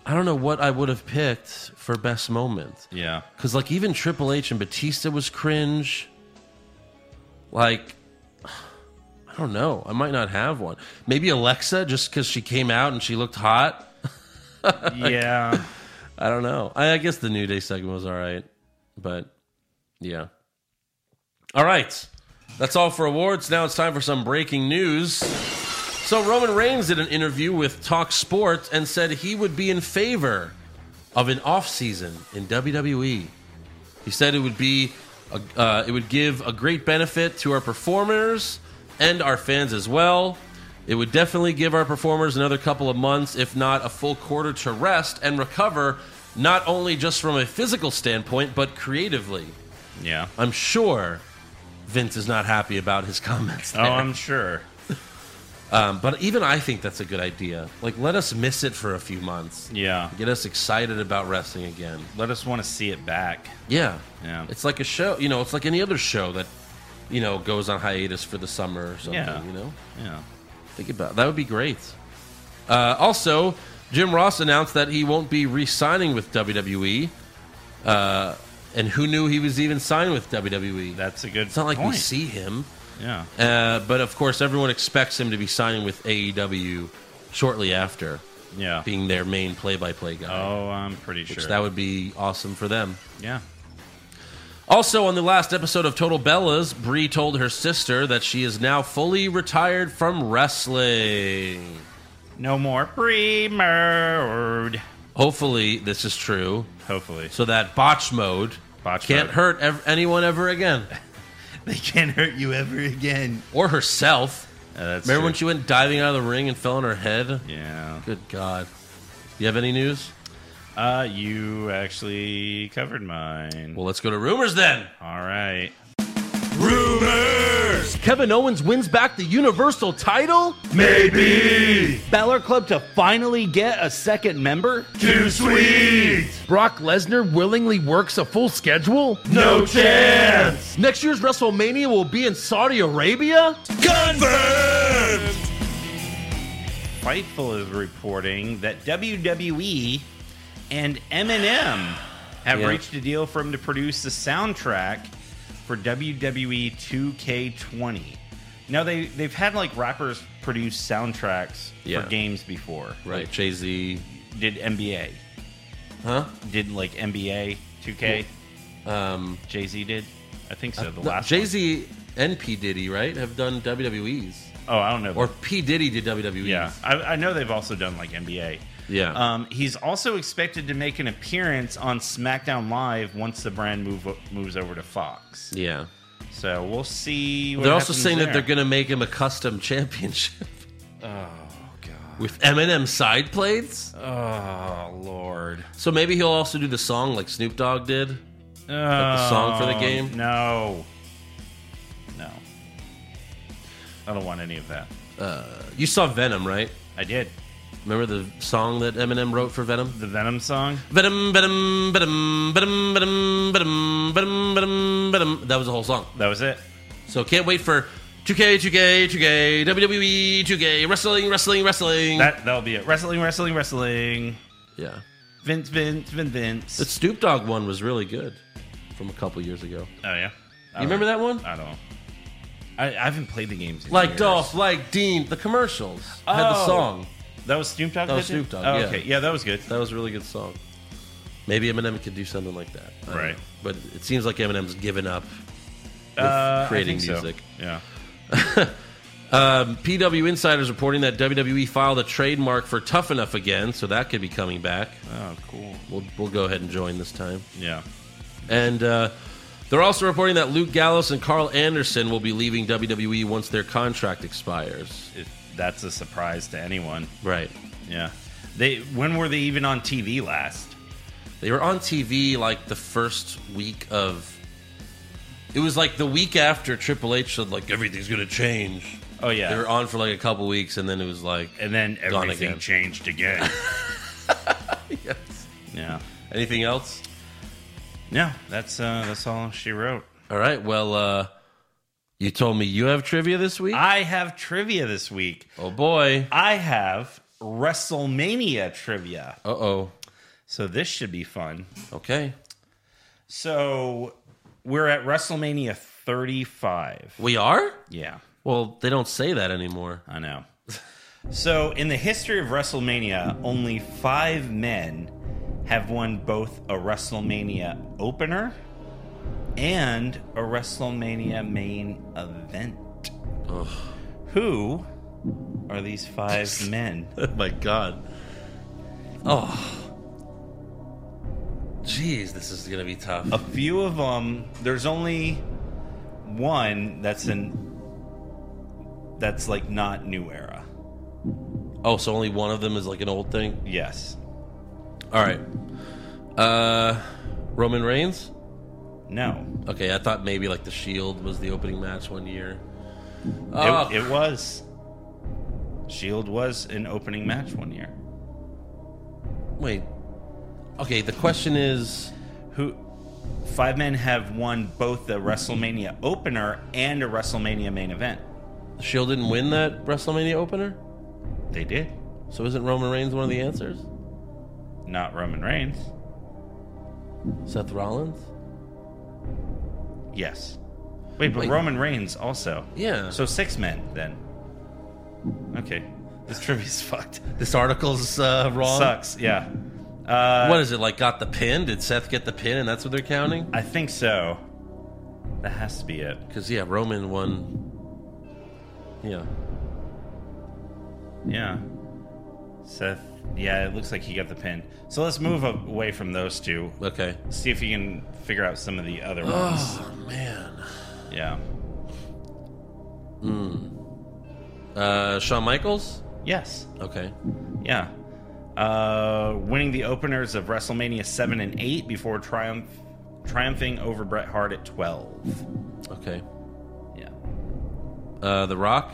[SPEAKER 4] I don't know what I would have picked for best moment
[SPEAKER 5] Yeah.
[SPEAKER 4] because like even Triple H and Batista was cringe. Like, I don't know. I might not have one. Maybe Alexa just because she came out and she looked hot.
[SPEAKER 5] Yeah.
[SPEAKER 4] I don't know. I, I guess the New Day segment was all right, but yeah. All right. That's all for awards. Now it's time for some breaking news. So Roman Reigns did an interview with Talk Sport and said he would be in favor of an offseason in E. WWE. He said it would be a, uh, it would give a great benefit to our performers and our fans as well. It would definitely give our performers another couple of months, if not a full quarter, to rest and recover, not only just from a physical standpoint, but creatively.
[SPEAKER 5] yeah.
[SPEAKER 4] I'm sure Vince is not happy about his comments
[SPEAKER 5] Oh,
[SPEAKER 4] there.
[SPEAKER 5] I'm sure.
[SPEAKER 4] um, but even I think that's a good idea. Like, let us miss it for a few months.
[SPEAKER 5] Yeah.
[SPEAKER 4] Get us excited about wrestling again.
[SPEAKER 5] Let us want to see it back.
[SPEAKER 4] Yeah.
[SPEAKER 5] Yeah.
[SPEAKER 4] It's like a show, you know, it's like any other show that, you know, goes on hiatus for the summer or something,
[SPEAKER 5] Yeah.
[SPEAKER 4] you know?
[SPEAKER 5] Yeah.
[SPEAKER 4] Think about that would be great. Uh, also, Jim Ross announced that he won't be re-signing with WWE. Uh, and who knew he was even signed with WWE?
[SPEAKER 5] That's a good.
[SPEAKER 4] it's not like
[SPEAKER 5] point.
[SPEAKER 4] we see him.
[SPEAKER 5] Yeah.
[SPEAKER 4] Uh, but of course, everyone expects him to be signing with AEW shortly after
[SPEAKER 5] Yeah.
[SPEAKER 4] being their main play-by-play guy.
[SPEAKER 5] Oh, I'm pretty sure.
[SPEAKER 4] which that would be awesome for them.
[SPEAKER 5] yeah.
[SPEAKER 4] Also, on the last episode of Total Bellas, Brie told her sister that she is now fully retired from wrestling.
[SPEAKER 5] No more pre mode.
[SPEAKER 4] Hopefully, this is true,
[SPEAKER 5] Hopefully.
[SPEAKER 4] so that botch mode
[SPEAKER 5] Botch
[SPEAKER 4] can't
[SPEAKER 5] mode.
[SPEAKER 4] hurt ev- anyone ever again,
[SPEAKER 5] They can't hurt you ever again.
[SPEAKER 4] or herself.
[SPEAKER 5] that's
[SPEAKER 4] Remember
[SPEAKER 5] true.
[SPEAKER 4] when she went diving out of the ring and fell on her head?
[SPEAKER 5] Yeah.
[SPEAKER 4] Good God. You have any news?
[SPEAKER 5] Uh, you actually covered mine.
[SPEAKER 4] Well, let's go to rumors then.
[SPEAKER 5] All right.
[SPEAKER 9] Kevin Owens wins back the Universal title?
[SPEAKER 5] Maybe
[SPEAKER 9] Balor Club to finally get a second member?
[SPEAKER 5] too sweet.
[SPEAKER 9] Brock Lesnar willingly works a full schedule?
[SPEAKER 5] No chance.
[SPEAKER 9] Next year's WrestleMania will be in Saudi Arabia?
[SPEAKER 5] Confirmed. Fightful is reporting that WWE and Eminem have
[SPEAKER 4] Yeah.
[SPEAKER 5] reached a deal for him to produce the soundtrack for E WWE 2K20. Now they they've had like rappers produce soundtracks
[SPEAKER 4] Yeah.
[SPEAKER 5] for games before.
[SPEAKER 4] Right. Jay Z.
[SPEAKER 5] Did NBA?
[SPEAKER 4] Huh?
[SPEAKER 5] Did like NBA 2K?
[SPEAKER 4] Um, uh,
[SPEAKER 5] Jay Z did. I think so. The
[SPEAKER 4] no,
[SPEAKER 5] last
[SPEAKER 4] Jay
[SPEAKER 5] one.
[SPEAKER 4] Z and P. Diddy, right, have done WWEs.
[SPEAKER 5] Oh, I don't know.
[SPEAKER 4] Or P. Diddy did WWEs.
[SPEAKER 5] yeah, I, I know they've also done like NBA.
[SPEAKER 4] Yeah.
[SPEAKER 9] Uh,
[SPEAKER 5] Um, he's also expected to make an appearance on SmackDown Live once the brand move moves over to Fox.
[SPEAKER 4] yeah.
[SPEAKER 5] So we'll see. What
[SPEAKER 4] They're also
[SPEAKER 5] happens
[SPEAKER 4] saying
[SPEAKER 5] there.
[SPEAKER 4] that they're going to make him a custom championship. Oh, God. With Eminem side plates?
[SPEAKER 5] Oh Lord!
[SPEAKER 4] So maybe he'll also do the song like Snoop Dogg did.
[SPEAKER 5] Oh,
[SPEAKER 4] song for the game?
[SPEAKER 5] Um, No. No. I don't want any of that.
[SPEAKER 4] You saw Venom, right?
[SPEAKER 5] I did
[SPEAKER 4] Remember the song that Eminem wrote for Venom?
[SPEAKER 5] the Venom song.
[SPEAKER 4] Venom, Venom, Venom, Venom, Venom, Venom, Venom, Venom, Venom. That was the whole song.
[SPEAKER 5] That was it.
[SPEAKER 4] So can't wait for 2K, 2K, 2K, WWE, 2K, E, wrestling, wrestling, wrestling.
[SPEAKER 5] That that'll be it. Wrestling, wrestling, wrestling.
[SPEAKER 4] yeah.
[SPEAKER 5] Vince, Vince, Vince, Vince.
[SPEAKER 4] The Snoop Dogg one was really good from a couple years ago.
[SPEAKER 5] oh yeah.
[SPEAKER 4] You remember that one?
[SPEAKER 5] I don't. I, I haven't played the games. In
[SPEAKER 4] Like
[SPEAKER 5] years.
[SPEAKER 4] Dolph, like Dean, the commercials had the
[SPEAKER 5] Oh.
[SPEAKER 4] song.
[SPEAKER 5] That was Snoop Dogg.
[SPEAKER 4] That was
[SPEAKER 5] did it?
[SPEAKER 4] Snoop Dogg,
[SPEAKER 5] Oh,
[SPEAKER 4] yeah.
[SPEAKER 5] okay. Yeah, that was good.
[SPEAKER 4] That was a really good song. Maybe Eminem could do something like that. I don't
[SPEAKER 5] Right.
[SPEAKER 4] know. But it seems like Eminem's given up with
[SPEAKER 5] Uh, I
[SPEAKER 4] creating
[SPEAKER 5] think so.
[SPEAKER 4] music.
[SPEAKER 5] Yeah.
[SPEAKER 4] PW Insider's reporting that WWE filed a trademark for Tough Enough again, so that could be coming back.
[SPEAKER 5] Oh, cool.
[SPEAKER 4] We'll, we'll go ahead and join this time.
[SPEAKER 5] Yeah.
[SPEAKER 4] And uh, they're also reporting that Luke Gallows and Carl Anderson will be leaving WWE once their contract expires.
[SPEAKER 5] If that's a surprise to anyone.
[SPEAKER 4] Right.
[SPEAKER 5] Yeah. They when were they even on TV last?
[SPEAKER 4] They were on TV like the first week of. It was like the week after Triple H said, like, everything's going to change.
[SPEAKER 5] Oh yeah.
[SPEAKER 4] They were on for like a couple weeks, and then it was like,
[SPEAKER 5] and then
[SPEAKER 4] gone
[SPEAKER 5] everything
[SPEAKER 4] again.
[SPEAKER 5] changed again. Yeah.
[SPEAKER 4] anything else?
[SPEAKER 5] No, that's uh that's all she wrote.
[SPEAKER 4] All right. Well, uh, you told me you have trivia this week.
[SPEAKER 5] I have trivia this week.
[SPEAKER 4] oh boy.
[SPEAKER 5] I have WrestleMania trivia.
[SPEAKER 4] Uh oh.
[SPEAKER 5] So this should be fun.
[SPEAKER 4] Okay.
[SPEAKER 5] So we're at WrestleMania 35.
[SPEAKER 4] We are.
[SPEAKER 5] Yeah.
[SPEAKER 4] Well, they don't say that anymore.
[SPEAKER 5] I know. So, in the history of WrestleMania, only five men have won both a WrestleMania opener and a WrestleMania main event. Who are these five men?
[SPEAKER 4] Oh my god. Oh. Jeez, this is gonna be tough.
[SPEAKER 5] A few of them. There's only one that's in that's like not new era.
[SPEAKER 4] Oh, so only one of them is like an old thing.
[SPEAKER 5] Yes.
[SPEAKER 4] All right. Uh, Roman Reigns.
[SPEAKER 5] No.
[SPEAKER 4] Okay, I thought maybe like the Shield was the opening match one year. Oh,
[SPEAKER 5] It, it was. Shield E was an opening match one year.
[SPEAKER 4] wait. Okay, the question is.
[SPEAKER 5] Who? Five men have won both the WrestleMania opener and a WrestleMania main event.
[SPEAKER 4] The Shield didn't win that WrestleMania opener?
[SPEAKER 5] They did.
[SPEAKER 4] So isn't Roman Reigns one of the answers?
[SPEAKER 5] Not Roman Reigns.
[SPEAKER 4] Seth Rollins?
[SPEAKER 5] Yes. Wait, but
[SPEAKER 4] Wait.
[SPEAKER 5] Roman Reigns also.
[SPEAKER 4] Yeah.
[SPEAKER 5] So six men then. Okay. This trivia's fucked.
[SPEAKER 4] This article's uh, wrong.
[SPEAKER 5] Sucks. Yeah. Uh,
[SPEAKER 4] What is it like? Got the pin? Did Seth get the pin, and that's what they're counting?
[SPEAKER 5] I think so. That has to be it.
[SPEAKER 4] Because yeah, Roman won. Yeah.
[SPEAKER 5] Yeah. Seth. Yeah, it looks like he got the pin. So let's move away from those two.
[SPEAKER 4] Okay.
[SPEAKER 5] See if you can figure out some of the other ones.
[SPEAKER 4] Oh man.
[SPEAKER 5] Yeah.
[SPEAKER 4] Uh, Shawn Michaels?
[SPEAKER 5] Yes.
[SPEAKER 4] Okay.
[SPEAKER 5] Yeah. Uh, winning the openers of WrestleMania 7 and 8 before triumph, triumphing over Bret Hart at 12.
[SPEAKER 4] Okay.
[SPEAKER 5] Yeah.
[SPEAKER 4] Uh, the Rock?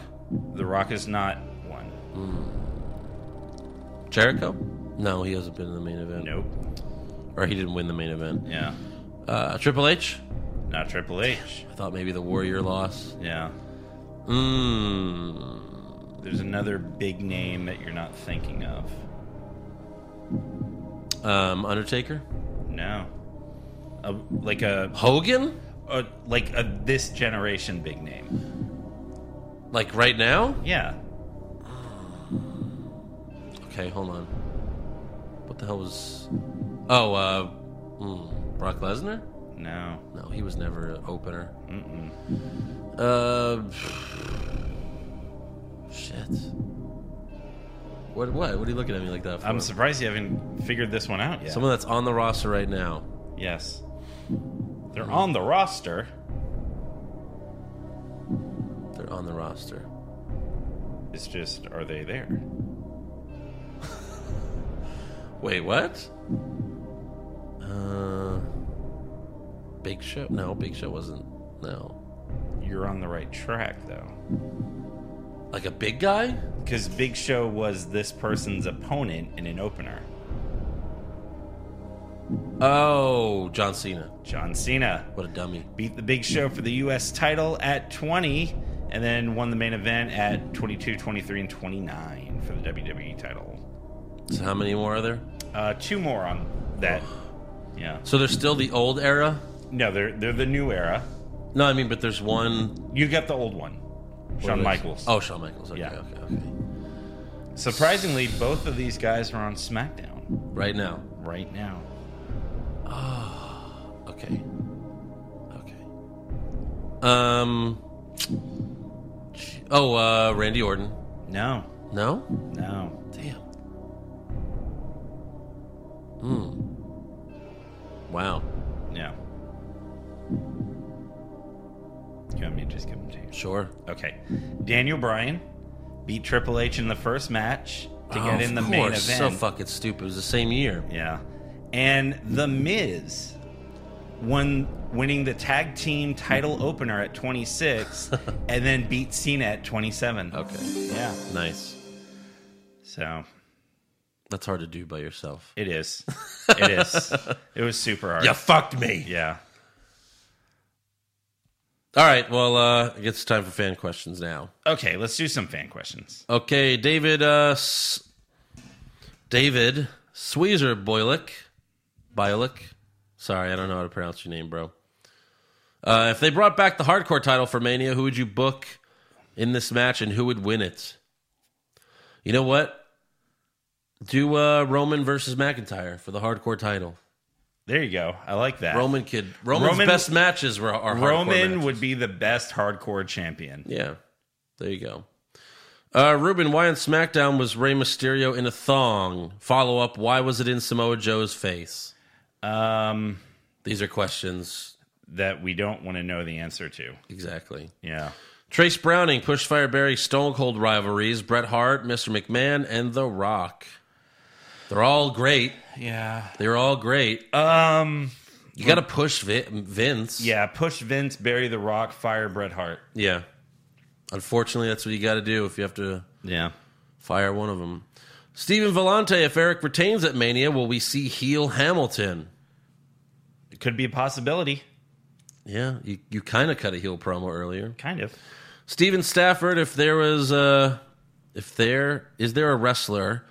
[SPEAKER 5] The Rock is not one.
[SPEAKER 4] Jericho? No, he hasn't been in the main event.
[SPEAKER 5] Nope.
[SPEAKER 4] Or he didn't win the main event.
[SPEAKER 5] Yeah.
[SPEAKER 4] Uh, Triple H?
[SPEAKER 5] Not Triple H.
[SPEAKER 4] I thought maybe the Warrior loss.
[SPEAKER 5] Yeah.
[SPEAKER 4] Mmm.
[SPEAKER 5] There's another big name that you're not thinking of.
[SPEAKER 4] Um, Undertaker?
[SPEAKER 5] No. A, like a,
[SPEAKER 4] Hogan?
[SPEAKER 5] a like a this generation big name.
[SPEAKER 4] Like right now?
[SPEAKER 5] Yeah.
[SPEAKER 4] Okay, hold on. What the hell was? Oh, uh, mm, Brock Lesnar?
[SPEAKER 5] No.
[SPEAKER 4] No, he was never an opener. Mm-mm. Uh, shit. What? What? What are you looking at me like that for?
[SPEAKER 5] I'm surprised you haven't figured this one out yet.
[SPEAKER 4] Someone that's on the roster right now.
[SPEAKER 5] Yes. They're on the roster.
[SPEAKER 4] They're on the roster.
[SPEAKER 5] It's just, are they there?
[SPEAKER 4] Wait, what? Uh, Big Show? No, Big Show wasn't. No,
[SPEAKER 5] You're on the right track, though.
[SPEAKER 4] like a big guy.
[SPEAKER 5] Because Big Show was this person's opponent in an opener.
[SPEAKER 4] Oh, John Cena.
[SPEAKER 5] John Cena
[SPEAKER 4] What a dummy.
[SPEAKER 5] beat the Big Show for the U.S. title at 20 and then won the main event at 22, 23, and 29 for the WWE title.
[SPEAKER 4] So how many more are there?
[SPEAKER 5] Uh, two more on that. Yeah.
[SPEAKER 4] So there's still the old era.
[SPEAKER 5] No, they're, they're the new era.
[SPEAKER 4] No, I mean, but there's one.
[SPEAKER 5] You got the old one,
[SPEAKER 4] what
[SPEAKER 5] Shawn
[SPEAKER 4] is-
[SPEAKER 5] Michaels.
[SPEAKER 4] Oh, Shawn Michaels. Okay,
[SPEAKER 5] Yeah.
[SPEAKER 4] okay, okay.
[SPEAKER 5] Surprisingly, both of these guys are on SmackDown
[SPEAKER 4] Right now.
[SPEAKER 5] right now.
[SPEAKER 4] Okay. Okay. Um. Oh, uh, Randy Orton.
[SPEAKER 5] No,
[SPEAKER 4] No.
[SPEAKER 5] no.
[SPEAKER 4] Damn. Hmm. Wow.
[SPEAKER 5] Yeah. You want me to just give them to you?
[SPEAKER 4] Sure.
[SPEAKER 5] Okay. Daniel Bryan beat Triple H in the first match to
[SPEAKER 4] Oh,
[SPEAKER 5] get in the
[SPEAKER 4] of
[SPEAKER 5] main event.
[SPEAKER 4] course. So fucking stupid. It was the same year.
[SPEAKER 5] yeah. And The Miz won winning the tag team title opener at 26 and then beat Cena at 27.
[SPEAKER 4] Okay.
[SPEAKER 5] Yeah.
[SPEAKER 4] Nice.
[SPEAKER 5] So
[SPEAKER 4] That's hard to do by yourself.
[SPEAKER 5] it is. It is. it was super hard.
[SPEAKER 4] You fucked me.
[SPEAKER 5] Yeah.
[SPEAKER 4] All right. Well, uh, I guess it's time for fan questions now.
[SPEAKER 5] Okay, let's do some fan questions.
[SPEAKER 4] Okay, David. Uh, S- David Sweezer Boylick, Boylick. Sorry, I don't know how to pronounce your name, bro. Uh, if they brought back the hardcore title for Mania, who would you book in this match, and who would win it? You know what? Do uh, Roman versus McIntyre for the hardcore title.
[SPEAKER 5] There you go. I like that.
[SPEAKER 4] Roman could. Roman's
[SPEAKER 5] Roman-
[SPEAKER 4] best matches were are hardcore
[SPEAKER 5] Roman
[SPEAKER 4] matches.
[SPEAKER 5] would be the best hardcore champion.
[SPEAKER 4] Yeah. There you go. Uh, Ruben, why on SmackDown was Rey Mysterio in a thong? Follow up, why was it in Samoa Joe's face?
[SPEAKER 5] Um,
[SPEAKER 4] These are questions.
[SPEAKER 5] that we don't want to know the answer to.
[SPEAKER 4] Exactly.
[SPEAKER 5] Yeah.
[SPEAKER 4] Trace Browning, Push Fire Barry, Stone Cold rivalries, Bret Hart, Mr. McMahon, and The Rock. They're all great.
[SPEAKER 5] Yeah.
[SPEAKER 4] They're all great.
[SPEAKER 5] Um.
[SPEAKER 4] You got to push Vi- Vince.
[SPEAKER 5] Yeah. Push Vince, bury the Rock, fire Bret Hart.
[SPEAKER 4] Yeah. Unfortunately, that's what you got to do if you have to
[SPEAKER 5] Yeah.
[SPEAKER 4] Fire one of them. Steven Vellante, if Eric retains at Mania, will we see heel Hamilton?
[SPEAKER 5] It could be a possibility.
[SPEAKER 4] Yeah, you, you kind of cut a heel promo earlier.
[SPEAKER 5] Kind of.
[SPEAKER 4] Steven Stafford, if there was a, if there is there a wrestler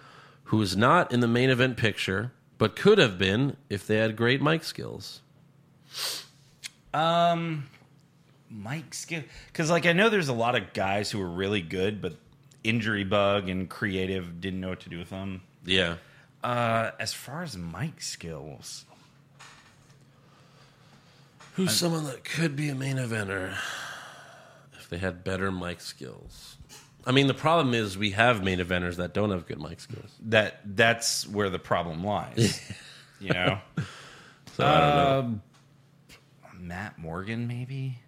[SPEAKER 4] who is not in the main event picture but could have been if they had great mic skills?
[SPEAKER 5] Um. Mike Skip, because like I know there's a lot of guys who are really good, but injury bug and creative didn't know what to do with them.
[SPEAKER 4] Yeah,
[SPEAKER 5] Uh, as far as Mike skills,
[SPEAKER 4] who's someone that could be a main eventer if they had better mic skills? I mean, the problem is we have main eventers that don't have good mic skills.
[SPEAKER 5] that that's where the problem lies. you know,
[SPEAKER 4] So I don't know
[SPEAKER 5] Matt Morgan maybe.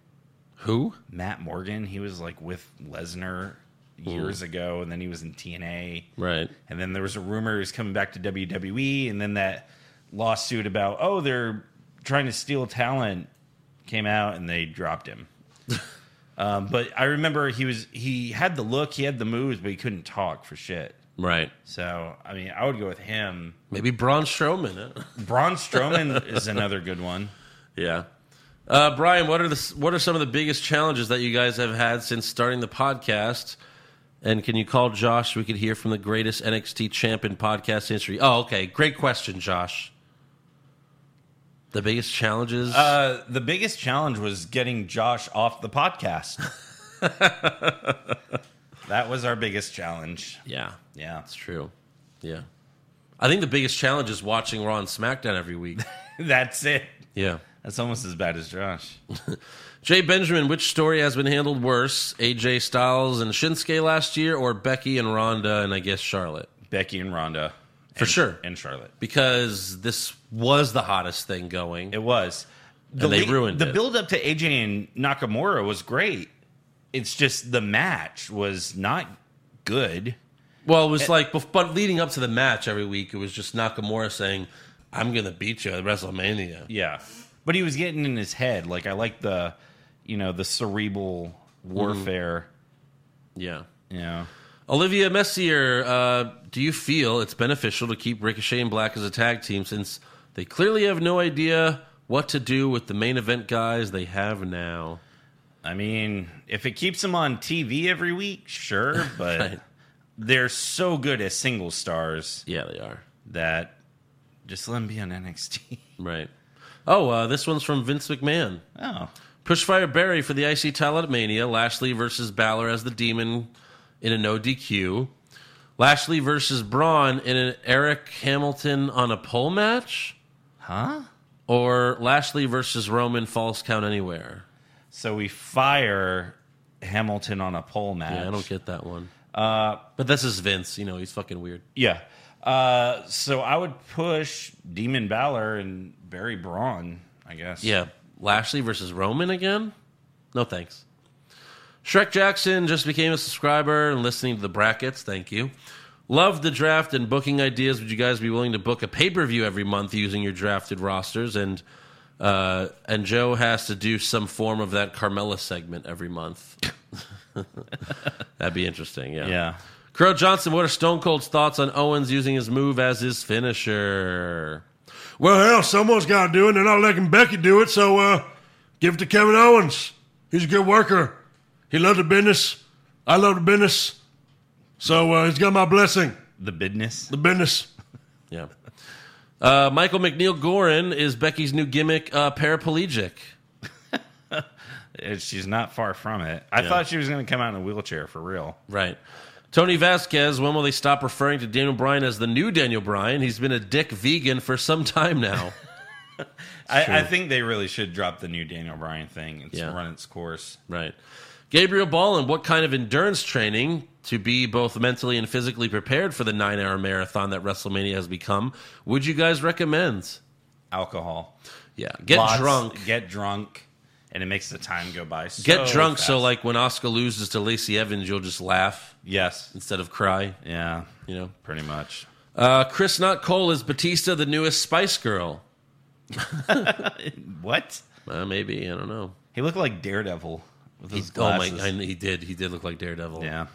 [SPEAKER 4] who.
[SPEAKER 5] Matt Morgan. He was like with Lesnar years ago, and then he was in TNA.
[SPEAKER 4] Right.
[SPEAKER 5] And then there was a rumor he was coming back to WWE, and then that lawsuit about oh they're trying to steal talent came out, and they dropped him. um, but I remember he was he had the look, he had the moves, but he couldn't talk for shit.
[SPEAKER 4] Right.
[SPEAKER 5] So I mean, I would go with him.
[SPEAKER 4] Maybe Braun Strowman. huh?
[SPEAKER 5] Braun Strowman is another good one.
[SPEAKER 4] yeah. Uh, Brian, what are the what are some of the biggest challenges that you guys have had since starting the podcast? And can you call Josh so we could hear from the greatest NXT champ in podcast history? Oh, okay. Great question, Josh. The biggest challenges?
[SPEAKER 5] Uh, the biggest challenge was getting Josh off the podcast. that was our biggest challenge.
[SPEAKER 4] yeah.
[SPEAKER 5] Yeah.
[SPEAKER 4] That's true. Yeah. I think the biggest challenge is watching Raw and SmackDown every week.
[SPEAKER 5] That's it.
[SPEAKER 4] yeah.
[SPEAKER 5] That's almost as bad as Josh.
[SPEAKER 4] Jay Benjamin, which story has been handled worse? AJ Styles and Shinsuke last year, or Becky and Ronda and I guess Charlotte?
[SPEAKER 5] Becky and Rhonda.
[SPEAKER 4] For
[SPEAKER 5] and-
[SPEAKER 4] sure.
[SPEAKER 5] And Charlotte.
[SPEAKER 4] Because this was the hottest thing going.
[SPEAKER 5] It was. The
[SPEAKER 4] they ruined
[SPEAKER 5] the
[SPEAKER 4] it.
[SPEAKER 5] build up to AJ and Nakamura was great. It's just the match was not good.
[SPEAKER 4] Well, it was like, bef- but leading up to the match every week, it was just Nakamura saying, I'm going to beat you at WrestleMania.
[SPEAKER 5] Yeah. But he was getting in his head. Like I like the you know, the cerebral
[SPEAKER 4] Mm-hmm.
[SPEAKER 5] warfare.
[SPEAKER 4] Yeah.
[SPEAKER 5] You know.
[SPEAKER 4] Olivia Messier, uh, do you feel it's beneficial to keep Ricochet and Black as a tag team since they clearly have no idea what to do with the main event guys they have now?
[SPEAKER 5] I mean, if it keeps them on TV every week, sure, but
[SPEAKER 4] Right.
[SPEAKER 5] they're so good as single stars
[SPEAKER 4] Yeah, they are.
[SPEAKER 5] that just let them be on NXT.
[SPEAKER 4] Right. Oh, uh, this one's from Vince McMahon.
[SPEAKER 5] Oh,
[SPEAKER 4] Pushfire Barry for the IC title at Mania. Lashley versus Balor as the Demon in a no DQ. Lashley versus Braun in an Eric Hamilton on a pole match.
[SPEAKER 5] huh?
[SPEAKER 4] Or Lashley versus Roman false count anywhere.
[SPEAKER 5] So we fire Hamilton on a pole match.
[SPEAKER 4] Yeah, I don't get that one. but this is Vince. You know, he's fucking weird.
[SPEAKER 5] Yeah. Uh, so I would push Demon Balor and Barry Braun, I guess.
[SPEAKER 4] Yeah. Lashley versus Roman again? No thanks. Shrek Jackson just became a subscriber and listening to the brackets. Thank you. Love the draft and booking ideas. Would you guys be willing to book a pay per view every month using your drafted rosters? And uh, and Joe has to do some form of that Carmella segment every month. That'd be interesting. Yeah.
[SPEAKER 5] Yeah.
[SPEAKER 4] Crow Johnson, what are Stone Cold's thoughts on Owens using his move as his finisher?
[SPEAKER 1] Well, hell, someone's got to do it. and They're not letting Becky do it, so uh, give it to Kevin Owens. He's a good worker. He loves the business. I love the business. So uh, he's got my blessing.
[SPEAKER 5] The business.
[SPEAKER 1] The business.
[SPEAKER 4] Yeah. Uh, Michael McNeil Gorin is Becky's new gimmick, uh, paraplegic.
[SPEAKER 5] Uh, She's not far from it. I thought she was going to come out in a wheelchair for real.
[SPEAKER 4] Right. Tony Vasquez, when will they stop referring to Daniel Bryan as the new Daniel Bryan? He's been a dick vegan for some time now.
[SPEAKER 5] I, I think they really should drop the new Daniel Bryan thing. It's
[SPEAKER 4] Yeah.
[SPEAKER 5] run its course.
[SPEAKER 4] right. Gabriel Ballin, what kind of endurance training to be both mentally and physically prepared for the nine hour marathon that WrestleMania has become would you guys recommend?
[SPEAKER 5] Alcohol.
[SPEAKER 4] Yeah. Get
[SPEAKER 5] Lots-
[SPEAKER 4] drunk.
[SPEAKER 5] Get drunk. And it makes the time go by. So
[SPEAKER 4] Get drunk so,
[SPEAKER 5] fast.
[SPEAKER 4] like, when Oscar loses to Lacey Evans, you'll just laugh
[SPEAKER 5] Yes.
[SPEAKER 4] instead of cry,
[SPEAKER 5] Yeah.
[SPEAKER 4] you know?
[SPEAKER 5] Pretty much.
[SPEAKER 4] Uh, Chris Not Cole is Batista, the newest Spice Girl.
[SPEAKER 5] What?
[SPEAKER 4] Uh, maybe I don't know.
[SPEAKER 5] He looked like Daredevil with his
[SPEAKER 4] He's, oh my!
[SPEAKER 5] glasses.
[SPEAKER 4] I, he did. He did look like Daredevil.
[SPEAKER 5] yeah.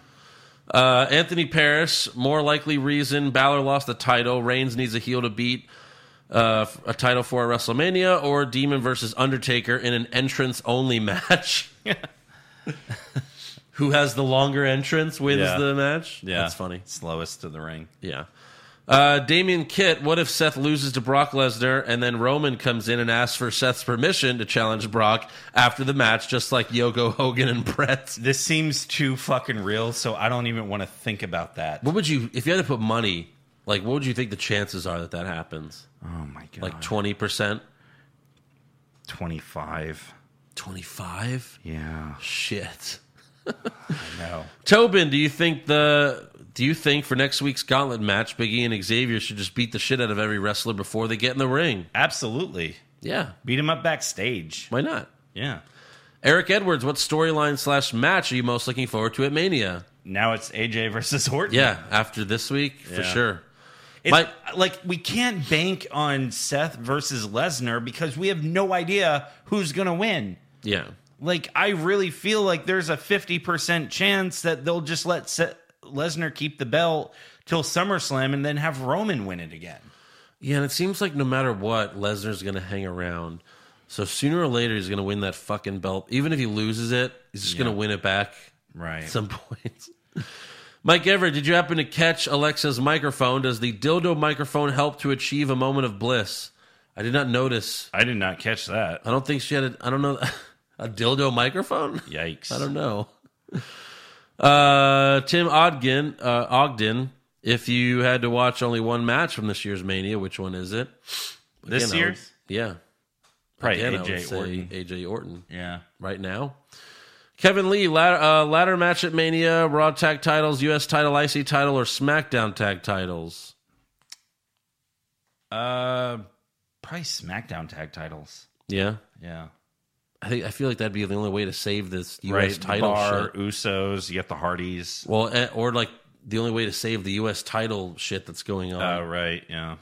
[SPEAKER 4] Uh, Anthony Paris, more likely reason Balor lost the title. Reigns needs a heel to beat uh, f- a title for at WrestleMania, or Demon versus Undertaker in an entrance only match. Who has the longer entrance wins
[SPEAKER 5] Yeah.
[SPEAKER 4] the match.
[SPEAKER 5] Yeah.
[SPEAKER 4] that's funny.
[SPEAKER 5] Slowest to the ring.
[SPEAKER 4] Yeah. Uh, Damian Kitt, what if Seth loses to Brock Lesnar and then Roman comes in and asks for Seth's permission to challenge Brock after the match, just like Yoko Hogan and Brett?
[SPEAKER 5] This seems too fucking real, so I don't even want to think about that.
[SPEAKER 4] What would you, if you had to put money, like, what would you think the chances are that that happens?
[SPEAKER 5] Oh my god.
[SPEAKER 4] Like 20%?
[SPEAKER 5] 25.
[SPEAKER 4] 25?
[SPEAKER 5] Yeah.
[SPEAKER 4] Shit.
[SPEAKER 5] No.
[SPEAKER 4] Tobin, do you think the. Do you think for next week's gauntlet match, Big E and Xavier should just beat the shit out of every wrestler before they get in the ring?
[SPEAKER 5] Absolutely.
[SPEAKER 4] Yeah.
[SPEAKER 5] Beat him up backstage.
[SPEAKER 4] Why not?
[SPEAKER 5] Yeah.
[SPEAKER 4] Eric Edwards, what storyline slash match are you most looking forward to at Mania?
[SPEAKER 5] now it's AJ versus Orton.
[SPEAKER 4] Yeah, after this week, for
[SPEAKER 5] Yeah.
[SPEAKER 4] sure.
[SPEAKER 5] It's,
[SPEAKER 4] My-
[SPEAKER 5] like we can't bank on Seth versus Lesnar because we have no idea who's gonna win.
[SPEAKER 4] Yeah.
[SPEAKER 5] Like I really feel like there's a fifty percent chance that they'll just let Seth, Lesnar keep the belt till SummerSlam and then have Roman win it again.
[SPEAKER 4] Yeah, and it seems like no matter what, Lesnar's going to hang around. So sooner or later, he's going to win that fucking belt. Even if he loses it, he's just going to win it back
[SPEAKER 5] Right.
[SPEAKER 4] at some point. Mike Everett, did you happen to catch Alexa's microphone? Does the dildo microphone help to achieve a moment of bliss? I did not notice.
[SPEAKER 5] I did not catch that.
[SPEAKER 4] I don't think she had a, I don't know, a dildo microphone?
[SPEAKER 5] Yikes.
[SPEAKER 4] I don't know. Uh, Tim Ogden, uh, Ogden, if you had to watch only one match from this year's Mania, which one is it?
[SPEAKER 5] This
[SPEAKER 4] Again, I would-
[SPEAKER 5] year?
[SPEAKER 4] yeah,
[SPEAKER 5] Probably
[SPEAKER 4] Again, I would
[SPEAKER 5] AJ
[SPEAKER 4] say
[SPEAKER 5] Orton.
[SPEAKER 4] AJ Orton,
[SPEAKER 5] Yeah.
[SPEAKER 4] right now. Kevin Lee, ladder, uh, ladder match at Mania, Raw tag titles, U.S. title, IC title, or SmackDown tag titles.
[SPEAKER 5] Uh probably SmackDown tag titles.
[SPEAKER 4] Yeah,
[SPEAKER 5] Yeah.
[SPEAKER 4] I think I feel like that'd be the only way to save this U.S.
[SPEAKER 5] right.
[SPEAKER 4] title
[SPEAKER 5] Bar,
[SPEAKER 4] shit.
[SPEAKER 5] Usos, you got the Hardys.
[SPEAKER 4] Well, eh, or like the only way to save the U.S. title shit that's going on.
[SPEAKER 5] Oh, right. Yeah.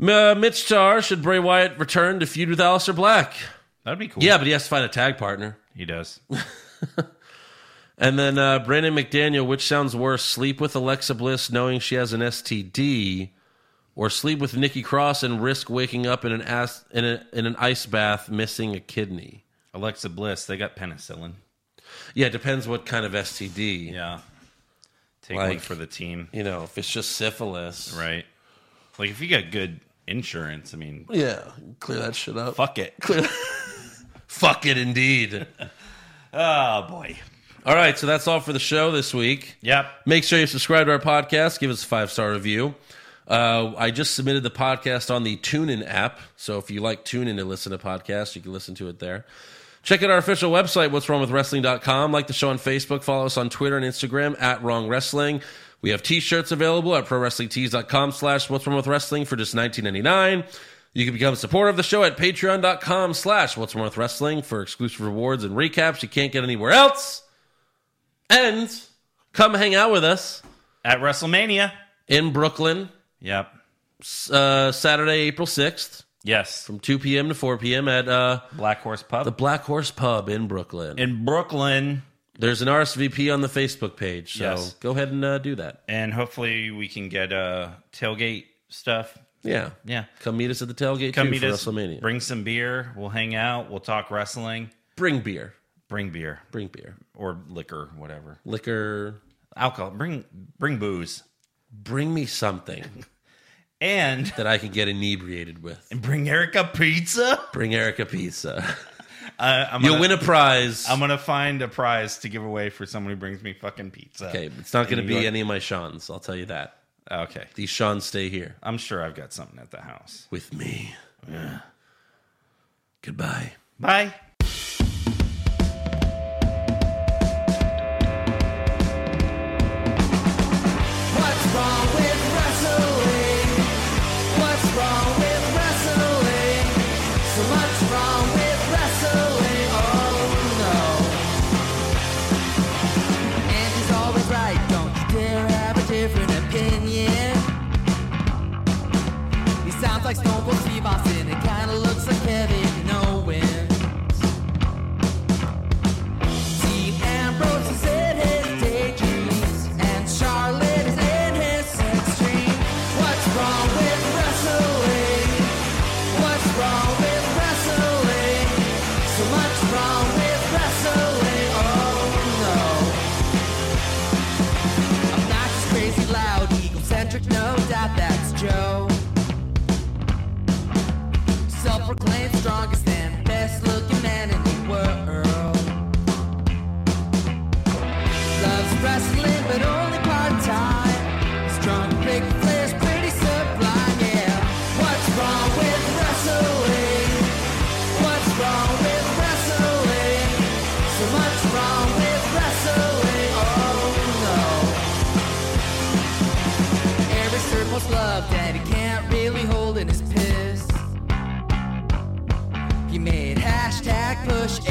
[SPEAKER 4] Uh, Mitch Tar should Bray Wyatt return to feud with Aleister Black?
[SPEAKER 5] That'd be cool.
[SPEAKER 4] Yeah, but he has to find a tag partner.
[SPEAKER 5] He does.
[SPEAKER 4] And then uh, Brandon McDaniel, which sounds worse, sleep with Alexa Bliss knowing she has an STD, or sleep with Nikki Cross and risk waking up in an ass in, a, in an ice bath missing a kidney.
[SPEAKER 5] Alexa Bliss, they got penicillin.
[SPEAKER 4] Yeah, it depends what kind of STD.
[SPEAKER 5] Yeah. Take
[SPEAKER 4] Like-
[SPEAKER 5] one for the team.
[SPEAKER 4] You know, if it's just syphilis,
[SPEAKER 5] Right. Like if you got good insurance, I mean,
[SPEAKER 4] Yeah, clear that shit up.
[SPEAKER 5] fuck it.
[SPEAKER 4] Fuck it, indeed.
[SPEAKER 5] Oh, boy.
[SPEAKER 4] all right, so that's all for the show this week.
[SPEAKER 5] Yep.
[SPEAKER 4] Make sure you subscribe to our podcast. Give us a five star review. Uh, I just submitted the podcast on the TuneIn app. So if you like TuneIn to listen to podcasts, you can listen to it there. Check out our official website, what's wrong with wrestling.com. Like the show on Facebook. Follow us on Twitter and Instagram at wrong wrestling. We have t shirts available at pro wrestlingtees.com slash what's wrong with wrestling for just $19.99. You can become a supporter of the show at patreon.com slash what's wrong with wrestling for exclusive rewards and recaps you can't get anywhere else. And come hang out with us
[SPEAKER 5] At WrestleMania.
[SPEAKER 4] in Brooklyn,
[SPEAKER 5] Yep.
[SPEAKER 4] uh, Saturday, April 6th,
[SPEAKER 5] Yes.
[SPEAKER 4] from 2 p.m. to 4 p.m. at uh,
[SPEAKER 5] Black Horse Pub.
[SPEAKER 4] the Black Horse Pub in Brooklyn.
[SPEAKER 5] in Brooklyn.
[SPEAKER 4] There's an RSVP on the Facebook page, so
[SPEAKER 5] Yes.
[SPEAKER 4] go ahead and uh, do that.
[SPEAKER 5] And hopefully we can get uh, tailgate stuff.
[SPEAKER 4] Yeah.
[SPEAKER 5] Yeah.
[SPEAKER 4] Come meet us at the tailgate
[SPEAKER 5] Come
[SPEAKER 4] too
[SPEAKER 5] meet
[SPEAKER 4] for
[SPEAKER 5] us.
[SPEAKER 4] WrestleMania. Bring,
[SPEAKER 5] Bring some beer. We'll hang out. We'll talk wrestling.
[SPEAKER 4] beer.
[SPEAKER 5] Bring beer
[SPEAKER 4] Bring beer.
[SPEAKER 5] or liquor, whatever.
[SPEAKER 4] Liquor.
[SPEAKER 5] Alcohol. Bring bring booze.
[SPEAKER 4] Bring me something
[SPEAKER 5] And
[SPEAKER 4] that I can get inebriated with.
[SPEAKER 5] bring Erica pizza.
[SPEAKER 4] Bring Erica pizza.
[SPEAKER 5] Uh, I'm
[SPEAKER 4] You'll
[SPEAKER 5] gonna-
[SPEAKER 4] win a prize.
[SPEAKER 5] I'm gonna find a prize to give away for someone who brings me fucking pizza.
[SPEAKER 4] okay, it's not going to
[SPEAKER 5] And
[SPEAKER 4] be
[SPEAKER 5] you are-
[SPEAKER 4] any of my Sean's. I'll tell you that.
[SPEAKER 5] Okay.
[SPEAKER 4] These Sean's stay here
[SPEAKER 5] I'm sure I've got something at the house.
[SPEAKER 4] with me. Goodbye.
[SPEAKER 5] Bye.
[SPEAKER 3] What's wrong with wrestling? What's wrong with wrestling? So much wrong with wrestling. Oh no. And she's always right. Don't you dare have a different opinion. He sounds like Stone Cold Steve Austin. It kinda looks like Kevin Owens. Dean Ambrose is in his daydreams, and Charlotte is in his sex dream. What's wrong with wrestling? What's wrong with wrestling? So much wrong with wrestling. Oh no. I'm not just crazy loud, egocentric, no doubt that's Joe. Self-proclaimed strongest and best-looking man in the world. Loves wrestling, but only part-time. His Strong big players, pretty sublime, yeah. What's wrong with wrestling? What's wrong with wrestling? So much wrong with wrestling. Oh no. Every circle's love that he can't really hold in his piss. He made hashtag push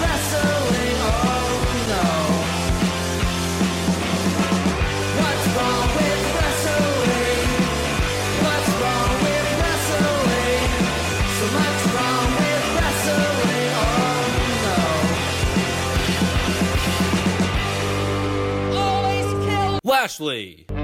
[SPEAKER 3] wrestling. Oh no. What's wrong with wrestling? What's wrong with wrestling? So much wrong with wrestling. Oh no.
[SPEAKER 5] Lashley.